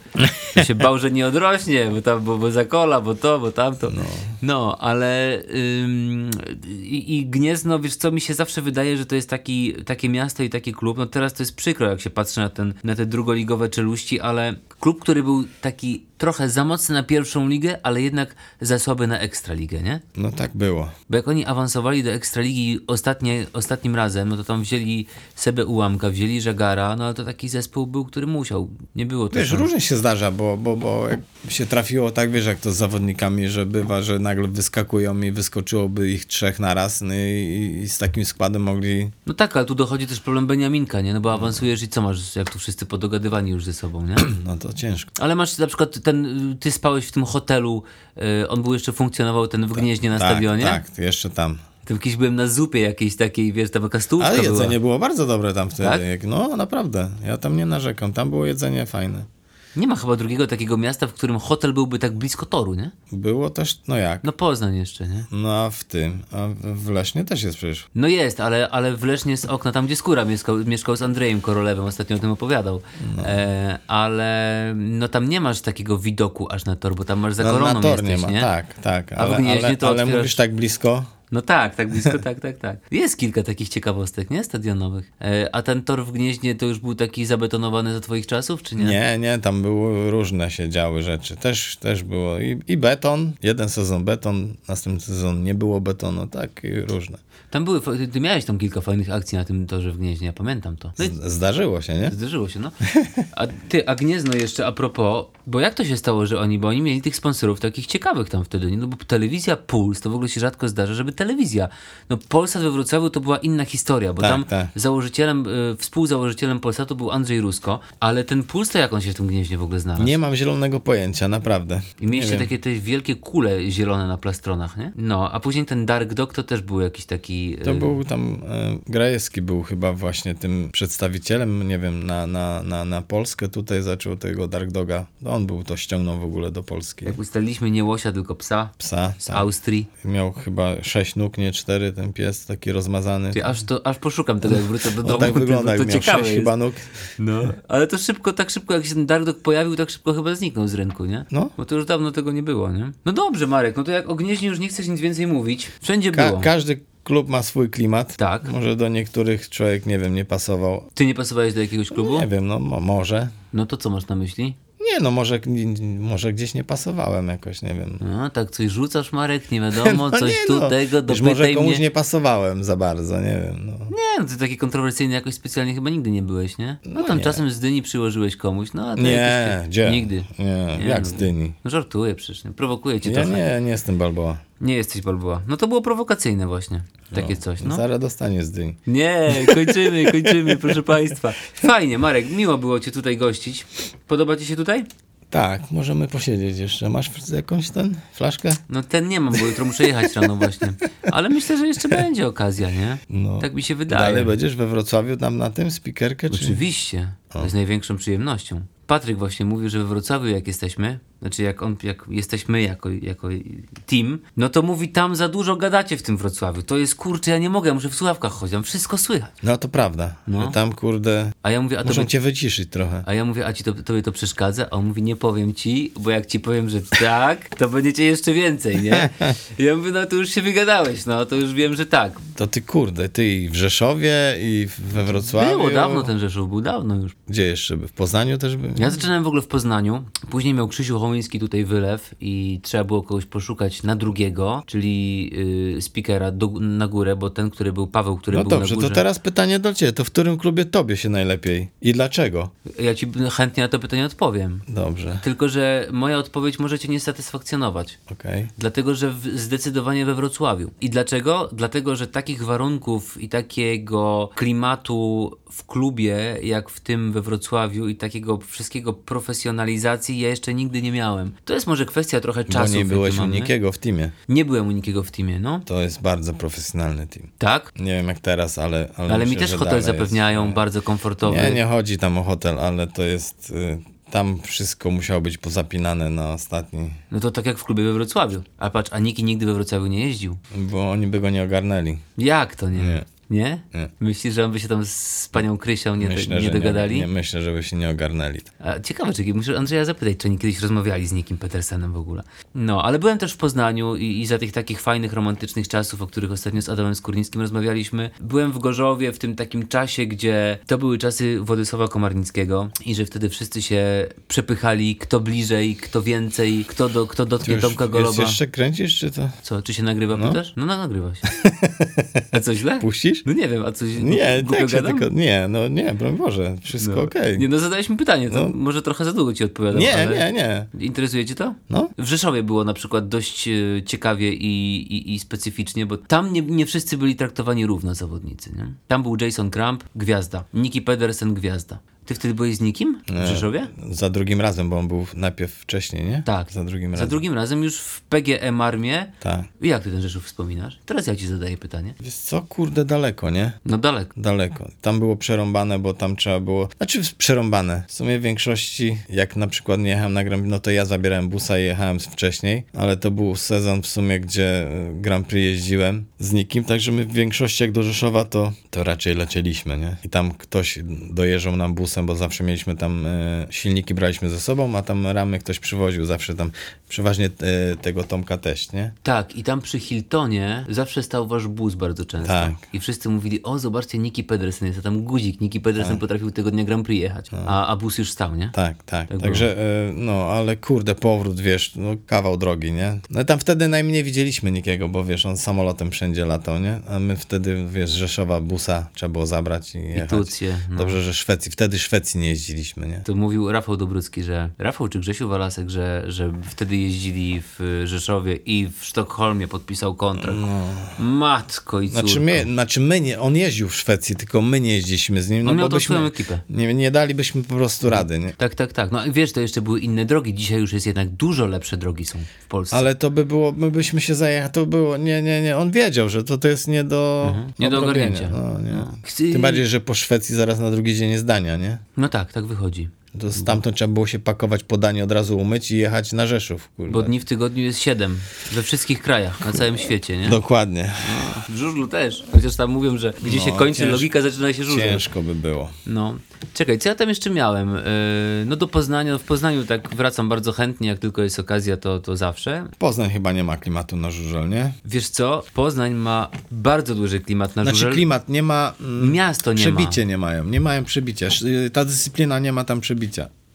to się bał, że nie odrośnie, bo tam, bo, bo za kola, bo to, bo tamto. No, no ale ym, i, i Gniezno, wiesz co, mi się zawsze wydaje, że to jest taki, takie miasto i taki klub, no teraz to jest przykro, jak się patrzy na, ten, na te drugoligowe czeluści, ale klub, który był taki trochę za mocny na pierwszą ligę, ale jednak za słaby na ekstraligę, nie?
No tak było.
Bo jak oni awansowali do Ekstraligi ostatnie, ostatnim razem, no to tam wzięli Sebę Ułamka, wzięli Żagara, no ale to taki zespół był, który musiał. Nie było to.
Wiesz, różnie się zdarza, bo, bo, bo jak się trafiło tak, wiesz, jak to z zawodnikami, że bywa, że nagle wyskakują i wyskoczyłoby ich trzech naraz no i, i z takim składem mogli...
No tak, ale tu dochodzi też problem Beniaminka, nie? No bo awansujesz i co masz, jak tu wszyscy podogadywani już ze sobą, nie?
No to ciężko.
Ale masz na przykład ten, y, ty spałeś w tym hotelu, y, on był jeszcze funkcjonował ten w Gnieźnie na
tak,
stadionie.
tak, jeszcze tam.
Tam jakiś byłem na zupie jakiejś takiej, wiesz, tam jaka stółka
Ale
była.
jedzenie było bardzo dobre tam wtedy.
Tak?
Jak, no naprawdę, ja tam nie narzekam. Tam było jedzenie fajne.
Nie ma chyba drugiego takiego miasta, w którym hotel byłby tak blisko toru, nie?
Było też, no jak?
No Poznań jeszcze, nie?
No a w tym, a w- w Lesznie też jest przecież.
No jest, ale, ale w Lesznie z okna, tam gdzie Skóra mieszkał, mieszkał z Andrejem Korolewem, ostatnio o tym opowiadał.
No.
E, ale no tam nie masz takiego widoku aż na tor, bo tam masz za
No, Na,
koroną
na tor nie
jesteś,
ma,
nie?
tak, tak.
w
Ale,
Gnieźnie
ale,
to
ale
otwierasz-
mówisz tak blisko.
No tak, tak blisko, tak, tak, tak. Jest kilka takich ciekawostek, nie? Stadionowych. E, a ten tor w Gnieźnie to już był taki zabetonowany za twoich czasów, czy nie?
Nie, nie, tam były różne się działy rzeczy. Też, też było i, i beton, jeden sezon beton, następny sezon nie było betonu, tak i różne.
Tam były, fa- ty miałeś tam kilka fajnych akcji na tym torze w Gnieźnie, ja pamiętam to. No i
Z, zdarzyło się, nie?
Zdarzyło się, no. A ty, a Gniezno jeszcze a propos, bo jak to się stało, że oni, bo oni mieli tych sponsorów takich ciekawych tam wtedy, nie? no bo telewizja Puls, to w ogóle się rzadko zdarza, żeby telewizja, no Polsat we Wrocławiu to była inna historia, bo
Tak,
tam
tak.
założycielem, y, współzałożycielem Polsatu był Andrzej Rusko, ale ten Puls to jak on się w tym Gnieźnie w ogóle znalazł?
Nie mam zielonego pojęcia, naprawdę.
I mieliście takie te wielkie kule zielone na plastronach, nie? No, a później ten Dark Dog to też był jakiś taki...
To
y,
był tam, e, Grajewski był chyba właśnie tym przedstawicielem, nie wiem, na, na, na, na Polskę tutaj zaczął tego Dark Doga. No on był, to ściągnął w ogóle do Polski.
Jak ustaliliśmy nie łosia, tylko psa
Psa,
z
tak.
Austrii.
Miał chyba sześć nóg, nie cztery, ten pies taki rozmazany.
Ty, aż, to, aż poszukam tego, jak wrócę do
On
domu.
tak
to-
wygląda,
to
jak miał
ciekawe
sześć
jest.
chyba nóg.
No. Ale to szybko, tak szybko jak się ten Dark Dog pojawił, tak szybko chyba zniknął z rynku, nie?
No.
Bo to już dawno tego nie było, nie? No dobrze, Marek, no to jak o Gnieźnie już nie chcesz nic więcej mówić. Wszędzie
Ka-
było.
każdy klub ma swój klimat.
Tak.
Może do niektórych człowiek, nie wiem, nie pasował.
Ty nie pasowałeś do jakiegoś klubu?
Nie wiem, no mo- może.
No to co masz na myśli?
nie, no może, może gdzieś nie pasowałem jakoś, nie wiem.
No, tak coś rzucasz, Marek, nie wiadomo,
No
coś
nie,
tu tego,
Wiesz, może
dopytaj
komuś
mnie.
nie pasowałem za bardzo, nie wiem. No.
Nie, no ty taki kontrowersyjny jakoś specjalnie chyba nigdy nie byłeś, nie? No, tam
nie.
czasem z dyni przyłożyłeś komuś, no a to
Nie,
jakoś ty-
gdzie?
Nigdy.
Nie, jak z dyni?
No, żartuję przecież, nie? prowokuję cię
Ja
trochę. Nie.
nie, nie jestem Balboa.
jesteś Balboa. No to było prowokacyjne właśnie, takie coś, no.
Zaraz dostanie z dyni.
Nie, kończymy, kończymy, proszę państwa. Fajnie, Marek, miło było cię tutaj gościć. Podoba ci się tutaj?
Tak, możemy posiedzieć jeszcze. Masz jakąś ten flaszkę?
No ten nie mam, bo jutro muszę jechać rano właśnie. Ale myślę, że jeszcze będzie okazja, nie?
No.
Tak mi się
Dalej
wydaje.
będziesz we Wrocławiu tam na tym spikerkę? Czy...
Oczywiście, z największą przyjemnością. Patryk właśnie mówił, że we Wrocławiu jak jesteśmy, znaczy jak, on, jak jesteśmy jako, jako team, no to mówi tam za dużo gadacie w tym Wrocławiu. To jest kurczę, ja nie mogę, ja muszę w słuchawkach chodzić, tam wszystko słychać.
No to prawda.
No.
że Tam kurde,
A ja mówię, a to
muszą
by-
cię wyciszyć trochę.
A ja mówię, a ci to, tobie to przeszkadza? A on mówi, nie powiem ci, bo jak ci powiem, że tak, to będziecie jeszcze więcej, nie? Ja mówię, no to już się wygadałeś, no to już wiem, że tak.
To ty kurde, ty i w Rzeszowie i we Wrocławiu.
Było dawno ten Rzeszów, był dawno już.
Gdzie jeszcze? by? No W Poznaniu też bym.
Ja zaczynałem w ogóle w Poznaniu, później miał Krzysiu Chomiński tutaj wylew i trzeba było kogoś poszukać na drugiego, czyli yy, speakera do, na górę, bo ten, który był, Paweł, który
No
był
dobrze,
na górze.
to teraz pytanie do ciebie. To w którym klubie tobie się najlepiej? I dlaczego?
Ja ci chętnie na to pytanie odpowiem.
Dobrze,
Tylko, że moja odpowiedź może cię nie satysfakcjonować.
okej.
Dlatego, że w, zdecydowanie we Wrocławiu. I dlaczego? Dlatego, że takich warunków i takiego klimatu w klubie, jak w tym we Wrocławiu, i takiego wszystkiego profesjonalizacji ja jeszcze nigdy nie miałem. To jest może kwestia trochę
Bo
czasu.
nie byłeś u nikiego w teamie.
Nie byłem u nikiego w teamie, no.
To jest bardzo profesjonalny team.
Tak?
Nie wiem jak teraz, ale. Ale,
Ale mi
myślę,
też
że
hotel
dalej
zapewniają
Jest...
bardzo komfortowy.
Nie, nie chodzi tam o hotel, ale to jest. y, Tam wszystko musiało być pozapinane na ostatni,
No to tak jak w klubie we Wrocławiu. A patrz, a Niki nigdy we Wrocławiu nie jeździł.
bo oni by go nie ogarnęli.
Jak to nie?
Nie.
Nie?
Nie.
Myślisz, że on by się tam z panią Krysią nie,
Myślę,
nie
że
dogadali?
Nie, nie, myślę, żeby się nie ogarnęli.
A, ciekawe, czy muszę Andrzeja zapytać, czy oni kiedyś rozmawiali z nikim Petersenem w ogóle. No, ale byłem też w Poznaniu i, i za tych takich fajnych, romantycznych czasów, o których ostatnio z Adamem Skórnickim rozmawialiśmy. Byłem w Gorzowie w tym takim czasie, gdzie to były czasy Władysława Komarnickiego i że wtedy wszyscy się przepychali, kto bliżej, kto więcej, kto, do, kto
Ty
dotknie
już
Tomka
jest
Goloba.
jeszcze kręcisz, czy to?
Co, czy się nagrywa, pytasz? No, no nagrywa się. A co źle?
Puścisz?
No nie wiem, a coś
Nie,
głupio
tak się
gadam?
tylko, nie, no nie, broń Boże, wszystko
No.
okej.
Nie, no zadaliśmy pytanie, to
No.
może trochę za długo ci odpowiadam.
Nie,
ale...
nie, nie.
Interesuje cię to?
No.
W Rzeszowie było na przykład dość e, ciekawie i, i, i specyficznie, bo tam nie, nie wszyscy byli traktowani równo zawodnicy. Nie? Tam był Jason Crump, gwiazda. Niki Pedersen, gwiazda. Ty wtedy byłeś z nikim w Rzeszowie?
Za drugim razem, bo on był najpierw wcześniej, nie?
Tak.
Za drugim
Za
razem.
drugim razem już w PGM Armię.
Tak.
I jak ty ten Rzeszów wspominasz? Teraz ja ci zadaję pytanie.
Wiesz co, kurde, daleko, nie?
No daleko.
tak Daleko. Tam było przerąbane, bo tam trzeba było. Znaczy przerąbane. W sumie w większości, jak na przykład nie jechałem na Grand Prix, no to ja zabierałem busa i jechałem z- wcześniej, ale to był sezon w sumie, gdzie y, Grand Prix jeździłem z nikim, także my w większości jak do Rzeszowa, to, to raczej lecieliśmy, nie? I tam ktoś dojeżdżał nam busem, bo zawsze mieliśmy tam y, silniki braliśmy ze sobą, a tam ramy ktoś przywoził zawsze tam, przeważnie y, tego Tomka też, nie?
Tak, i tam przy Hiltonie zawsze stał wasz bus bardzo często.
Tak.
I wszyscy mówili, o zobaczcie, Niki Pedersen jest, a tam guzik. Niki Pedersen potrafił tego dnia Grand Prix jechać. A, a bus już stał, nie?
Tak, tak.
Tak
Także, y, no, ale kurde, powrót, wiesz, no, kawał drogi, nie? No tam wtedy najmniej widzieliśmy nikogo, bo wiesz, on samolotem wszędzie latał, nie? A my wtedy, wiesz, z Rzeszowa busa trzeba było zabrać i jechać.
Tucje, no.
Dobrze, że Szwecji, wtedy Szwecji nie jeździliśmy, nie?
To mówił Rafał Dobrucki, że Rafał czy Grzesiu Walasek, że, że wtedy jeździli w y, Rzeszowie i w Sztokholmie podpisał kontrakt. Matko i córko.
No. Znaczy my, znaczy my nie, on jeździł w Szwecji, tylko my nie jeździliśmy z nim, no
On miał
bo
tą swoją
byśmy,
ekipę.
nie, nie dalibyśmy po prostu rady, nie?
Tak, tak, tak. No i wiesz, to jeszcze były inne drogi. Dzisiaj już jest jednak dużo lepsze drogi są w Polsce.
Ale to by było, my byśmy się zajechali, to było, nie, nie, nie, on wiedział, że to, to jest nie do...
Mhm. Nie do
obrobienia.
ogarnięcia.
No, nie.
Chci-
Tym bardziej, że po Szwecji zaraz na drugi dzień jest Dania, nie?
No tak, tak wychodzi.
To stamtąd trzeba było się pakować podanie, od razu umyć i jechać na Rzeszów. Kurwa.
Bo dni w tygodniu jest siedem. We wszystkich krajach, na całym świecie,
No.
nie?
Dokładnie.
W żużlu też. Chociaż tam mówią, że gdzie się kończy
No, ciężko.
logika, zaczyna się żużel.
Ciężko by było.
No. Czekaj, co ja tam jeszcze miałem? Yy, no do Poznania, w Poznaniu tak wracam bardzo chętnie, jak tylko jest okazja, to, to zawsze.
Poznań chyba nie ma klimatu na żużel, nie?
Wiesz co? Poznań ma bardzo duży klimat na
Znaczy
żużel.
klimat nie ma... Mm,
Miasto nie ma.
przebicie nie mają. Nie mają przebicia. Sz- y, Ta dyscyplina nie ma tam przebicia.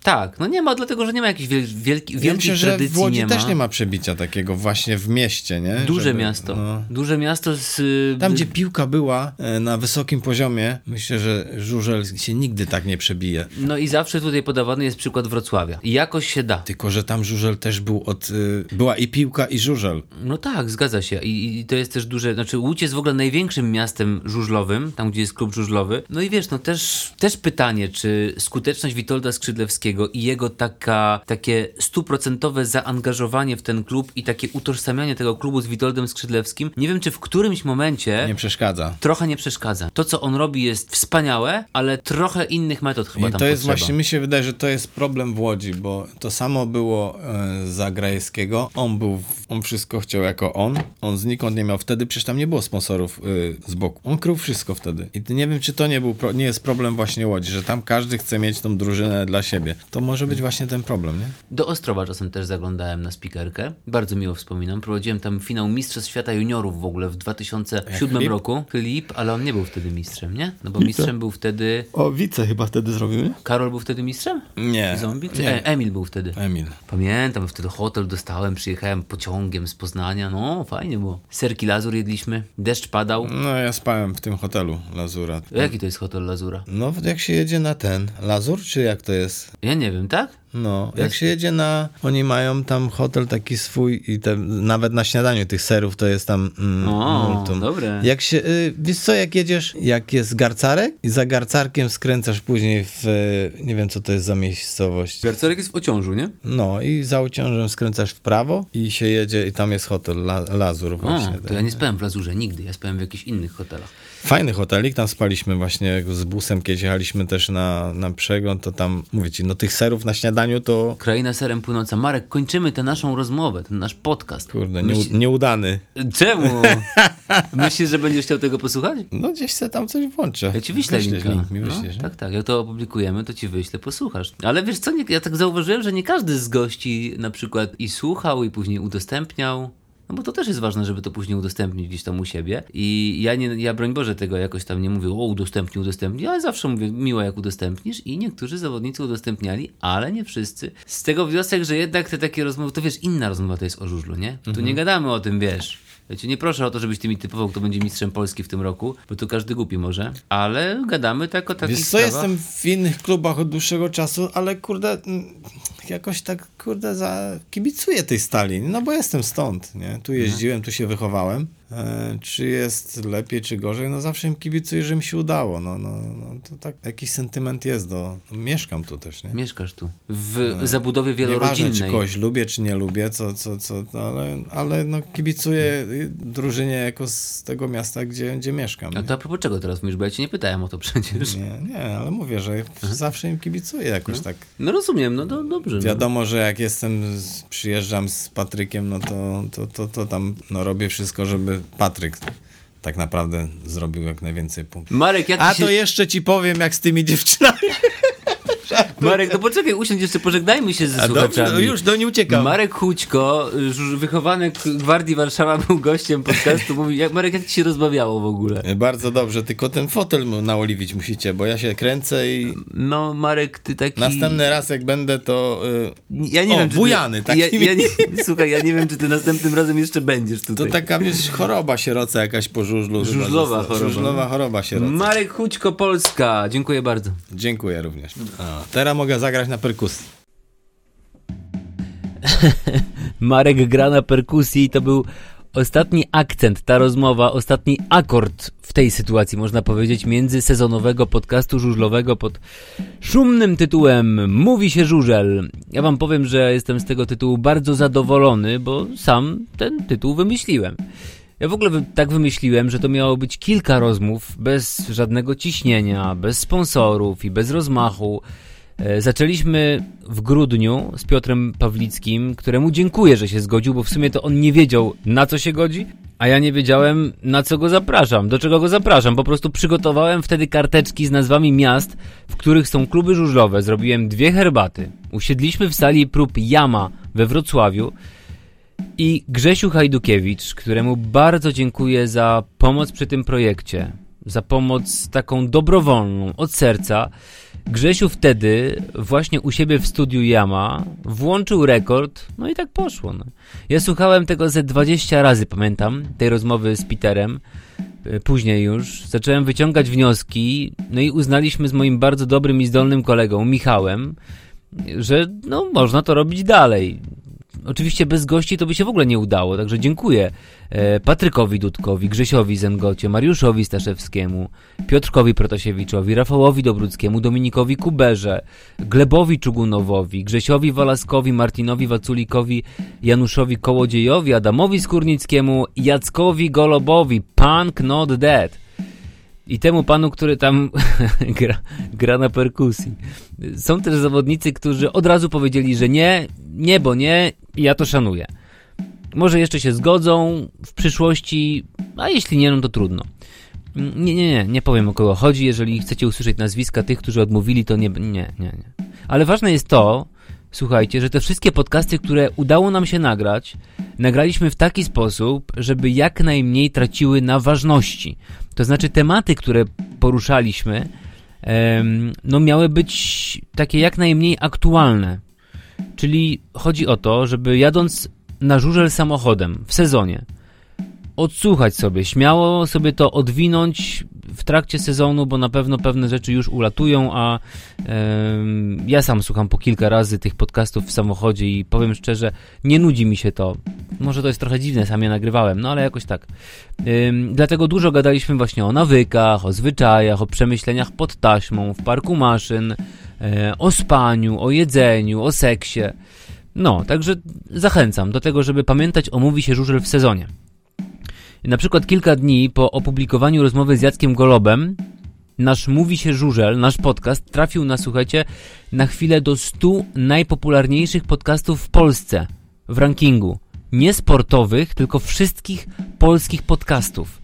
Tak, no nie ma, dlatego że nie ma jakichś wiel- wielki,
Ja
wielkich
myślę, że
tradycji.
w Łodzi
nie ma.
też nie ma przebicia takiego właśnie w mieście, nie?
Duże
Żeby-
miasto.
no.
Duże miasto z. y,
Tam, gdzie piłka była e, na wysokim poziomie, myślę, że Żurzel się nigdy tak nie przebije.
No i zawsze tutaj podawany jest przykład Wrocławia. I jakoś się da.
Tylko, że tam Żurzel też był od... y, Była i piłka, i Żurzel.
No tak, zgadza się. I, I to jest też duże. Znaczy, Łódź jest w ogóle największym miastem żużlowym, tam gdzie jest klub żużlowy. No i wiesz, no też, też pytanie, czy skuteczność Witolda Skrzydlewskiego i jego taka, takie stuprocentowe zaangażowanie w ten klub i takie utożsamianie tego klubu z Witoldem Skrzydlewskim, nie wiem, czy w którymś momencie.
Nie przeszkadza.
Trochę nie przeszkadza. To, co on robi, jest wspaniałe, ale trochę innych metod chyba
I
tam
to jest
potrzeba.
właśnie, mi się wydaje, że to jest problem w Łodzi, bo to samo było e, za Grajewskiego. On był, w- on wszystko chciał jako on. On znikąd nie miał wtedy, przecież tam nie było sponsorów y, z boku. On krył wszystko wtedy. I nie wiem, czy to nie był, pro, nie jest problem właśnie Łodzi, że tam każdy chce mieć tą drużynę dla siebie. To może być właśnie ten problem, nie?
Do Ostrowa czasem też zaglądałem na spikerkę. Bardzo miło wspominam. Prowadziłem tam finał Mistrzostw Świata Juniorów w ogóle w 2007
Filip?
roku. Filip, ale on nie był wtedy mistrzem, nie? No bo mistrzem był wtedy...
O, wice chyba wtedy zrobił, nie?
Karol był wtedy mistrzem?
Nie.
Zombie? Czy
Nie.
E, Emil był wtedy.
Emil.
Pamiętam, wtedy hotel dostałem, przyjechałem pociągiem z Poznania. No, fajnie było. Serki Lazur jedliśmy, deszcz padał.
No, ja spałem w tym hotelu Lazura.
Jaki to jest hotel Lazura?
No, jak się jedzie na ten, Lazur, czy jak to jest?
Ja nie wiem, tak?
No, jak się jedzie na. Oni mają tam hotel taki swój i te, nawet na śniadaniu tych serów to jest tam. Mm,
O,
multum.
dobre.
Jak się. Y, wiesz co, jak jedziesz, jak jest garcarek i za garcarkiem skręcasz później w. y, Nie wiem, co to jest za miejscowość.
Garcerek jest w ociążu, nie?
No i za uciążem skręcasz w prawo i się jedzie i tam jest hotel La, Lazur
O,
właśnie.
No, to ja nie spałem w Lazurze nigdy, ja spałem w jakichś innych hotelach.
Fajny hotelik, tam spaliśmy właśnie z busem, kiedy jechaliśmy też na, na przegląd, to tam, mówię ci, no tych serów na śniadaniu to,
Kraina Serem Płynąca. Marek, kończymy tę naszą rozmowę, ten nasz podcast.
kurde, nie,
Myśl-
nieudany.
Czemu? Myślisz, że będziesz chciał tego posłuchać?
No gdzieś se tam coś włączę.
Ja ci wyślę
Wyślesz
linka.
link mi
No,
wyślesz, nie?
tak, tak, jak to opublikujemy, to ci wyślę, posłuchasz. Ale wiesz co, nie, ja tak zauważyłem, że nie każdy z gości na przykład i słuchał i później udostępniał. No bo to też jest ważne, żeby to później udostępnić gdzieś tam u siebie. I ja, nie, ja broń Boże tego jakoś tam nie mówię, o udostępnij, udostępnij, ale zawsze mówię, miło jak udostępnisz i niektórzy zawodnicy udostępniali, ale nie wszyscy. Z tego wniosek, że jednak te takie rozmowy, to wiesz, inna rozmowa to jest o żużlu, nie? Tu nie gadamy o tym, wiesz. Ja cię nie proszę o to, żebyś ty mi typował, kto będzie mistrzem Polski w tym roku, bo to każdy głupi może, ale gadamy tak o takich
Wiesz co,
sprawach.
jestem w innych klubach od dłuższego czasu, ale kurde, mm, jakoś tak kurde za... kibicuję tej stali, no bo jestem stąd, nie?
Mhm.
Tu jeździłem, tu się wychowałem. E, czy jest lepiej, czy gorzej? No zawsze im kibicuję, że mi się udało, no, no, no to tak, jakiś sentyment jest do... Mieszkam tu też, nie?
Mieszkasz tu, w zabudowie
Nieważne, czy
wielorodzinnej.
kogoś lubię, czy nie lubię, co, co, co, no, ale, ale no kibicuję y, drużynie jako z tego miasta, gdzie, gdzie mieszkam.
A
nie?
No to a propos czego teraz mówisz, bo ja cię nie pytałem o to przecież.
Nie, nie, ale mówię, że zawsze im kibicuję jakoś tak.
No rozumiem, no to dobrze. No.
Wiadomo, że jak jestem, z, przyjeżdżam z Patrykiem, no to, to, to, to tam no, robię wszystko, żeby Patryk tak naprawdę zrobił jak najwięcej punktów.
Marek, jak
A
ci się...
to jeszcze ci powiem, jak z tymi dziewczynami.
Marek, no poczekaj, usiądź jeszcze, pożegnajmy się ze słuchaczami.
do no nie uciekam.
Marek Hućko, żuż- wychowany k- Gwardii Warszawa, był gościem podcastu. Mówi, jak, Marek, jak ci się rozbawiało w ogóle?
Bardzo dobrze, tylko ten fotel mu- naoliwić musicie, bo ja się kręcę i
No, Marek, ty taki...
następny raz jak będę, to y,
Ja nie
O,
wiem, czy
bujany, tak?
ty,
taki
ja, ja nie, Słuchaj, ja nie wiem, czy ty następnym razem jeszcze będziesz tutaj.
to tak- taka wiesz, choroba sieroca jakaś po żużlu. chyba
Żużlowa
została.
choroba. No.
Żużlowa choroba sieroca.
Marek Hućko, Polska. Dziękuję bardzo.
Dziękuję również. A, teraz mogę zagrać na perkusji.
Marek gra na perkusji i to był ostatni akcent, ta rozmowa, ostatni akord w tej sytuacji, można powiedzieć, międzysezonowego podcastu żużlowego pod szumnym tytułem Mówi się żużel. Ja wam powiem, że jestem z tego tytułu bardzo zadowolony, bo sam ten tytuł wymyśliłem. Ja w ogóle wy- tak wymyśliłem, że to miało być kilka rozmów bez żadnego ciśnienia, bez sponsorów i bez rozmachu. E, Zaczęliśmy w grudniu z Piotrem Pawlickim, któremu dziękuję, że się zgodził, bo w sumie to on nie wiedział, na co się godzi, a ja nie wiedziałem, na co go zapraszam, do czego go zapraszam. Po prostu przygotowałem wtedy karteczki z nazwami miast, w których są kluby żużlowe. Zrobiłem dwie herbaty. Usiedliśmy w sali prób Jama we Wrocławiu i Grzesiu Hajdukiewicz, któremu bardzo dziękuję za pomoc przy tym projekcie. Za pomoc taką dobrowolną, od serca.
Grzesiu wtedy właśnie u siebie w studiu Yama włączył rekord, no i tak poszło. No. Ja słuchałem tego ze 20 razy, pamiętam, tej rozmowy z Peterem, e, później już. Zacząłem wyciągać wnioski, no i uznaliśmy z moim bardzo dobrym i zdolnym kolegą, Michałem, że no, można to robić dalej. Oczywiście bez gości to by się w ogóle nie udało, także dziękuję e, Patrykowi Dudkowi, Grzesiowi Zengocie, Mariuszowi Staszewskiemu, Piotrkowi Protasiewiczowi, Rafałowi Dobruckiemu, Dominikowi Kuberze, Glebowi Czugunowowi, Grzesiowi Walaskowi, Martinowi Waculikowi, Januszowi Kołodziejowi, Adamowi Skórnickiemu, Jackowi Golobowi, Punk Not Dead. I temu panu, który tam gra, gra na perkusji. Są też zawodnicy, którzy od razu powiedzieli, że nie, nie, bo nie, i ja to szanuję. Może jeszcze się zgodzą w przyszłości, a jeśli nie, no to trudno. Nie, nie, nie, nie powiem o kogo chodzi. Jeżeli chcecie usłyszeć nazwiska tych, którzy odmówili, to nie, nie, nie, nie. Ale ważne jest to, słuchajcie, że te wszystkie podcasty, które udało nam się nagrać, nagraliśmy w taki sposób, żeby jak najmniej traciły na ważności. To znaczy tematy, które poruszaliśmy, em, no miały być takie jak najmniej aktualne. Czyli chodzi o to, żeby jadąc na żużel samochodem w sezonie, odsłuchać sobie, śmiało sobie to odwinąć w trakcie sezonu, bo na pewno pewne rzeczy już ulatują, a em, ja sam słucham po kilka razy tych podcastów w samochodzie i powiem szczerze, nie nudzi mi się to. Może to jest trochę dziwne, sam je nagrywałem, no ale jakoś tak. Ym, dlatego dużo gadaliśmy właśnie o nawykach, o zwyczajach, o przemyśleniach pod taśmą, w parku maszyn, e, o spaniu, o jedzeniu, o seksie. No, także zachęcam do tego, żeby pamiętać o Mówi się Żużel w sezonie. Na przykład kilka dni po opublikowaniu rozmowy z Jackiem Golobem, nasz Mówi się Żużel, nasz podcast trafił na, słuchajcie, na chwilę do 100 najpopularniejszych podcastów w Polsce w rankingu. Nie sportowych, tylko wszystkich polskich podcastów.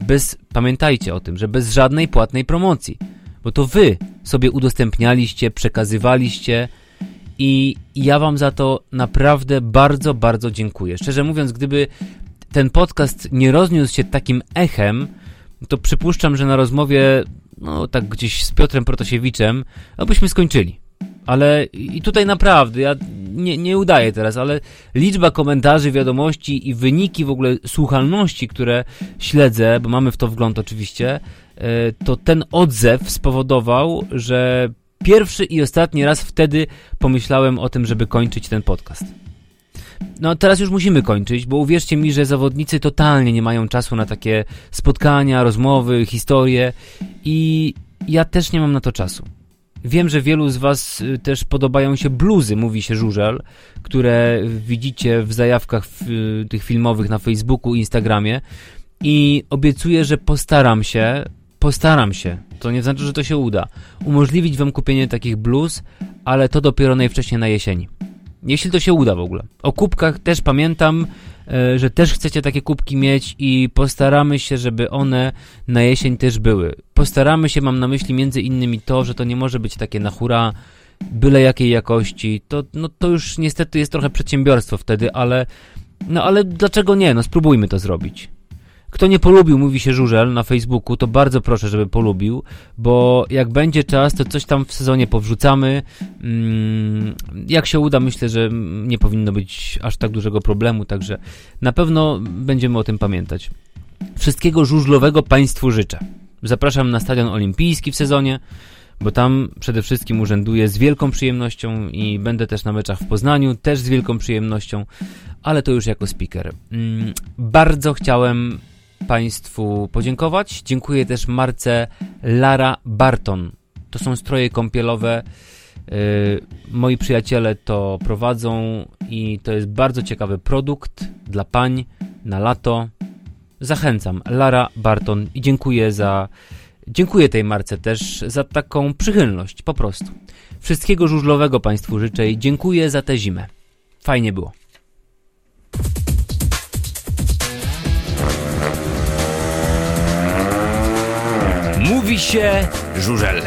Bez, pamiętajcie o tym, że bez żadnej płatnej promocji. Bo to wy sobie udostępnialiście, przekazywaliście, i ja Wam za to naprawdę bardzo, bardzo dziękuję. Szczerze mówiąc, gdyby ten podcast nie rozniósł się takim echem, to przypuszczam, że na rozmowie, no tak gdzieś z Piotrem Protasiewiczem, abyśmy skończyli. Ale i tutaj naprawdę, ja nie, nie udaję teraz, ale liczba komentarzy, wiadomości i wyniki w ogóle słuchalności, które śledzę, bo mamy w to wgląd oczywiście, e, to ten odzew spowodował, że pierwszy i ostatni raz wtedy pomyślałem o tym, żeby kończyć ten podcast. No, teraz już musimy kończyć, bo uwierzcie mi, że zawodnicy totalnie nie mają czasu na takie spotkania, rozmowy, historie i ja też nie mam na to czasu. Wiem, że wielu z Was y, też podobają się bluzy, mówi się żużel, które widzicie w zajawkach y, tych filmowych na Facebooku i Instagramie. I obiecuję, że postaram się, postaram się, to nie znaczy, że to się uda, umożliwić Wam kupienie takich bluz, ale to dopiero najwcześniej na jesieni. Jeśli to się uda w ogóle. O kubkach też pamiętam, e, że też chcecie takie kubki mieć i postaramy się, żeby one na jesień też były. Postaramy się, mam na myśli między innymi to, że to nie może być takie na hura, byle jakiej jakości. To, no, to już niestety jest trochę przedsiębiorstwo wtedy, ale no ale dlaczego nie? No spróbujmy to zrobić. Kto nie polubił, mówi się żużel na Facebooku, to bardzo proszę, żeby polubił, bo jak będzie czas, to coś tam w sezonie powrzucamy. Mm, Jak się uda, myślę, że nie powinno być aż tak dużego problemu, także na pewno będziemy o tym pamiętać. Wszystkiego żużlowego Państwu życzę. Zapraszam na Stadion Olimpijski w sezonie, bo tam przede wszystkim urzęduję z wielką przyjemnością i będę też na meczach w Poznaniu, też z wielką przyjemnością, ale to już jako speaker. Mm, Bardzo chciałem Państwu podziękować. Dziękuję też marce Lara Barton. To są stroje kąpielowe. Yy, Moi przyjaciele to prowadzą i to jest bardzo ciekawy produkt dla pań na lato. Zachęcam, Lara Barton i dziękuję za. Dziękuję tej marce też za taką przychylność, po prostu. Wszystkiego żużlowego Państwu życzę i dziękuję za tę zimę. Fajnie było.
Mówi się Żużel.